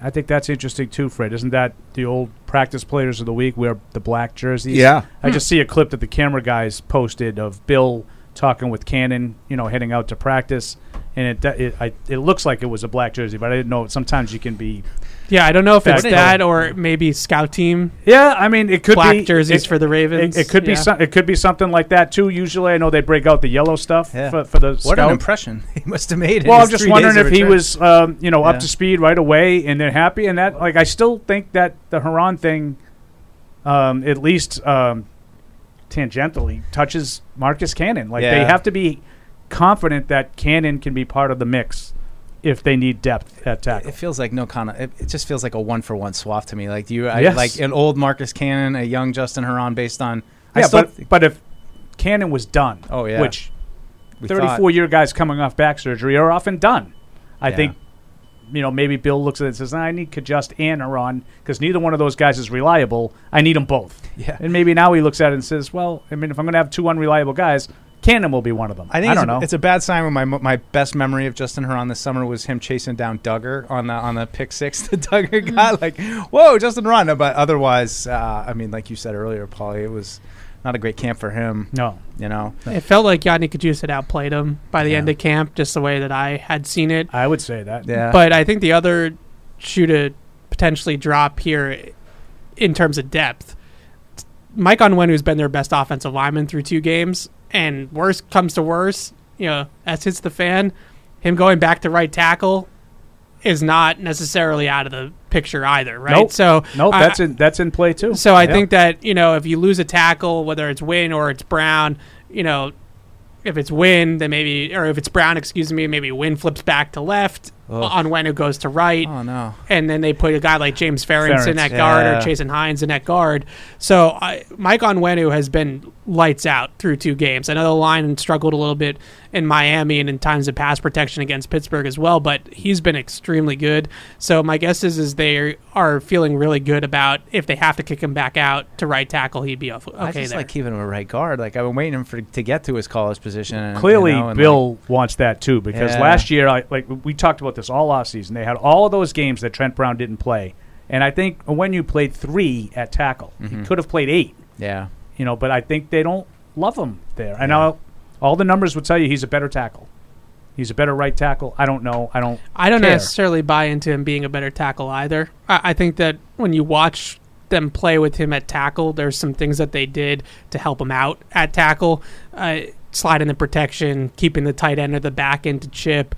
D: I think that's interesting too, Fred. Isn't that the old practice players of the week wear the black jerseys?
B: Yeah.
D: I just see a clip that the camera guys posted of Bill talking with Cannon, you know, heading out to practice, and it it, I, it looks like it was a black jersey, but I didn't know. Sometimes you can be
U: Yeah, I don't know if it's
D: Fact.
U: that or maybe scout team.
D: Yeah, I mean it could
U: black
D: be
U: jerseys
D: it-
U: for the Ravens.
D: It, it could be
U: Yeah.
D: some, it could be something like that too. Usually, I know they break out the yellow stuff for, for the
C: What
D: scout.
C: an impression he must have made. in
D: Well,
C: his
D: I'm just
C: three
D: wondering
C: days of
D: if he
C: return.
D: was, um, you know,
C: Yeah.
D: up to speed right away and then happy. And that, like, I still think that the Haran thing, um, at least um, tangentially, touches Marcus Cannon. Like, they
C: Yeah.
D: have to be confident that Cannon can be part of the mix if they need depth at tackle.
C: It feels like no kind of. It, it just feels like a one for one swap to me. Like do you I,
D: Yes.
C: like an old Marcus Cannon, a young Justin Huron, based on. I
D: yeah,
C: still
D: but, but if Cannon was done,
C: Oh, yeah.
D: which
C: We thought-
D: 34 year guys coming off back surgery are often done. I
C: Yeah.
D: think, you know, maybe Bill looks at it and says, I need Kajust and Aron because neither one of those guys is reliable. I need them both.
C: Yeah.
D: And maybe now he looks at it and says, well, I mean, if I'm going to have two unreliable guys, Cannon will be one of them.
C: I think
D: don't
C: it's,
D: know.
C: A, it's a bad sign when my my best memory of Justin Huron this summer was him chasing down Duggar on the on the pick six that Duggar
D: Mm.
C: got. Like, whoa, Justin Huron. But otherwise, uh, I mean, like you said earlier, Paulie, it was not a great camp for him.
D: No,
C: you know,
U: It felt like Yanni Kajus had outplayed him by the end of camp, just the way that I had seen it.
D: I would say that.
C: Yeah.
U: But I think the other shoe to potentially drop here in terms of depth, Mike Onwenu has been their best offensive lineman through two games, and worse comes to worse, you know, as hits the fan, him going back to right tackle is not necessarily out of the picture either, right?
D: Nope.
U: So
D: nope,
U: I-
D: that's in that's in play too.
U: so I
D: Yeah.
U: think that you know if you lose a tackle, whether it's Win or it's Brown, you know, if it's Win, then maybe or if it's Brown, excuse me, maybe Win flips back to left
C: Ugh.
U: on when it goes to right.
C: Oh, no.
U: And then they put a guy like James Ferentz in
C: Ferentz.
U: that guard
C: Yeah.
U: or Jason Hines in that guard. So I, Mike Onwenu has been lights out through two games. I know the line struggled a little bit in Miami and in times of pass protection against Pittsburgh as well, but he's been extremely good. So my guess is is they are feeling really good about if they have to kick him back out to right tackle, he'd be off- okay
C: I just
U: there.
C: like keeping him a right guard. Like I've been waiting for to get to his college position. and, you
D: Clearly,
C: know, and,
D: Bill
C: like-
D: wants that too because
C: Yeah.
D: last year, I, like we talked about this all offseason, they had all of those games that Trent Brown didn't play, and I think when you played three at tackle,
U: Mm-hmm.
D: he
C: Mhm.
D: could have played eight.
C: yeah,
D: you know. But I think they don't love him there. I know all the numbers would tell you he's a better tackle. He's a better right tackle. I don't know. I don't.
U: I don't
D: care.
U: necessarily buy into him being a better tackle either. I, I think that when you watch them play with him at tackle, there's some things that they did to help him out at tackle, uh, sliding the protection, keeping the tight end or the back end to chip,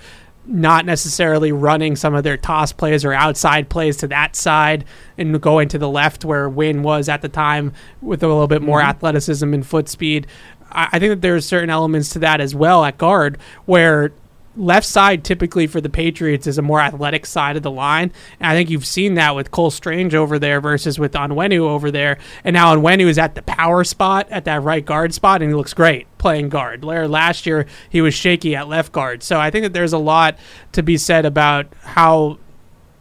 U: not necessarily running some of their toss plays or outside plays to that side and going to the left where Wynn was at the time with a little bit more
F: Mhm.
U: athleticism and foot speed. I, I think that there's certain elements to that as well at guard where left side typically for the Patriots is a more athletic side of the line. And I think you've seen that with Cole Strange over there versus with Onwenu over there. And now Onwenu is at the power spot, at that right guard spot, and he looks great playing guard. Where last year he was shaky at left guard. So I think that there's a lot to be said about how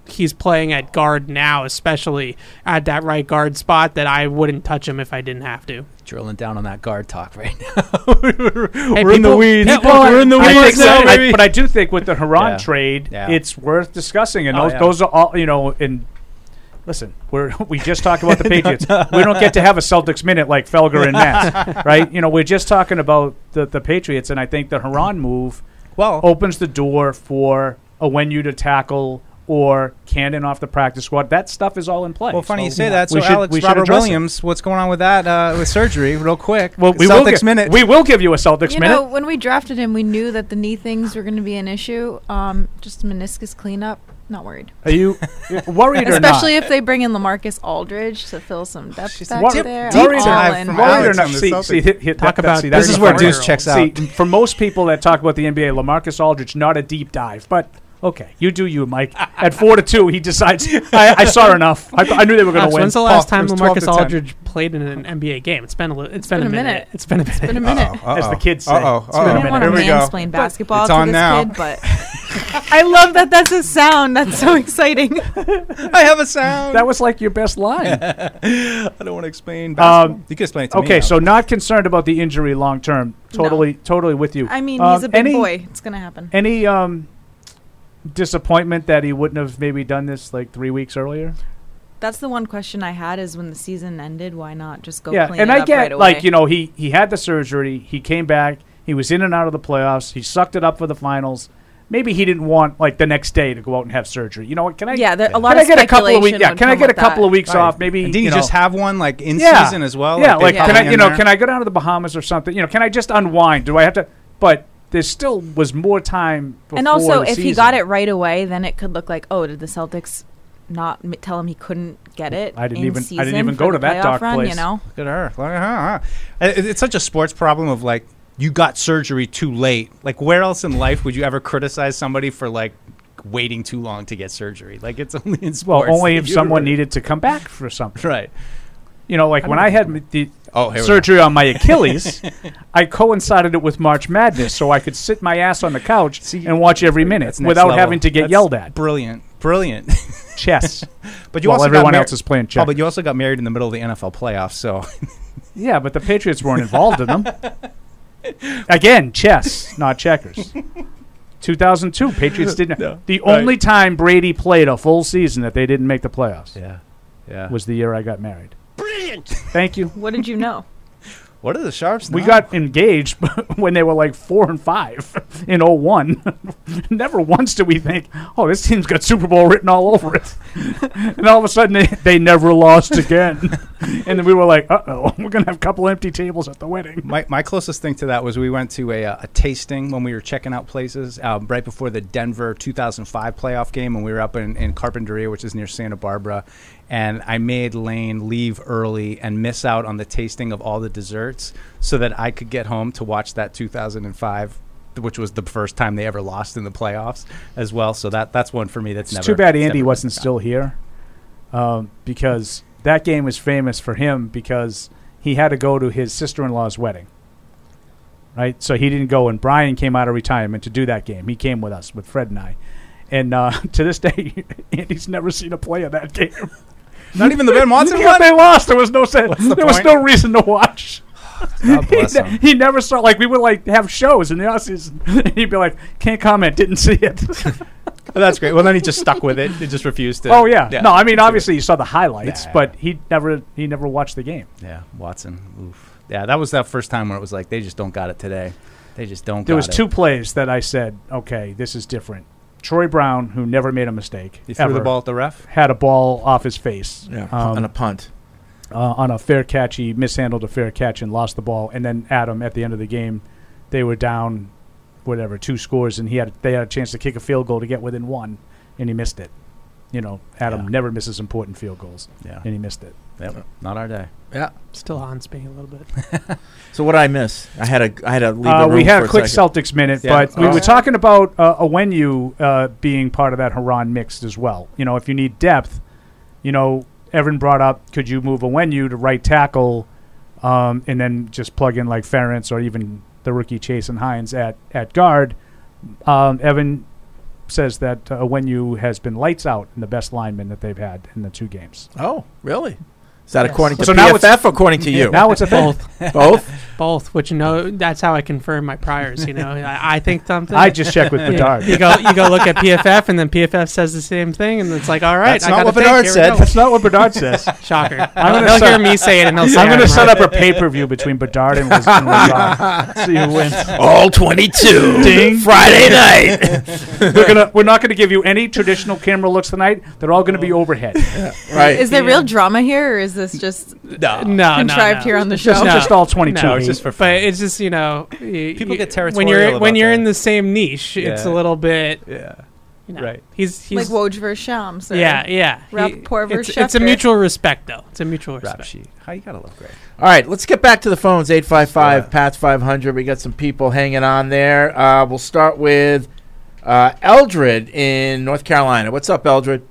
U: he's playing at guard now, especially at that right guard spot that I wouldn't touch him if I didn't have to.
C: drilling down on that guard talk right now.
U: Hey,
C: We're in the
U: people-
C: weeds.
U: Yeah, well,
C: We're in the
D: I
C: weeds
D: think so,
C: now,
D: I-
C: baby.
D: but I do think with the Haran
C: Yeah.
D: trade,
C: Yeah.
D: it's worth discussing. And
C: Oh,
D: those,
C: yeah.
D: those are all you know. And listen, we're we just talked about the
C: No,
D: Patriots.
C: no.
D: We don't get to have a Celtics minute like Felger and Matt, right? You know, we're just talking about the the Patriots, and I think the Haran move
C: well
D: opens the door for a when you to tackle. Or Cannon off the practice squad. That stuff is all in play.
C: Well, funny
D: So
C: you say that. So
D: we should-
C: Alex
D: we should
C: Robert
D: address it.
C: Williams, what's going on with that uh, with surgery? Real quick.
D: Well, we will
C: Celtics
D: get-
C: minute.
D: We will give you a Celtics
E: you
D: minute.
E: know, when we drafted him, we knew that the knee things were going to be an issue. Um, just meniscus cleanup. Not worried.
D: Are you worried or not?
E: Especially if they bring in Lamarcus Aldridge to fill some depth back
D: Wor-
E: there.
D: worried
E: I'm
D: or
E: all
D: not-
E: in.
D: worried or
E: Alex
D: not?
E: on the
D: See,
E: Celtics.
D: see, hit- hit
U: Talk
D: that-
U: about-
D: see,
U: this
D: that's
U: is
D: the
U: where
D: fun
U: Deuce
D: part.
U: checks
D: See,
U: out.
D: for most people that talk about the NBA, Lamarcus Aldridge, not a deep dive, but okay, you do you, Mike. At four to two, he decides. I, I saw enough. I, I knew they were going
U: Alex,
D: to win.
U: When's the last time
D: It was 12 to
U: Lamarcus
D: 10.
U: Aldridge played in an NBA game? It's been a, li- it's been, a minute. It's been a minute.
E: It's been a minute. Uh-oh,
D: As the
E: uh-oh,
D: kids say.
U: uh-oh,
D: It's been a
U: uh-oh.
D: minute.
E: I don't
U: Here
E: want
U: we
E: to
U: go.
E: mansplain
U: But
E: basketball
U: it's
E: to
U: on
E: this
U: now.
E: kid, but I love that that's a sound. That's so exciting.
C: I have a sound.
D: That was like your best line.
C: I don't want to explain. basketball. you can explain it to me.
D: Um, okay,
C: now.
D: so not concerned about the injury long term.
E: No.
D: Totally, totally with you.
E: I mean,
D: Um,
E: he's a big
D: any-
E: boy. It's going to happen.
D: Any um, disappointment that he wouldn't have maybe done this like three weeks earlier?
E: That's the one question I had is when the season ended, why not just go
D: yeah,
E: clean
D: and
E: it
D: I
E: up
D: get
E: right away?
D: like you know he he had the surgery, he came back, he was in and out of the playoffs, he sucked it up for the finals. Maybe he didn't want like the next day to go out and have surgery. You know what? Can I?
E: Yeah, there- a
D: can
E: lot
D: I
E: of
D: get a couple of weeks?
E: speculation
D: Yeah,
E: would
D: can I
E: come
D: get a
E: with
D: couple
E: that.
D: of weeks
E: Right.
D: off? Maybe
C: And didn't
D: you
C: you just
D: know-
C: have one, like, in season as well?
D: Yeah,
C: Like, they
D: like,
C: pop
D: can I
C: in
D: you know
C: there?
D: can I go down to the Bahamas or something? You know, can I just unwind? Do I have to? But there still was more time. Before
E: and also,
D: the
E: if he
D: season.
E: got it right away, then it could look like, oh, did the Celtics not m- tell him he couldn't get it?
D: I didn't
E: in
D: even- I didn't
E: season
D: even
E: for
D: go
E: the
D: to that
E: playoff
D: dark
E: run,
D: place.
E: You know,
C: Look at her. Look at her. It- It's such a sports problem of like you got surgery too late. Like where else in life would you ever criticize somebody for like waiting too long to get surgery. Like it's only in
D: Well,
C: sports
D: only
C: that
D: if
C: you
D: someone
C: really-
D: needed to come back for something.
C: Right.
D: You know, like
C: I
D: when
C: don't-
D: I had m- the
C: Oh, here we
D: surgery on my Achilles, I coincided it with March Madness, so I could sit my ass on the couch and watch every minute
C: That's next
D: without
C: level.
D: having to get
C: That's
D: yelled at.
C: Brilliant, brilliant
D: Chess.
C: but you
D: While
C: also got
D: everyone
C: mar-
D: else is playing
C: Paul,
D: checkers.
C: but you also got married in the middle of the NFL playoffs, so
D: Yeah, but the Patriots weren't involved in them. Again, chess, not checkers. 2002, Patriots didn't.
C: No,
D: the
C: right.
D: only time Brady played a full season that they didn't make the playoffs.
C: Yeah, yeah.
D: Was the year I got married. Brilliant. Thank you.
E: What did you know?
C: What are the sharps?
D: We got engaged when they were like four and five in 01. Never once did we think, oh, this team's got Super Bowl written all over it. and all of a sudden, they, they never lost again. and then we were like, uh oh, we're going to have a couple empty tables at the wedding.
C: My, my closest thing to that was we went to a, uh, a tasting when we were checking out places um, right before the Denver 2005 playoff game, and we were up in, in Carpinteria, which is near Santa Barbara. And I made Lane leave early and miss out on the tasting of all the desserts so that I could get home to watch that 2005, which was the first time they ever lost in the playoffs as well. So that that's one for me that's
D: It's
C: never.
D: too bad
C: it's
D: Andy
C: never-
D: wasn't still here um, because that game was famous for him because he had to go to his sister in law's wedding. Right? So he didn't go, and Brian came out of retirement to do that game. He came with us, with Fred and I. And uh, to this day, Andy's never seen a play of that game.
C: Not even the Ben Watson
D: yeah,
C: one?
D: They lost. There was no sense.
C: the
D: there was
C: point?
D: no reason to watch.
C: God bless
D: he,
C: him.
D: he never saw. Like we would like have shows in the offseason. and he'd be like, "Can't comment. Didn't see it."
C: Oh, that's great. Well, then he just stuck with it. He just refused to.
D: Oh yeah. No, I mean obviously you saw the highlights, but he never he never watched the game.
C: Yeah, Watson. Oof. Yeah, that was that first time where it was like they just don't got it today. They just don't.
D: There
C: Oh, got
D: was
C: it.
D: two plays that I said, okay, this is different. Troy Brown, who never made a mistake,
C: He threw the
D: ever,
C: ball at the ref?
D: had a ball off his face, um,
B: Yeah, on a punt.
D: uh, on a fair catch. He mishandled a fair catch and lost the ball. And then Adam, at the end of the game, they were down, whatever, two scores, and he had they had a chance to kick a field goal to get within one, and he missed it. You know, Adam never misses important field goals,
C: Yeah.
D: and he missed it.
C: Yep. Not our day.
B: Yeah.
U: Still haunts me a little bit.
B: So what did I miss? I had a I had to leave.
D: Uh,
B: the
D: we
B: room
D: had
B: for
D: a quick
B: second.
D: Celtics minute,
B: Yeah.
D: but we
B: Oh.
D: were talking about uh, Owenu uh, being part of that Haran mixed as well. You know, if you need depth, you know, Evan brought up, could you move Owenu to right tackle, um, and then just plug in like Ferentz or even the rookie Chase and Hines at at guard? Um, Evan says that uh, Owenu has been lights out and the best lineman that they've had in the two games.
B: Oh, really? Is that
U: Yes.
B: according to
D: So
B: so
D: now
B: PFF
D: it's-
B: or according to you?
D: Now it's a thing.
U: both,
B: Both?
U: both. Which you know, that's how I confirm my priors. You know, I, I think something.
D: I just check with
U: Yeah.
D: Bedard.
U: You go, you go look at PFF, and then PFF says the same thing, and it's like, all right,
D: That's
U: I
D: not
U: gotta
D: what
U: think,
D: Bedard
U: here we
D: said.
U: go.
D: That's not what Bedard says.
U: Shocker.
D: I'm gonna
U: He'll
D: set-
U: hear me say it, and he'll say
D: I'm going to
U: I'm
D: set
U: right.
D: up a pay per view between Bedard and, Liz- and Lazar. See who wins.
B: All 22.
D: Ding.
B: Friday night.
D: we're gonna we're not going to give you any traditional camera looks tonight. They're all going to be
U: Oh.
D: overhead.
B: Right.
E: Is there real drama here, or is this just
C: no,
U: no,
E: contrived
U: no.
E: here on the
U: It's
E: show?
U: just- No.
D: Just all twenty two.
U: No, it's just for But it's just you know, y-
C: People
U: you-
C: get
U: when
C: territorial
U: you're
C: about
U: when you're
C: that.
U: in the same niche. It's a
C: Yeah.
U: little bit.
C: Yeah.
U: you know,
C: Right.
U: He's
E: like
U: he's
E: Woj versus Shams. Or
U: yeah yeah. He-
E: Rapport
U: it's,
E: versus
U: it's a
E: Schefter?
U: mutual respect though. It's a mutual respect.
C: How you gotta love Greg?
B: All right, let's get back to the phones. 855 Path 500. We got some people hanging on there. Uh, we'll start with uh, Eldred in North Carolina. What's up, Eldred?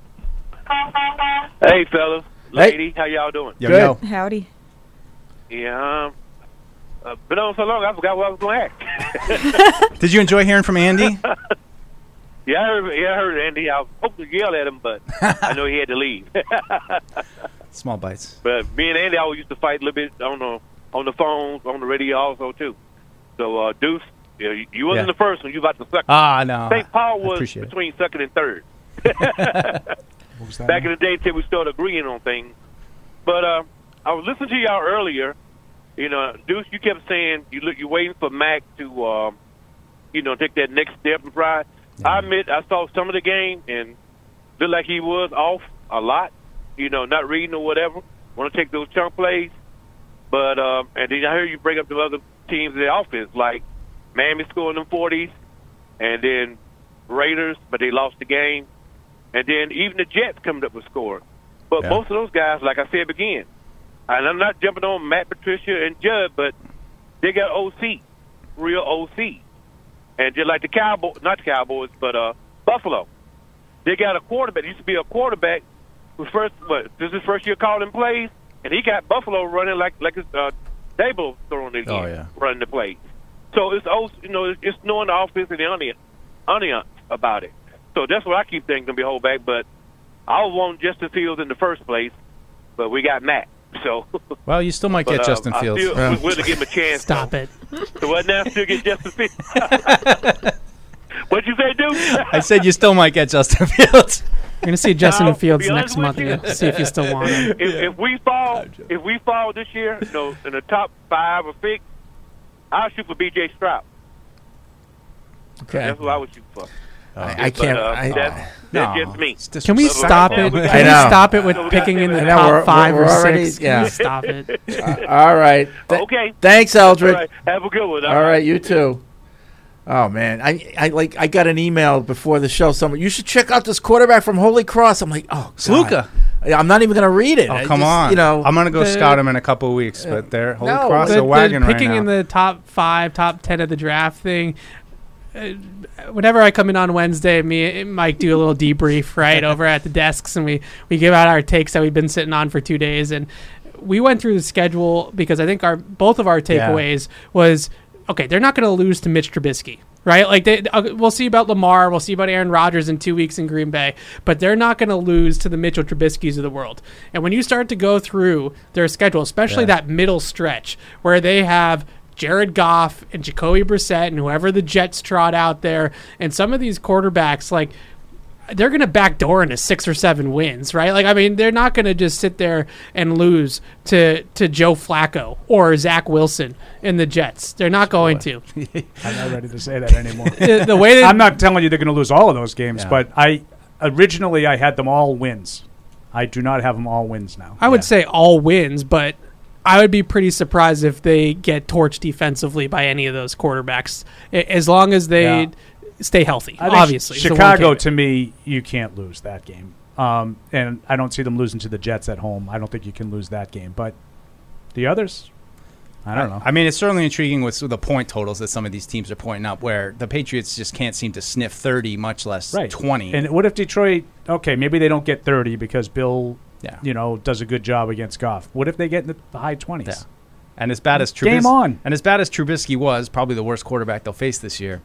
P: Hey, fellas.
B: Hey.
P: Lady, how y'all doing?
B: Yo, Good. yo.
E: Howdy.
P: Yeah, um, uh, been on so long, I forgot what I was going to ask.
C: Did you enjoy hearing from Andy?
P: yeah, I heard, yeah, I heard Andy. I was hoping to yell at him, but I know he had to leave.
C: Small bites.
P: but me and Andy always used to fight a little bit on the on the phones, on the radio also too. So uh, Deuce, you, know, you wasn't
C: Yeah.
P: the first one. You about to suck.
C: Ah, no,
P: St. Paul
C: I
P: was
C: appreciate it.
P: between second and third. Back in the day, till we started agreeing on things. But uh, I was listening to y'all earlier. You know, Deuce, you kept saying you look, you waiting for Mac to, um, you know, take that next step and pride. I admit, I saw some of the game and looked like he was off a lot. You know, not reading or whatever. Want to take those chunk plays, but um, and then I hear you bring up the other teams in the offense, like Miami scoring them forties, and then Raiders, but they lost the game, and then even the Jets coming up with scoring. But
F: Yeah.
P: most of those guys, like I said again, and I'm not jumping on Matt Patricia and Judd, but they got OC, real OC, and just like the Cowboy, not the Cowboys, but uh, Buffalo, They got a quarterback. He used to be a quarterback who first, what, this is his first year calling plays, and he got Buffalo running like like it's, uh, Dable throwing the
C: Oh, yeah.
P: running the play. So it's also, you know, it's, it's knowing the offense and the onion, onion about it. So that's what I keep thinking to be hold back. But I want Justin Fields in the first place, but we got Matt. So
C: Well, you still might
P: But,
C: get
P: uh,
C: Justin
P: I
C: Fields.
P: Still,
C: Yeah.
P: we're willing to give him a chance.
U: Stop it.
P: So what now? Still get Justin Fields. what you say, dude?
T: I said you still might get Justin Fields.
U: We're gonna see Justin Fields next month and see if you still want him.
P: If, if we fall, if we fall this year, you know, in the top five or six, I'll shoot for B.J. Stroud.
B: Okay.
P: That's who I would shoot for.
B: I- I can't-
P: But, uh,
B: I-
P: that's, that's just me.
U: Can we stop it? Can we stop it with picking in the
B: I know,
U: top
B: we're-
U: 5
B: we're
U: or
B: already-
U: six? Can
B: yeah.
U: we stop it?
B: Uh, all right. Th-
P: Okay.
B: Thanks, Eldred.
P: All right. Have a good one.
B: All right, you too. Oh man, I, I like I got an email before the show. Someone you should check out this quarterback from Holy Cross. I'm like, oh, God.
T: Sluka.
B: Yeah, I'm not even gonna read it.
T: Oh
B: I
T: come
B: just,
T: on!
B: You know,
T: I'm gonna go
B: the-
T: scout him in a couple of weeks. But they're holy cross
U: the,
T: a wagon
U: the
T: right
U: picking
T: now.
U: in the top five, top ten of the draft thing. uh, Whenever I come in on Wednesday, me and Mike do a little debrief right over at the desks, and we we give out our takes that we've been sitting on for two days, and we went through the schedule because I think our both of our
F: Yeah.
U: takeaways was okay. They're not going to lose to Mitch Trubisky, right? Like they, uh, we'll see about Lamar, we'll see about Aaron Rodgers in two weeks in Green Bay, but they're not going to lose to the Mitchell Trubiskys of the world. And when you start to go through their schedule, especially
F: Yeah.
U: that middle stretch where they have Jared Goff and Jacoby Brissett and whoever the Jets trot out there, and some of these quarterbacks like they're going to backdoor into six or seven wins, right? Like, I mean, they're not going to just sit there and lose to to Joe Flacco or Zach Wilson in the Jets. They're not going to.
D: I'm not ready to say that anymore.
U: The- the way that-
D: I'm not telling you they're going to lose all of those games,
U: Yeah.
D: but I originally I had them all wins. I do not have them all wins now.
U: I would say all wins, but I would be pretty surprised if they get torched defensively by any of those quarterbacks, a- as long as they
D: Yeah.
U: stay healthy.
D: I think
U: obviously,
D: Ch-
U: is the one
D: Chicago
U: caveat.
D: to me, you can't lose that game. Um, and I don't see them losing to the Jets at home. I don't think you can lose that game. But the others, I don't know.
T: I mean, it's certainly intriguing with the point totals that some of these teams are pointing up, where the Patriots just can't seem to sniff 30, much less
D: right.
T: 20.
D: And what if Detroit? Okay, maybe they don't get thirty because Bill,
T: Yeah.
D: you know, does a good job against Goff. What if they get in the- the high twenties?
T: And as bad as Trubisky,
D: Game on.
T: And as bad as Trubisky was, probably the worst quarterback they'll face this year. It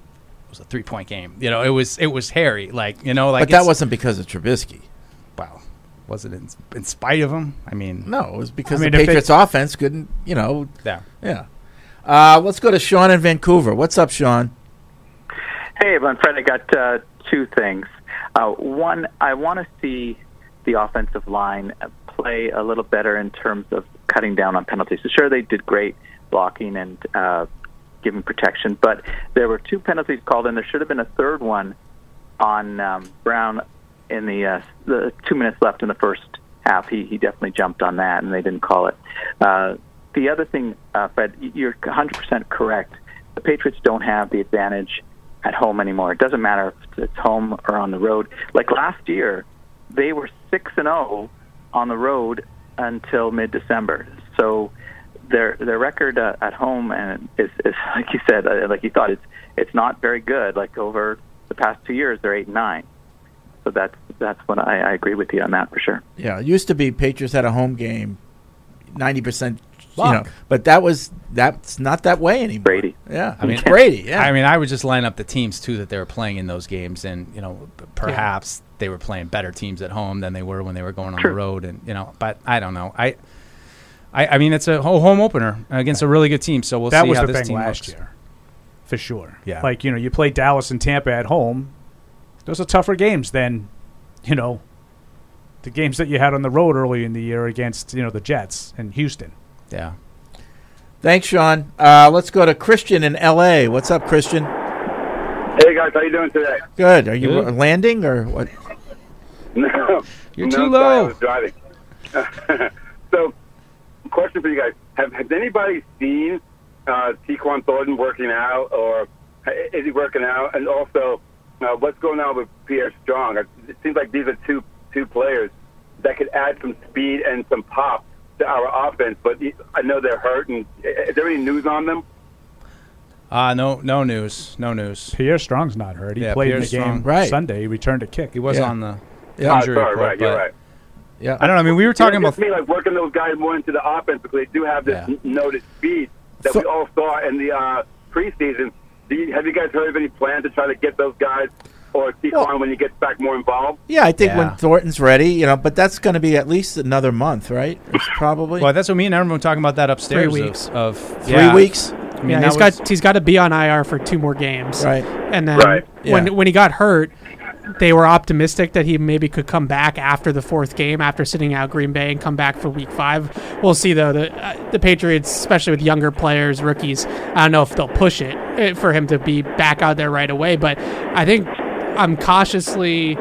T: was a three point game. You know, it was it was hairy. Like you know, like
B: but that
T: it's-
B: wasn't because of Trubisky.
T: Wow, was it in, in spite of him? I mean,
B: no, it was because
T: I mean,
B: the
T: if it-
B: Patriots' offense couldn't. You know.
T: Yeah.
B: Yeah. Uh, let's go to Sean in Vancouver. What's up, Sean?
H: Hey, my friend, I got uh, two things. Uh, one, I want to see the offensive line play a little better in terms of cutting down on penalties. So sure, they did great blocking and uh, giving protection, but there were two penalties called, and there should have been a third one on um, Brown in the, uh, the two minutes left in the first half. He, he definitely jumped on that, and they didn't call it. Uh, the other thing, uh, Fred, y- you're 100% correct. The Patriots don't have the advantage at home anymore. It doesn't matter if it's home or on the road. Like last year, they were 6 and 0 on the road until mid-December. So their their record uh, at home and is, is like you said, uh, like you thought, it's it's not very good. Like over the past two years, they're eight and nine. So that's that's when I, I agree with you on that for sure.
B: Yeah, it used to be Patriots had a home game, ninety percent. You know,
T: Luck.
B: but that was that's not that way anymore.
H: Brady.
B: Yeah, it's Brady. Yeah,
T: I mean, I would just line up the teams too that they were playing in those games, and you know, p- perhaps they were playing better teams at home than they were when they were going on the road, and you know, but I don't know. I, I, I mean, it's a ho- home opener against a really good team, so we'll
D: that
T: see
D: was
T: how
D: the
T: this
D: thing
T: team
D: last
T: looks.
D: year, for sure.
T: Yeah.
D: like you know, you play Dallas and Tampa at home. Those are tougher games than, you know, the games that you had on the road early in the year against you know the Jets and Houston.
T: Yeah.
B: Thanks, Sean. Uh, let's go to Christian in L.A. What's up, Christian?
V: Hey guys, how you doing today?
B: Good. Are you
V: Good.
B: uh, landing or what?
V: No,
B: You're too
V: no, sorry,
B: low.
V: I was driving. so, question for you guys: Have has anybody seen uh, Tequan Thornton working out, or is he working out? And also, uh, what's going on with Pierre Strong? It seems like these are two two players that could add some speed and some pop to our offense. But I know they're hurt. And is there any news on them?
C: Uh, no, no news. No news.
D: Pierre Strong's not hurt. He
C: Yeah,
D: played
C: Pierre
D: in the game
C: Strong. Right.
D: Sunday. He returned a kick. He
C: was Yeah. on the Yeah. injury
V: Uh, sorry, right, you're right.
C: Yeah. I don't know. I mean, we were talking
V: Yeah,
C: about
V: just me like working those guys more into the offense because they do have this n- noted speed that we all saw in the uh, preseason. Do you, have you guys heard of any plan to try to get those guys or Dequan when he gets back more involved?
B: Yeah, I think
C: Yeah.
B: when Thornton's ready, you know, but that's going to be at least another month, right? It's probably.
C: Well, that's what me and Aaron were talking about that upstairs.
U: Three
C: of-
U: weeks.
C: Of,
B: Three
C: yeah.
B: weeks?
C: I mean,
U: yeah,
C: that
U: he's
C: was-
U: got he's got to be on IR for two more games,
B: Right.
U: And then
B: Right.
U: when
B: Yeah.
U: when he got hurt, they were optimistic that he maybe could come back after the fourth game, after sitting out Green Bay, and come back for Week Five. We'll see though. The uh, the Patriots, especially with younger players, rookies, I don't know if they'll push it eh, for him to be back out there right away. But I think I'm cautiously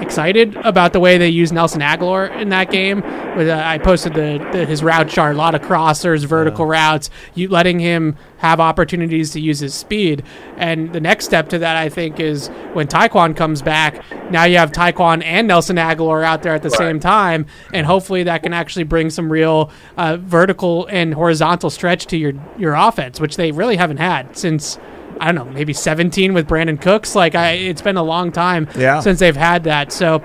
U: excited about the way they used Nelson Aguilar in that game. With uh, I posted the, the his route chart, a lot of crossers, vertical routes, you letting him have opportunities to use his speed. And the next step to that, I think, is when Taekwon comes back. Now you have Taekwon and Nelson Aguilar out there at the same time, and hopefully that can actually bring some real uh, vertical and horizontal stretch to your your offense, which they really haven't had since. I don't know, maybe 17 with Brandon Cooks. Like, I, it's been a long time
B: Yeah.
U: since they've had that. So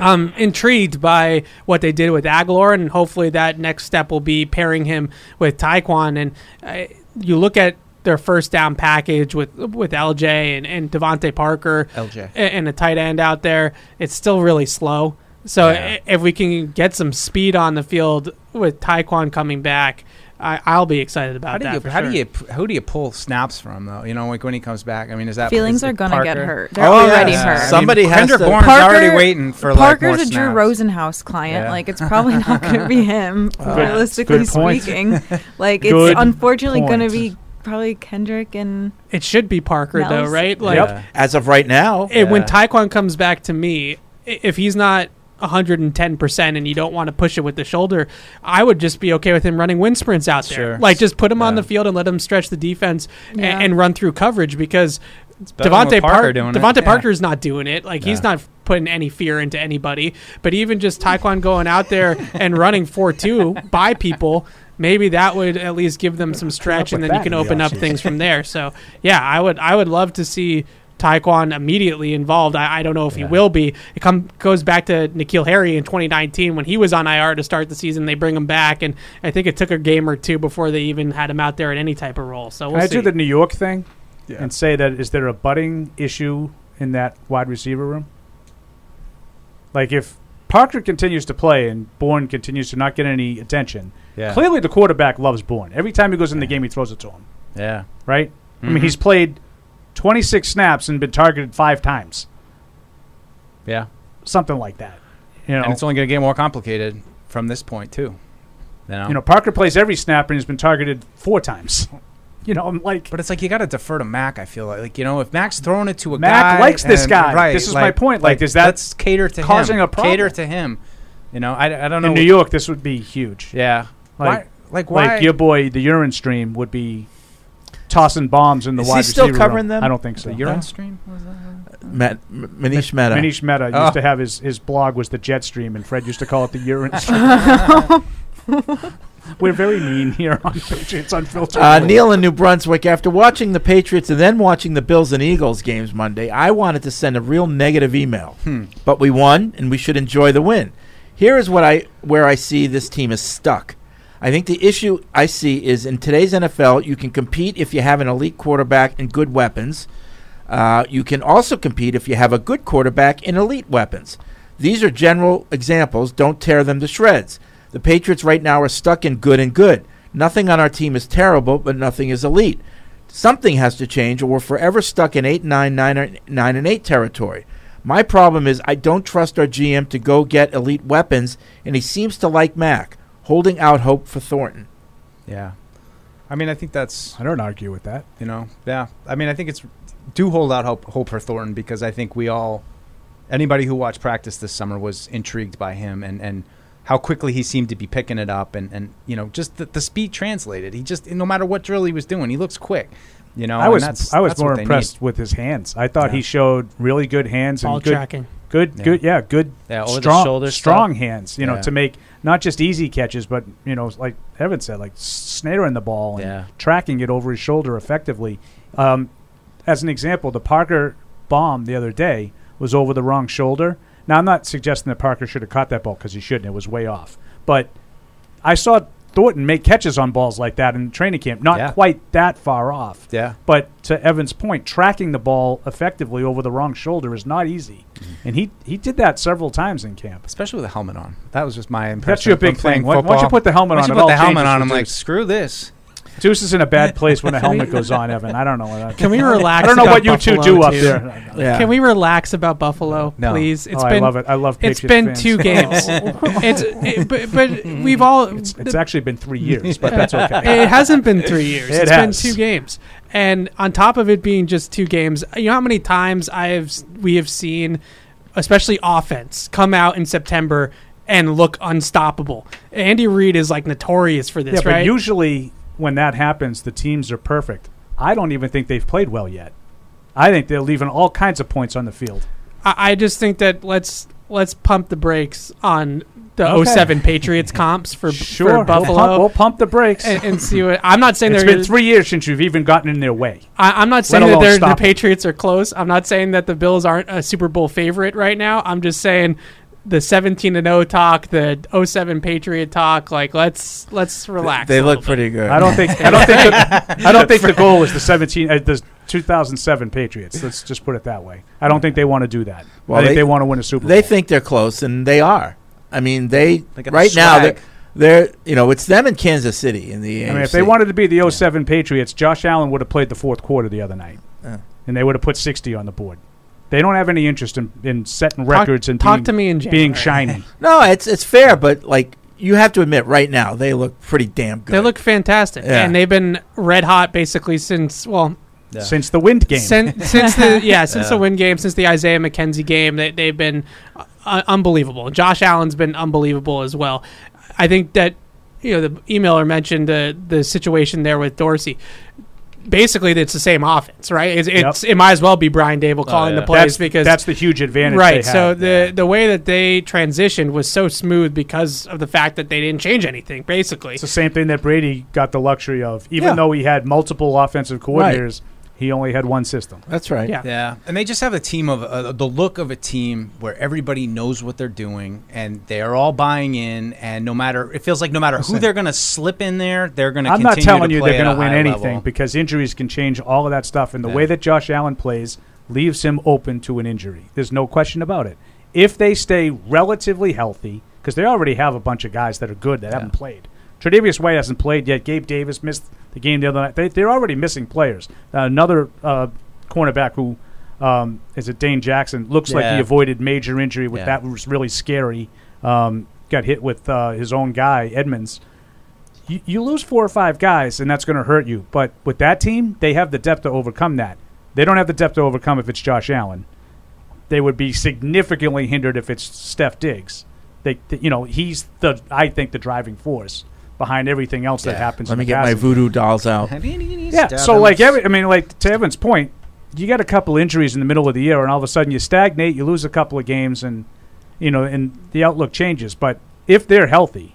U: I'm intrigued by what they did with Aguilar, and hopefully that next step will be pairing him with Taekwon. And uh, you look at their first down package with with LJ and, and Devontae Parker
C: LJ.
U: a- and a tight end out there. It's still really slow. So i if we can get some speed on the field with Taekwon coming back, I, I'll be excited about
C: How do
U: that.
C: you
U: for
C: how
U: sure.
C: do you who do you pull snaps from though? You know, like when he comes back. I mean, is that
E: Feelings
C: is it
E: are gonna get
C: Parker?
E: hurt. They're Oh, already yeah. hurt.
B: Somebody has
C: Kendrick
B: to-
C: Bourne's already waiting for like more
E: Parker's a Drew
C: snaps.
E: Rosenhaus client.
C: Yeah.
E: Like it's probably not going to be him,
C: Wow.
E: realistically
U: Good point.
E: speaking. Like it's
U: Good
E: unfortunately going to
U: point.
E: be probably Kendrick and
U: It should be Parker though,
E: Nelson.
U: right? Like
B: As of right now.
U: it- when Taekwon comes back to me, i- if he's not 110% and you don't want to push it with the shoulder, I would just be okay with him running wind sprints out there.
C: Sure.
U: Like just put him on the field and let him stretch the defense a-
C: Yeah.
U: and, run through coverage because
C: better than
U: Devontae
C: what Parker
U: Parker
C: doing it.
U: Devontae
C: Yeah.
U: Parker's not doing it. Like he's
C: Nah.
U: not putting any fear into anybody. But even just Taekwon going out there and running 4-2 by people, maybe that would at least give them some stretch and with then you that can in the open up offseason. things from there. So yeah, I would I would love to see Taekwon immediately involved. I, I don't know if he will be. It come goes back to Nikhil Harry in 2019 when he was on IR to start the season. They bring him back, and I think it took a game or two before they even had him out there in any type of role. So
D: Can
U: we'll
D: I
U: see.
D: do the New York thing and say that is there a budding issue in that wide receiver room? Like if Parker continues to play and Bourne continues to not get any attention,
C: Yeah.
D: clearly the quarterback loves Bourne. Every time he goes in the game, he throws it to him.
C: Yeah.
D: Right?
C: Mhm.
D: I
U: Mm-hmm.
D: mean, he's played 26 snaps and been targeted five times,
C: Yeah.
D: something like that. You know,
C: And it's only going to get more complicated from this point too. You know.
D: you know, Parker plays every snap and has been targeted four times. you know, I'm like,
C: but it's like you got to defer to Mac. I feel like, like you know, if Mac's throwing it to a guy,
D: Mac likes this
C: and-
D: guy.
C: Right.
D: This is my point. Like, is that
C: let's cater to
D: causing
C: him,
D: a problem?
C: Cater to him. You know, I, I don't know.
D: in New York, this would be huge.
C: Yeah.
D: Like,
C: Why- like, why-
D: your boy, the urine stream would be tossing bombs in the
B: Is
D: wide
B: he still
D: receiver room.
B: covering them?
D: I don't think so.
B: The urine No?
C: stream?
B: Met, M- Manish Mehta.
D: Manish Mehta
B: Oh.
D: used to have his, his blog was the jet stream, and Fred used to call it the urine stream. We're very mean here on Patriots Unfiltered.
B: Uh, Neil in New Brunswick, after watching the Patriots and then watching the Bills and Eagles games Monday, I wanted to send a real negative email.
C: Hmm.
B: But we won, and we should enjoy the win. Here is what I where I see this team is stuck. I think the issue I see is in today's NFL, you can compete if you have an elite quarterback and good weapons. Uh, you can also compete if you have a good quarterback and elite weapons. These are general examples. Don't tear them to shreds. The Patriots right now are stuck in good and good. Nothing on our team is terrible, but nothing is elite. Something has to change, or we're forever stuck in 8, 9, 9, or 9 and 8 territory. My problem is I don't trust our GM to go get elite weapons, and he seems to like Mac, holding out hope for Thornton.
C: Yeah. I mean, I think that's.
D: I don't argue with that.
C: You know, yeah. I mean, I think it's do hold out hope, hope for Thornton because I think we all, anybody who watched practice this summer was intrigued by him and and how quickly he seemed to be picking it up and and you know just the, the speed translated. He just no matter what drill he was doing, he looks quick. You know,
D: I
C: and
D: was
C: that's-
D: I was
C: that's
D: more
C: what they
D: impressed with his hands. I thought he showed really good hands
U: Ball
D: and good
U: tracking.
D: Good,
T: Yeah.
D: good, yeah, good,
T: Yeah, over the
D: strong,
T: shoulder
D: strong
T: stuff.
D: hands. You know,
T: Yeah.
D: to make not just easy catches, but you know, like Evan said, like snaring the ball and
T: Yeah.
D: tracking it over his shoulder effectively. Um, as an example, the Parker bomb the other day was over the wrong shoulder. Now, I'm not suggesting that Parker should have caught that ball because he shouldn't; it was way off. But I saw Thornton make catches on balls like that in training camp, not quite that far off.
T: Yeah.
D: But to Evan's point, tracking the ball effectively over the wrong shoulder is not easy, and he he did that several times in camp,
T: Mm-hmm. especially with a helmet on. That was just my impression.
D: That's your
T: from
D: big
T: playing
D: thing. Why, why don't you
T: football.
D: put the helmet
T: Why
D: on?
T: don't
D: It
T: you
D: all
T: put the helmet
D: changes
T: on?
D: for
T: I'm like,
D: Deuce.
T: screw this.
D: Deuce is in a bad place when the helmet goes on, Evan. I don't know. What
U: Can we relax?
D: I don't know
U: about
D: what you two
U: Buffalo,
D: do up
U: too?
D: there.
U: Can we relax about Buffalo,
D: No.
U: please? It's
D: Oh, I
U: been
D: love it. I love
U: It's
D: Patriot
U: been
D: fans.
U: two games. it's it, but, but we've all.
D: It's, it's actually been three years, but that's okay.
U: it hasn't been three years.
D: It
U: It has
D: has.
U: been two games, and on top of it being just two games, you know how many times I've s- we have seen, especially offense, come out in September and look unstoppable. Andy Reid is like notorious for this,
D: yeah,
U: right?
D: but usually when that happens, the teams are perfect. I don't even think they've played well yet. I think they're leaving all kinds of points on the field.
U: I, I just think that let's let's pump the brakes on the
D: Okay.
U: 07 Patriots comps for,
D: Sure,
U: for
D: we'll pump-
U: Buffalo.
D: we'll pump the brakes
U: and, and see what. I'm not saying
D: it's
U: they're
D: been
U: gonna-
D: three years since you've even gotten in their way.
U: I, I'm not
D: Let
U: saying that
D: alone
U: they're, the
D: stop 'em.
U: Patriots are close. I'm not saying that the Bills aren't a Super Bowl favorite right now. I'm just saying the 17 and 0 talk, the 07 Patriot talk. Like let's let's relax.
B: They
U: a
B: look
U: little
B: pretty
U: bit.
B: good.
D: I don't think. I don't think. The, I don't think the goal is the seventeen, uh, the two thousand seven Patriots. Let's just put it that way. I don't think they want to do that. I think they, want to win a Super.
B: They think they're close, and they are. I mean, they,
D: They got the
B: right now
D: swag.
B: they're, they're you know it's them and Kansas City in the.
D: I mean, if
B: AFC.
D: they wanted to be the 07 Patriots, Josh Allen would have played the fourth quarter the other night,
B: Yeah.
D: and they would have put sixty on the board. They don't have any interest in, in setting
B: Talk-
D: records and
B: talk
D: being,
B: to me in
D: being
B: January.
D: shiny.
B: no, it's it's fair, but like you have to admit, right now they look pretty damn good.
U: They look fantastic,
B: Yeah.
U: and they've been red hot basically since well.
D: Yeah. Since the wind game.
U: Sin- since the yeah, since the
D: Yeah.
U: wind game, since the Isaiah McKenzie game, they they've been uh, unbelievable. Josh Allen's been unbelievable as well. I think that you know the emailer mentioned the the situation there with Dorsey. Basically, it's the same offense, right? It's, it's it might as well be Brian
D: Oh,
U: Dable calling the plays
D: that's,
U: because
D: that's the huge advantage.
U: right.
D: They
U: so
D: have.
U: the the way that they transitioned was so smooth because of the fact that they didn't change anything. Basically,
D: It's the same thing that Brady got the luxury of, even
U: Yeah.
D: though he had multiple offensive coordinators. He only had one system.
B: That's right.
D: Yeah.
T: Yeah. And they just have a team of uh, the look of a team where everybody knows what they're doing and they're all buying in. And no matter, it feels like no matter who
D: Listen.
T: they're going to slip in there, they're going to
D: I'm
T: continue
D: not telling
T: to
D: you
T: play
D: they're
T: at a
D: going to win
T: high
D: anything
T: level.
D: because injuries can change all of that stuff. And the
T: Yeah.
D: way that Josh Allen plays leaves him open to an injury. There's no question about it. If they stay relatively healthy, because they already have a bunch of guys that are good that haven't played. Tre'Davious White hasn't played yet. Gabe Davis missed the game the other night. They, they're already missing players. Uh, another uh, cornerback who um, is it Dane Jackson looks like
T: Yeah.
D: he avoided major injury with
T: Yeah.
D: that was really scary. Um, got hit with uh, his own guy Edmonds you, you lose four or five guys, and that's going to hurt you. But with that team, they have the depth to overcome that. They don't have the depth to overcome if it's Josh Allen. They would be significantly hindered if it's Steph Diggs. They, th- you know, he's the I think the driving force behind everything else that happens.
B: Let
D: in
B: me
D: the
B: get my
D: passing
B: voodoo dolls out.
D: yeah. So like every, I mean, like to Evan's point, you got a couple injuries in the middle of the year, and all of a sudden you stagnate, you lose a couple of games, and you know, and the outlook changes. But if they're healthy,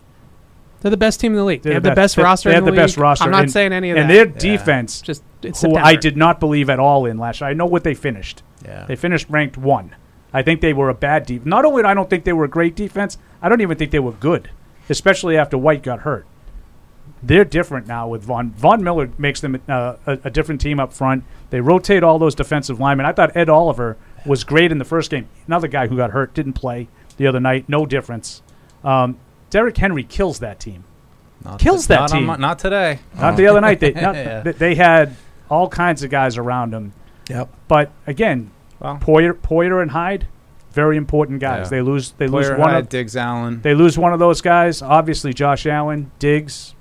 U: they're the best team in the league. They
D: They're
U: have the best
D: they-
U: roster
D: They
U: in
D: have
U: the
D: the best
U: league.
D: roster.
U: I'm not
D: and-
U: saying any of
D: And
U: that.
D: their
U: Yeah.
D: defense,
U: Just- it's
D: who I
U: September.
D: did not believe at all in last year. I know what they finished.
U: Yeah.
D: They finished ranked one. I think they were a bad defense. Not only I don't think they were a great defense, I don't even think they were good, especially after White got hurt. They're different now with Von. Von Miller makes them uh, a, a different team up front. They rotate all those defensive linemen. I thought Ed Oliver was great in the first game. Another guy who got hurt didn't play the other night. No difference. Um, Derrick Henry kills that team.
T: Not
D: kills
T: t-
D: that
T: not on
D: team.
T: my- not today.
D: Not
T: Oh.
D: the other night. They not,
T: Yeah.
D: th- they had all kinds of guys around them.
B: Yep.
D: But again, Poyer, Poyer and Hyde, very important guys.
T: Yeah.
D: They lose. They lose
T: Poyer,
D: one
T: Hyde,
D: of
T: Diggs, Allen.
D: They lose one of those guys. Obviously, Josh Allen, Diggs.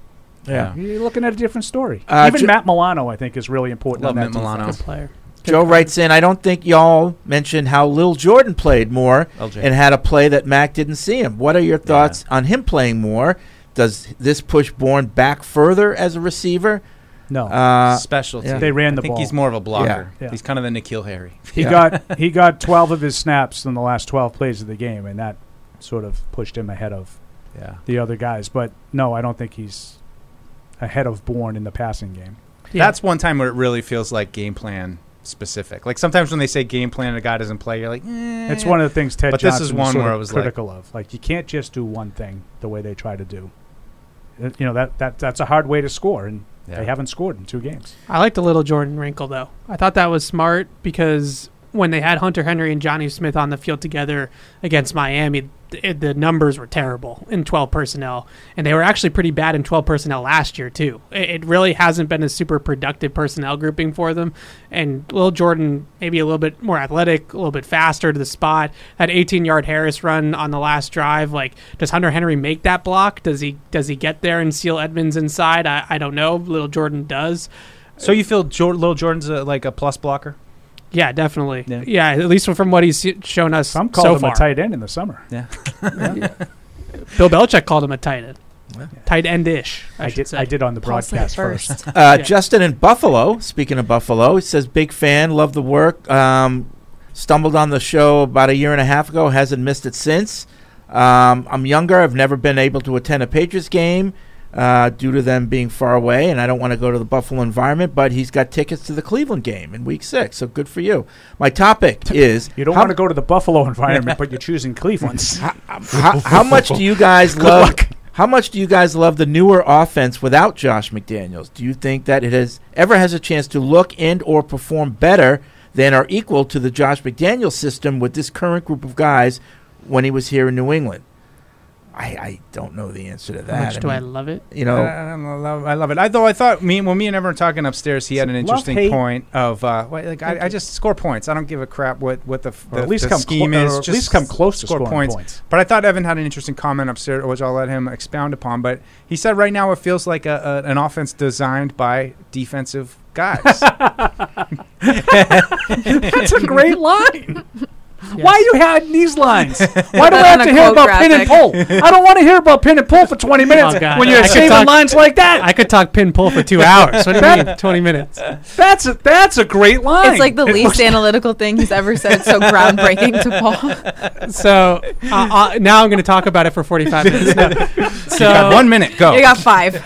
B: Yeah.
D: you're looking at a different story.
B: Uh,
D: Even
B: Ju-
D: Matt Milano, I think, is really important.
T: Love
D: on that
T: Matt Milano.
D: defense.
T: Good player.
B: Joe writes in, I don't think y'all mentioned how Lil Jordan played more
T: LJ.
B: and had a play that Mac didn't see him. What are your thoughts on him playing more? Does this push Bourne back further as a receiver?
D: No.
B: Uh,
T: specialty.
B: yeah.
D: They ran the
T: I think
D: ball.
T: he's more of a blocker.
D: Yeah. Yeah.
T: He's kind of the Nikhil Harry.
D: He got he got 12 of his snaps in the last 12 plays of the game, and that sort of pushed him ahead of
T: yeah.
D: the other guys. But no, I don't think he's ahead of Bourne in the passing game.
T: That's one time where it really feels like game plan specific. Like sometimes when they say game plan and a guy doesn't play, you're like, eh.
D: It's one of the things Ted
T: But
D: Johnson
T: this is one
D: sort
T: where
D: of
T: it was like,
D: critical of. Like you can't just do one thing the way they try to do. Uh, You know that, that that's a hard way to score, and
T: Yeah.
D: they haven't scored in two games.
U: I liked the little Jordan wrinkle though. I thought that was smart because when they had Hunter Henry and Johnny Smith on the field together against Miami, th- the numbers were terrible in 12 personnel, and they were actually pretty bad in 12 personnel last year too. It, it really hasn't been a super productive personnel grouping for them. And little Jordan, maybe a little bit more athletic, a little bit faster to the spot. That 18-yard Harris run on the last drive, like does Hunter Henry make that block? Does he does he get there and seal Edmonds inside? I, I don't know. Little Jordan does.
T: So you feel Jor- Lil Jordan's a, like a plus blocker?
U: Yeah, definitely. Yeah, at least from what he's shown us
D: Some
U: so
D: called him
U: far.
D: a tight end in the summer.
T: Yeah.
U: Bill Belichick called him a tight end. Tight end-ish. I,
D: I
U: should
D: did
U: say.
D: I did on the
U: Paul said
D: broadcast
U: it first.
D: first.
B: Uh,
U: Yeah.
B: Justin in Buffalo. Speaking of Buffalo, he says big fan, love the work. Um, stumbled on the show about a year and a half ago, hasn't missed it since. Um, I'm younger. I've never been able to attend a Patriots game uh, due to them being far away, and I don't want to go to the Buffalo environment. But he's got tickets to the Cleveland game in Week Six, so good for you. My topic is
D: You don't
B: how-
D: want to go to the Buffalo environment, but you're choosing Cleveland.
B: how, how much do you guys
D: Good
B: love? How much do you guys love the newer offense without Josh McDaniels? Do you think that it has ever has a chance to look and or perform better than or equal to the Josh McDaniels system with this current group of guys when he was here in New England? I, I don't know the answer to that.
U: How much do I
B: mean,
U: love it?
B: You know,
T: I, I love, I love it. I though I thought me when me and Evan were talking upstairs, he had an interesting
D: love-hate.
T: point of uh, why- like I, I just score points. I don't give a crap what what the, f-
D: Or at
T: the-
D: least
T: the
D: come
T: scheme
D: clo- or
T: is.
D: at
T: just
D: least come close to
T: score
D: scoring
T: points.
D: points.
T: But I thought Evan had an interesting comment upstairs, which I'll let him expound upon. But he said right now it feels like a, a, an offense designed by defensive guys.
D: That's a great line. Why you had these lines? Why do I
U: On
D: have
U: a
D: to hear
U: quote
D: about pin and pull?
U: graphic.
D: I don't want to hear about pin and pull for 20 minutes
U: Oh, God.
D: when you're
U: I could
D: saving
U: talk-
D: lines like that.
U: I could talk pin pull for two hours. What do you mean? Twenty minutes.
D: That's a, that's a great line.
E: It's like the
D: It
E: least
D: was-
E: analytical thing he's ever said. It's so groundbreaking to Paul.
U: So uh, uh, now I'm going to talk about it for 45 minutes. No. So
T: got one minute. Go. You got
E: five.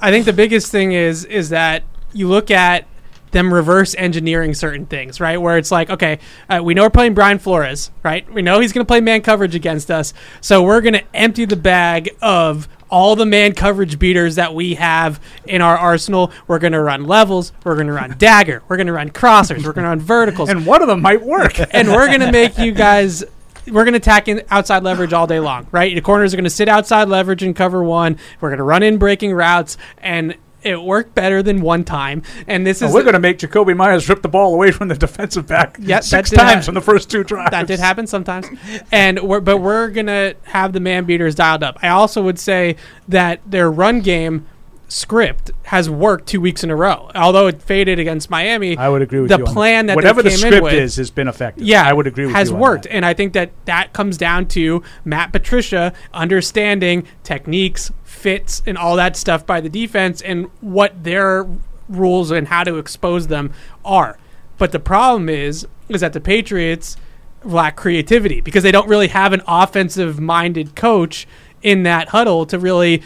U: I think the biggest thing is is that you look at them reverse engineering certain things, right? Where it's like, okay, uh, we know we're playing Brian Flores, right? We know he's going to play man coverage against us, so we're going to empty the bag of all the man coverage beaters that we have in our arsenal. We're going to run levels, we're going to run dagger, we're going to run crossers, we're going to run verticals,
D: and one of them might work.
U: and we're going to make you guys we're going to attack in outside leverage all day long, right? The corners are going to sit outside leverage and cover one. We're going to run in breaking routes, and it worked better than one time. And this
D: Oh,
U: is
D: we're going to make Jacoby Myers rip the ball away from the defensive back
U: Yeah, that
D: six
U: did hap-
D: times on the first two drives.
U: that did happen sometimes. And we're, but we're gonna have the man beaters dialed up. I also would say that their run game script has worked two weeks in a row, although it faded against Miami.
D: I would agree with
U: the
D: you. on
U: plan that
D: whatever
U: they
D: the
U: came in
D: script
U: with-
D: is has been effective.
U: Yeah,
D: I would agree with
U: has
D: you. on
U: worked,
D: that.
U: and I think that that comes down to Matt Patricia understanding techniques, fits, and all that stuff by the defense, and what their rules and how to expose them are. But the problem is, is that the Patriots lack creativity because they don't really have an offensive-minded coach in that huddle to really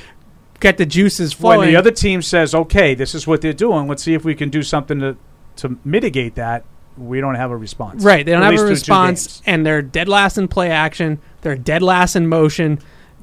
U: get the juices flowing.
D: When the other team says, "Okay, this is what they're doing. Let's see if we can do something to to mitigate that," we don't have a response.
U: Right. They don't
D: At
U: have
D: least
U: a
D: through two games.
U: response, and they're dead last in play action. They're dead last in motion.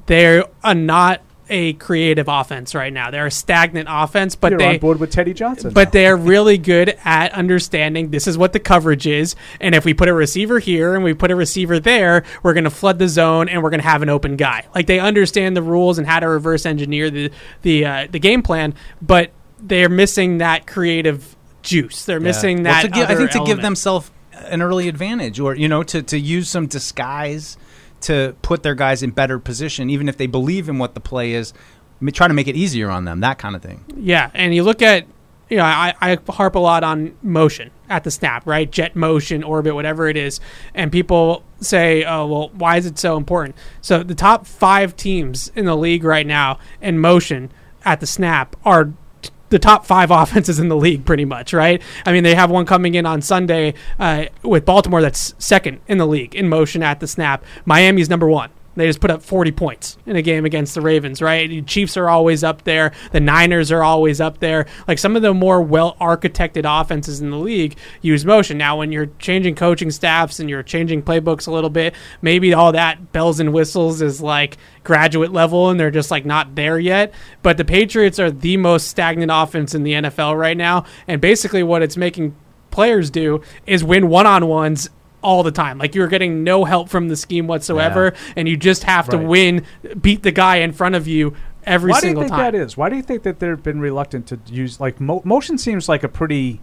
U: They're a, not a creative offense right now. They're a stagnant offense, but
D: You're
U: they
D: on board with Teddy Johnson.
U: but they're really good at understanding this is what the coverage is, and if we put a receiver here and we put a receiver there, we're going to flood the zone and we're going to have an open guy. Like they understand the rules and how to reverse engineer the the uh, the game plan, but they're missing that creative juice. They're missing
T: Well,
U: that.
T: to give, I
U: other
T: think to give
U: element.
T: themselves an early advantage, or you know, to to use some disguise to put their guys in better position, even if they believe in what the play is. m- Try to make it easier on them, that kind of thing.
U: Yeah, and you look at you know I, I harp a lot on motion at the snap, right? Jet motion, orbit, whatever it is, and people say, "Oh, well, why is it so important?" So the top five teams in the league right now in motion at the snap are t- the top five offenses in the league, pretty much, right? I mean, they have one coming in on Sunday uh, with Baltimore that's second in the league in motion at the snap. Miami's number one. They just put up 40 points in a game against the Ravens, right? The Chiefs are always up there. The Niners are always up there. Like some of the more well architected offenses in the league use motion. Now, when you're changing coaching staffs and you're changing playbooks a little bit, maybe all that bells and whistles is like graduate level and they're just like not there yet. But the Patriots are the most stagnant offense in the NFL right now. And basically, what it's making players do is win one on ones all the time. Like you're getting no help from the scheme whatsoever, and you just have to
D: Right.
U: win, beat the guy in front of you every
D: Why
U: single
D: do you think
U: time.
D: that is? Why do you think that they've been reluctant to use like mo- motion? Seems like a pretty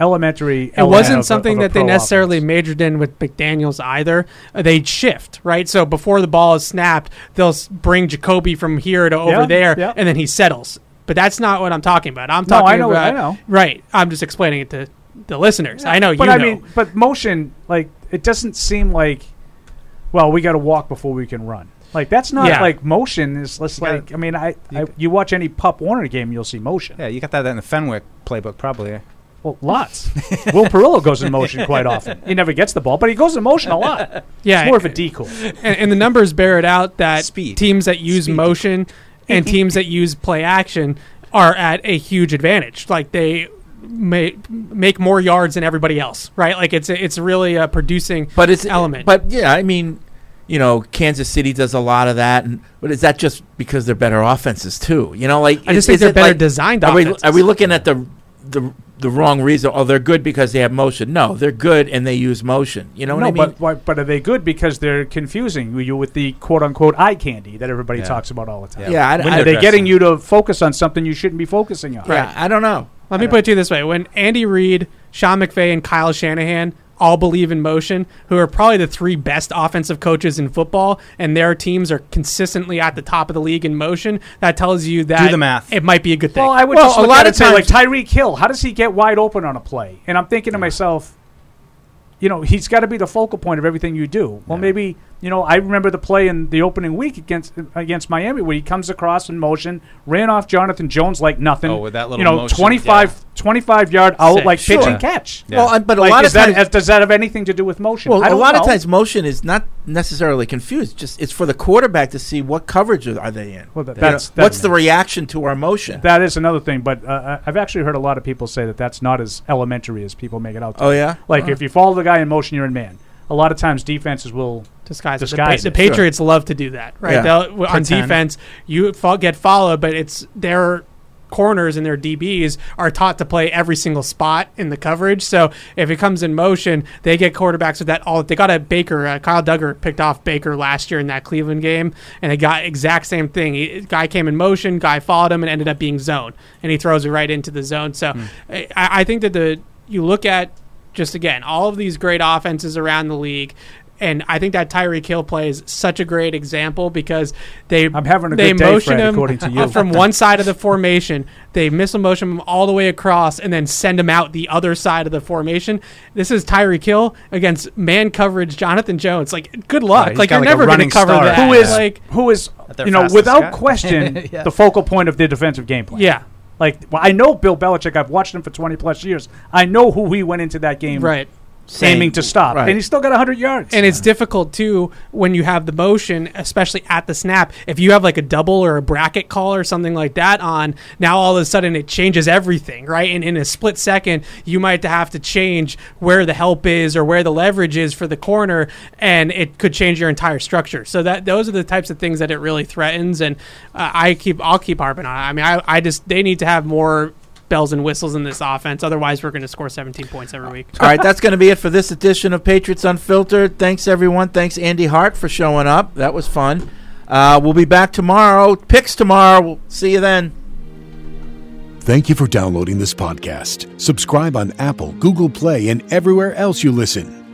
D: elementary.
U: It
D: element
U: wasn't
D: of a-
U: something
D: of a
U: that they
D: pro offense.
U: necessarily majored in with McDaniels either. Uh, They'd shift, right? So before the ball is snapped, they'll s- bring Jacoby from here to over
D: Yeah,
U: there,
D: yeah.
U: and then he settles. But that's not what I'm talking about. I'm
D: No, I
U: talking
D: know-
U: about
D: I know.
U: right. I'm just explaining it to the listeners. I know
D: but
U: you
D: I
U: know.
D: mean, but motion like it doesn't seem like. Well, we got to walk before we can run. Like that's not
T: Yeah.
D: like motion is less like. I mean, I you, I you watch any Pop Warner game, you'll see motion.
T: Yeah, you got that in the Fenwick playbook, probably. eh?
D: Well, lots. Will Perillo goes in motion quite often. He never gets the ball, but he goes in motion a lot.
U: Yeah,
D: it's more of a decoy.
U: and, and the numbers bear it out that teams that use motion and teams that use play action are at a huge advantage. Like they make make more yards than everybody else, right? Like it's a, it's really a producing
B: but it's
U: element.
B: But yeah, I mean, you know, Kansas City does a lot of that, and but is that just because they're better offenses too? You know, like
U: I
B: is-
U: just think
B: is
U: they're
B: it
U: better designed
B: Are we,
U: offenses.
B: are we looking at the the the wrong reason? Oh, they're good because they have motion. No, they're good and they use motion. You know what
D: no,
B: I mean?
D: but why- but are they good because they're confusing you with the quote unquote eye candy that everybody
B: Yeah.
D: talks about all the time?
B: Yeah, I-
D: When
B: I-
D: are they
B: Window
D: getting you to focus on something you shouldn't be focusing on?
U: Right.
B: I don't know.
U: Let me put it to you this way: when Andy Reid, Sean McVay, and Kyle Shanahan all believe in motion, who are probably the three best offensive coaches in football, and their teams are consistently at the top of the league in motion, that tells you that
T: the math.
U: It might be a good thing.
D: Well, I would just look at it and say, like Tyreek Hill, how does he get wide open on a play? And I'm thinking to myself, you know, he's got to be the focal point of everything you do. Well, maybe you know, I remember the play in the opening week against against Miami where he comes across in motion, ran off Jonathan Jones like nothing.
T: Oh, with that little
D: you know,
T: motion,
D: 25, 25 yard out
B: Sick.
D: like pitch
B: Sure.
D: and catch.
B: Yeah. Well, I- but a
D: Like,
B: lot
D: is
B: of
D: that-
B: times-
D: does that have anything to do with motion? I
B: Well, a
D: don't
B: lot of
D: know.
B: times motion is not necessarily confused. Just it's for the quarterback to see what coverage are are they in.
D: Well, that-
B: You
D: that's-
B: know,
D: that-
B: what's the reaction to our motion.
D: That is another thing, but uh, I- I've actually heard a lot of people say that that's not as elementary as people make it out. to
B: Oh,
D: be.
B: yeah?
D: like
B: Huh.
D: if you follow the guy in motion, you're in man. A lot of times defenses will
U: disguise,
D: disguise
U: the,
D: it.
U: Pa- the Patriots love to do that, right?
D: Yeah.
U: They'll, w- on
D: Pretend.
U: defense, you fo- get followed, but it's their corners and their DBs are taught to play every single spot in the coverage. So if it comes in motion, they get quarterbacks with that all. They got a Baker, uh, Kyle Duggar picked off Baker last year in that Cleveland game, and they got exact same thing. He- guy came in motion, guy followed him, and ended up being zone, and he throws it right into the zone. So I, I think that the you look at just again, all of these great offenses around the league. And I think that Tyreek Hill play is such a great example because they I'm having
D: a
U: they
D: good day,
U: motion
D: Fred,
U: him
D: according to you.
U: from one side of the formation, they missile motion him all the way across, and then send him out the other side of the formation. This is Tyreek Hill against man coverage Jonathan Jones. Like, good luck.
D: he's
U: like
D: got
U: you're
D: like a
U: never going
D: running
U: to cover
D: start.
U: that.
D: Who is-
U: like
D: who is
U: their
D: you know
U: fastest
D: without
U: guy.
D: question
U: Yeah.
D: the focal point of their defensive game plan.
U: Yeah.
D: like well, I know Bill Belichick. I've watched him for twenty plus years. I know who he went into that game
U: Right.
D: aiming to stop,
U: Right.
D: and he still got hundred yards.
U: And it's difficult too when you have the motion, especially at the snap. If you have like a double or a bracket call or something like that on, now all of a sudden it changes everything, right? And in a split second, you might have to change where the help is or where the leverage is for the corner, and it could change your entire structure. So that those are the types of things that it really threatens. And uh, I keep I'll keep harping on. it. I mean, I, I just they need to have more. Bells and whistles in this offense. Otherwise, we're going to score 17 points every week.
B: All right, that's going to be it for this edition of Patriots Unfiltered. Thanks, everyone. Thanks, Andy Hart, for showing up. That was fun. Uh, we'll be back tomorrow. Picks tomorrow. We'll see you then.
A: Thank you for downloading this podcast. Subscribe on Apple, Google Play, and everywhere else you listen.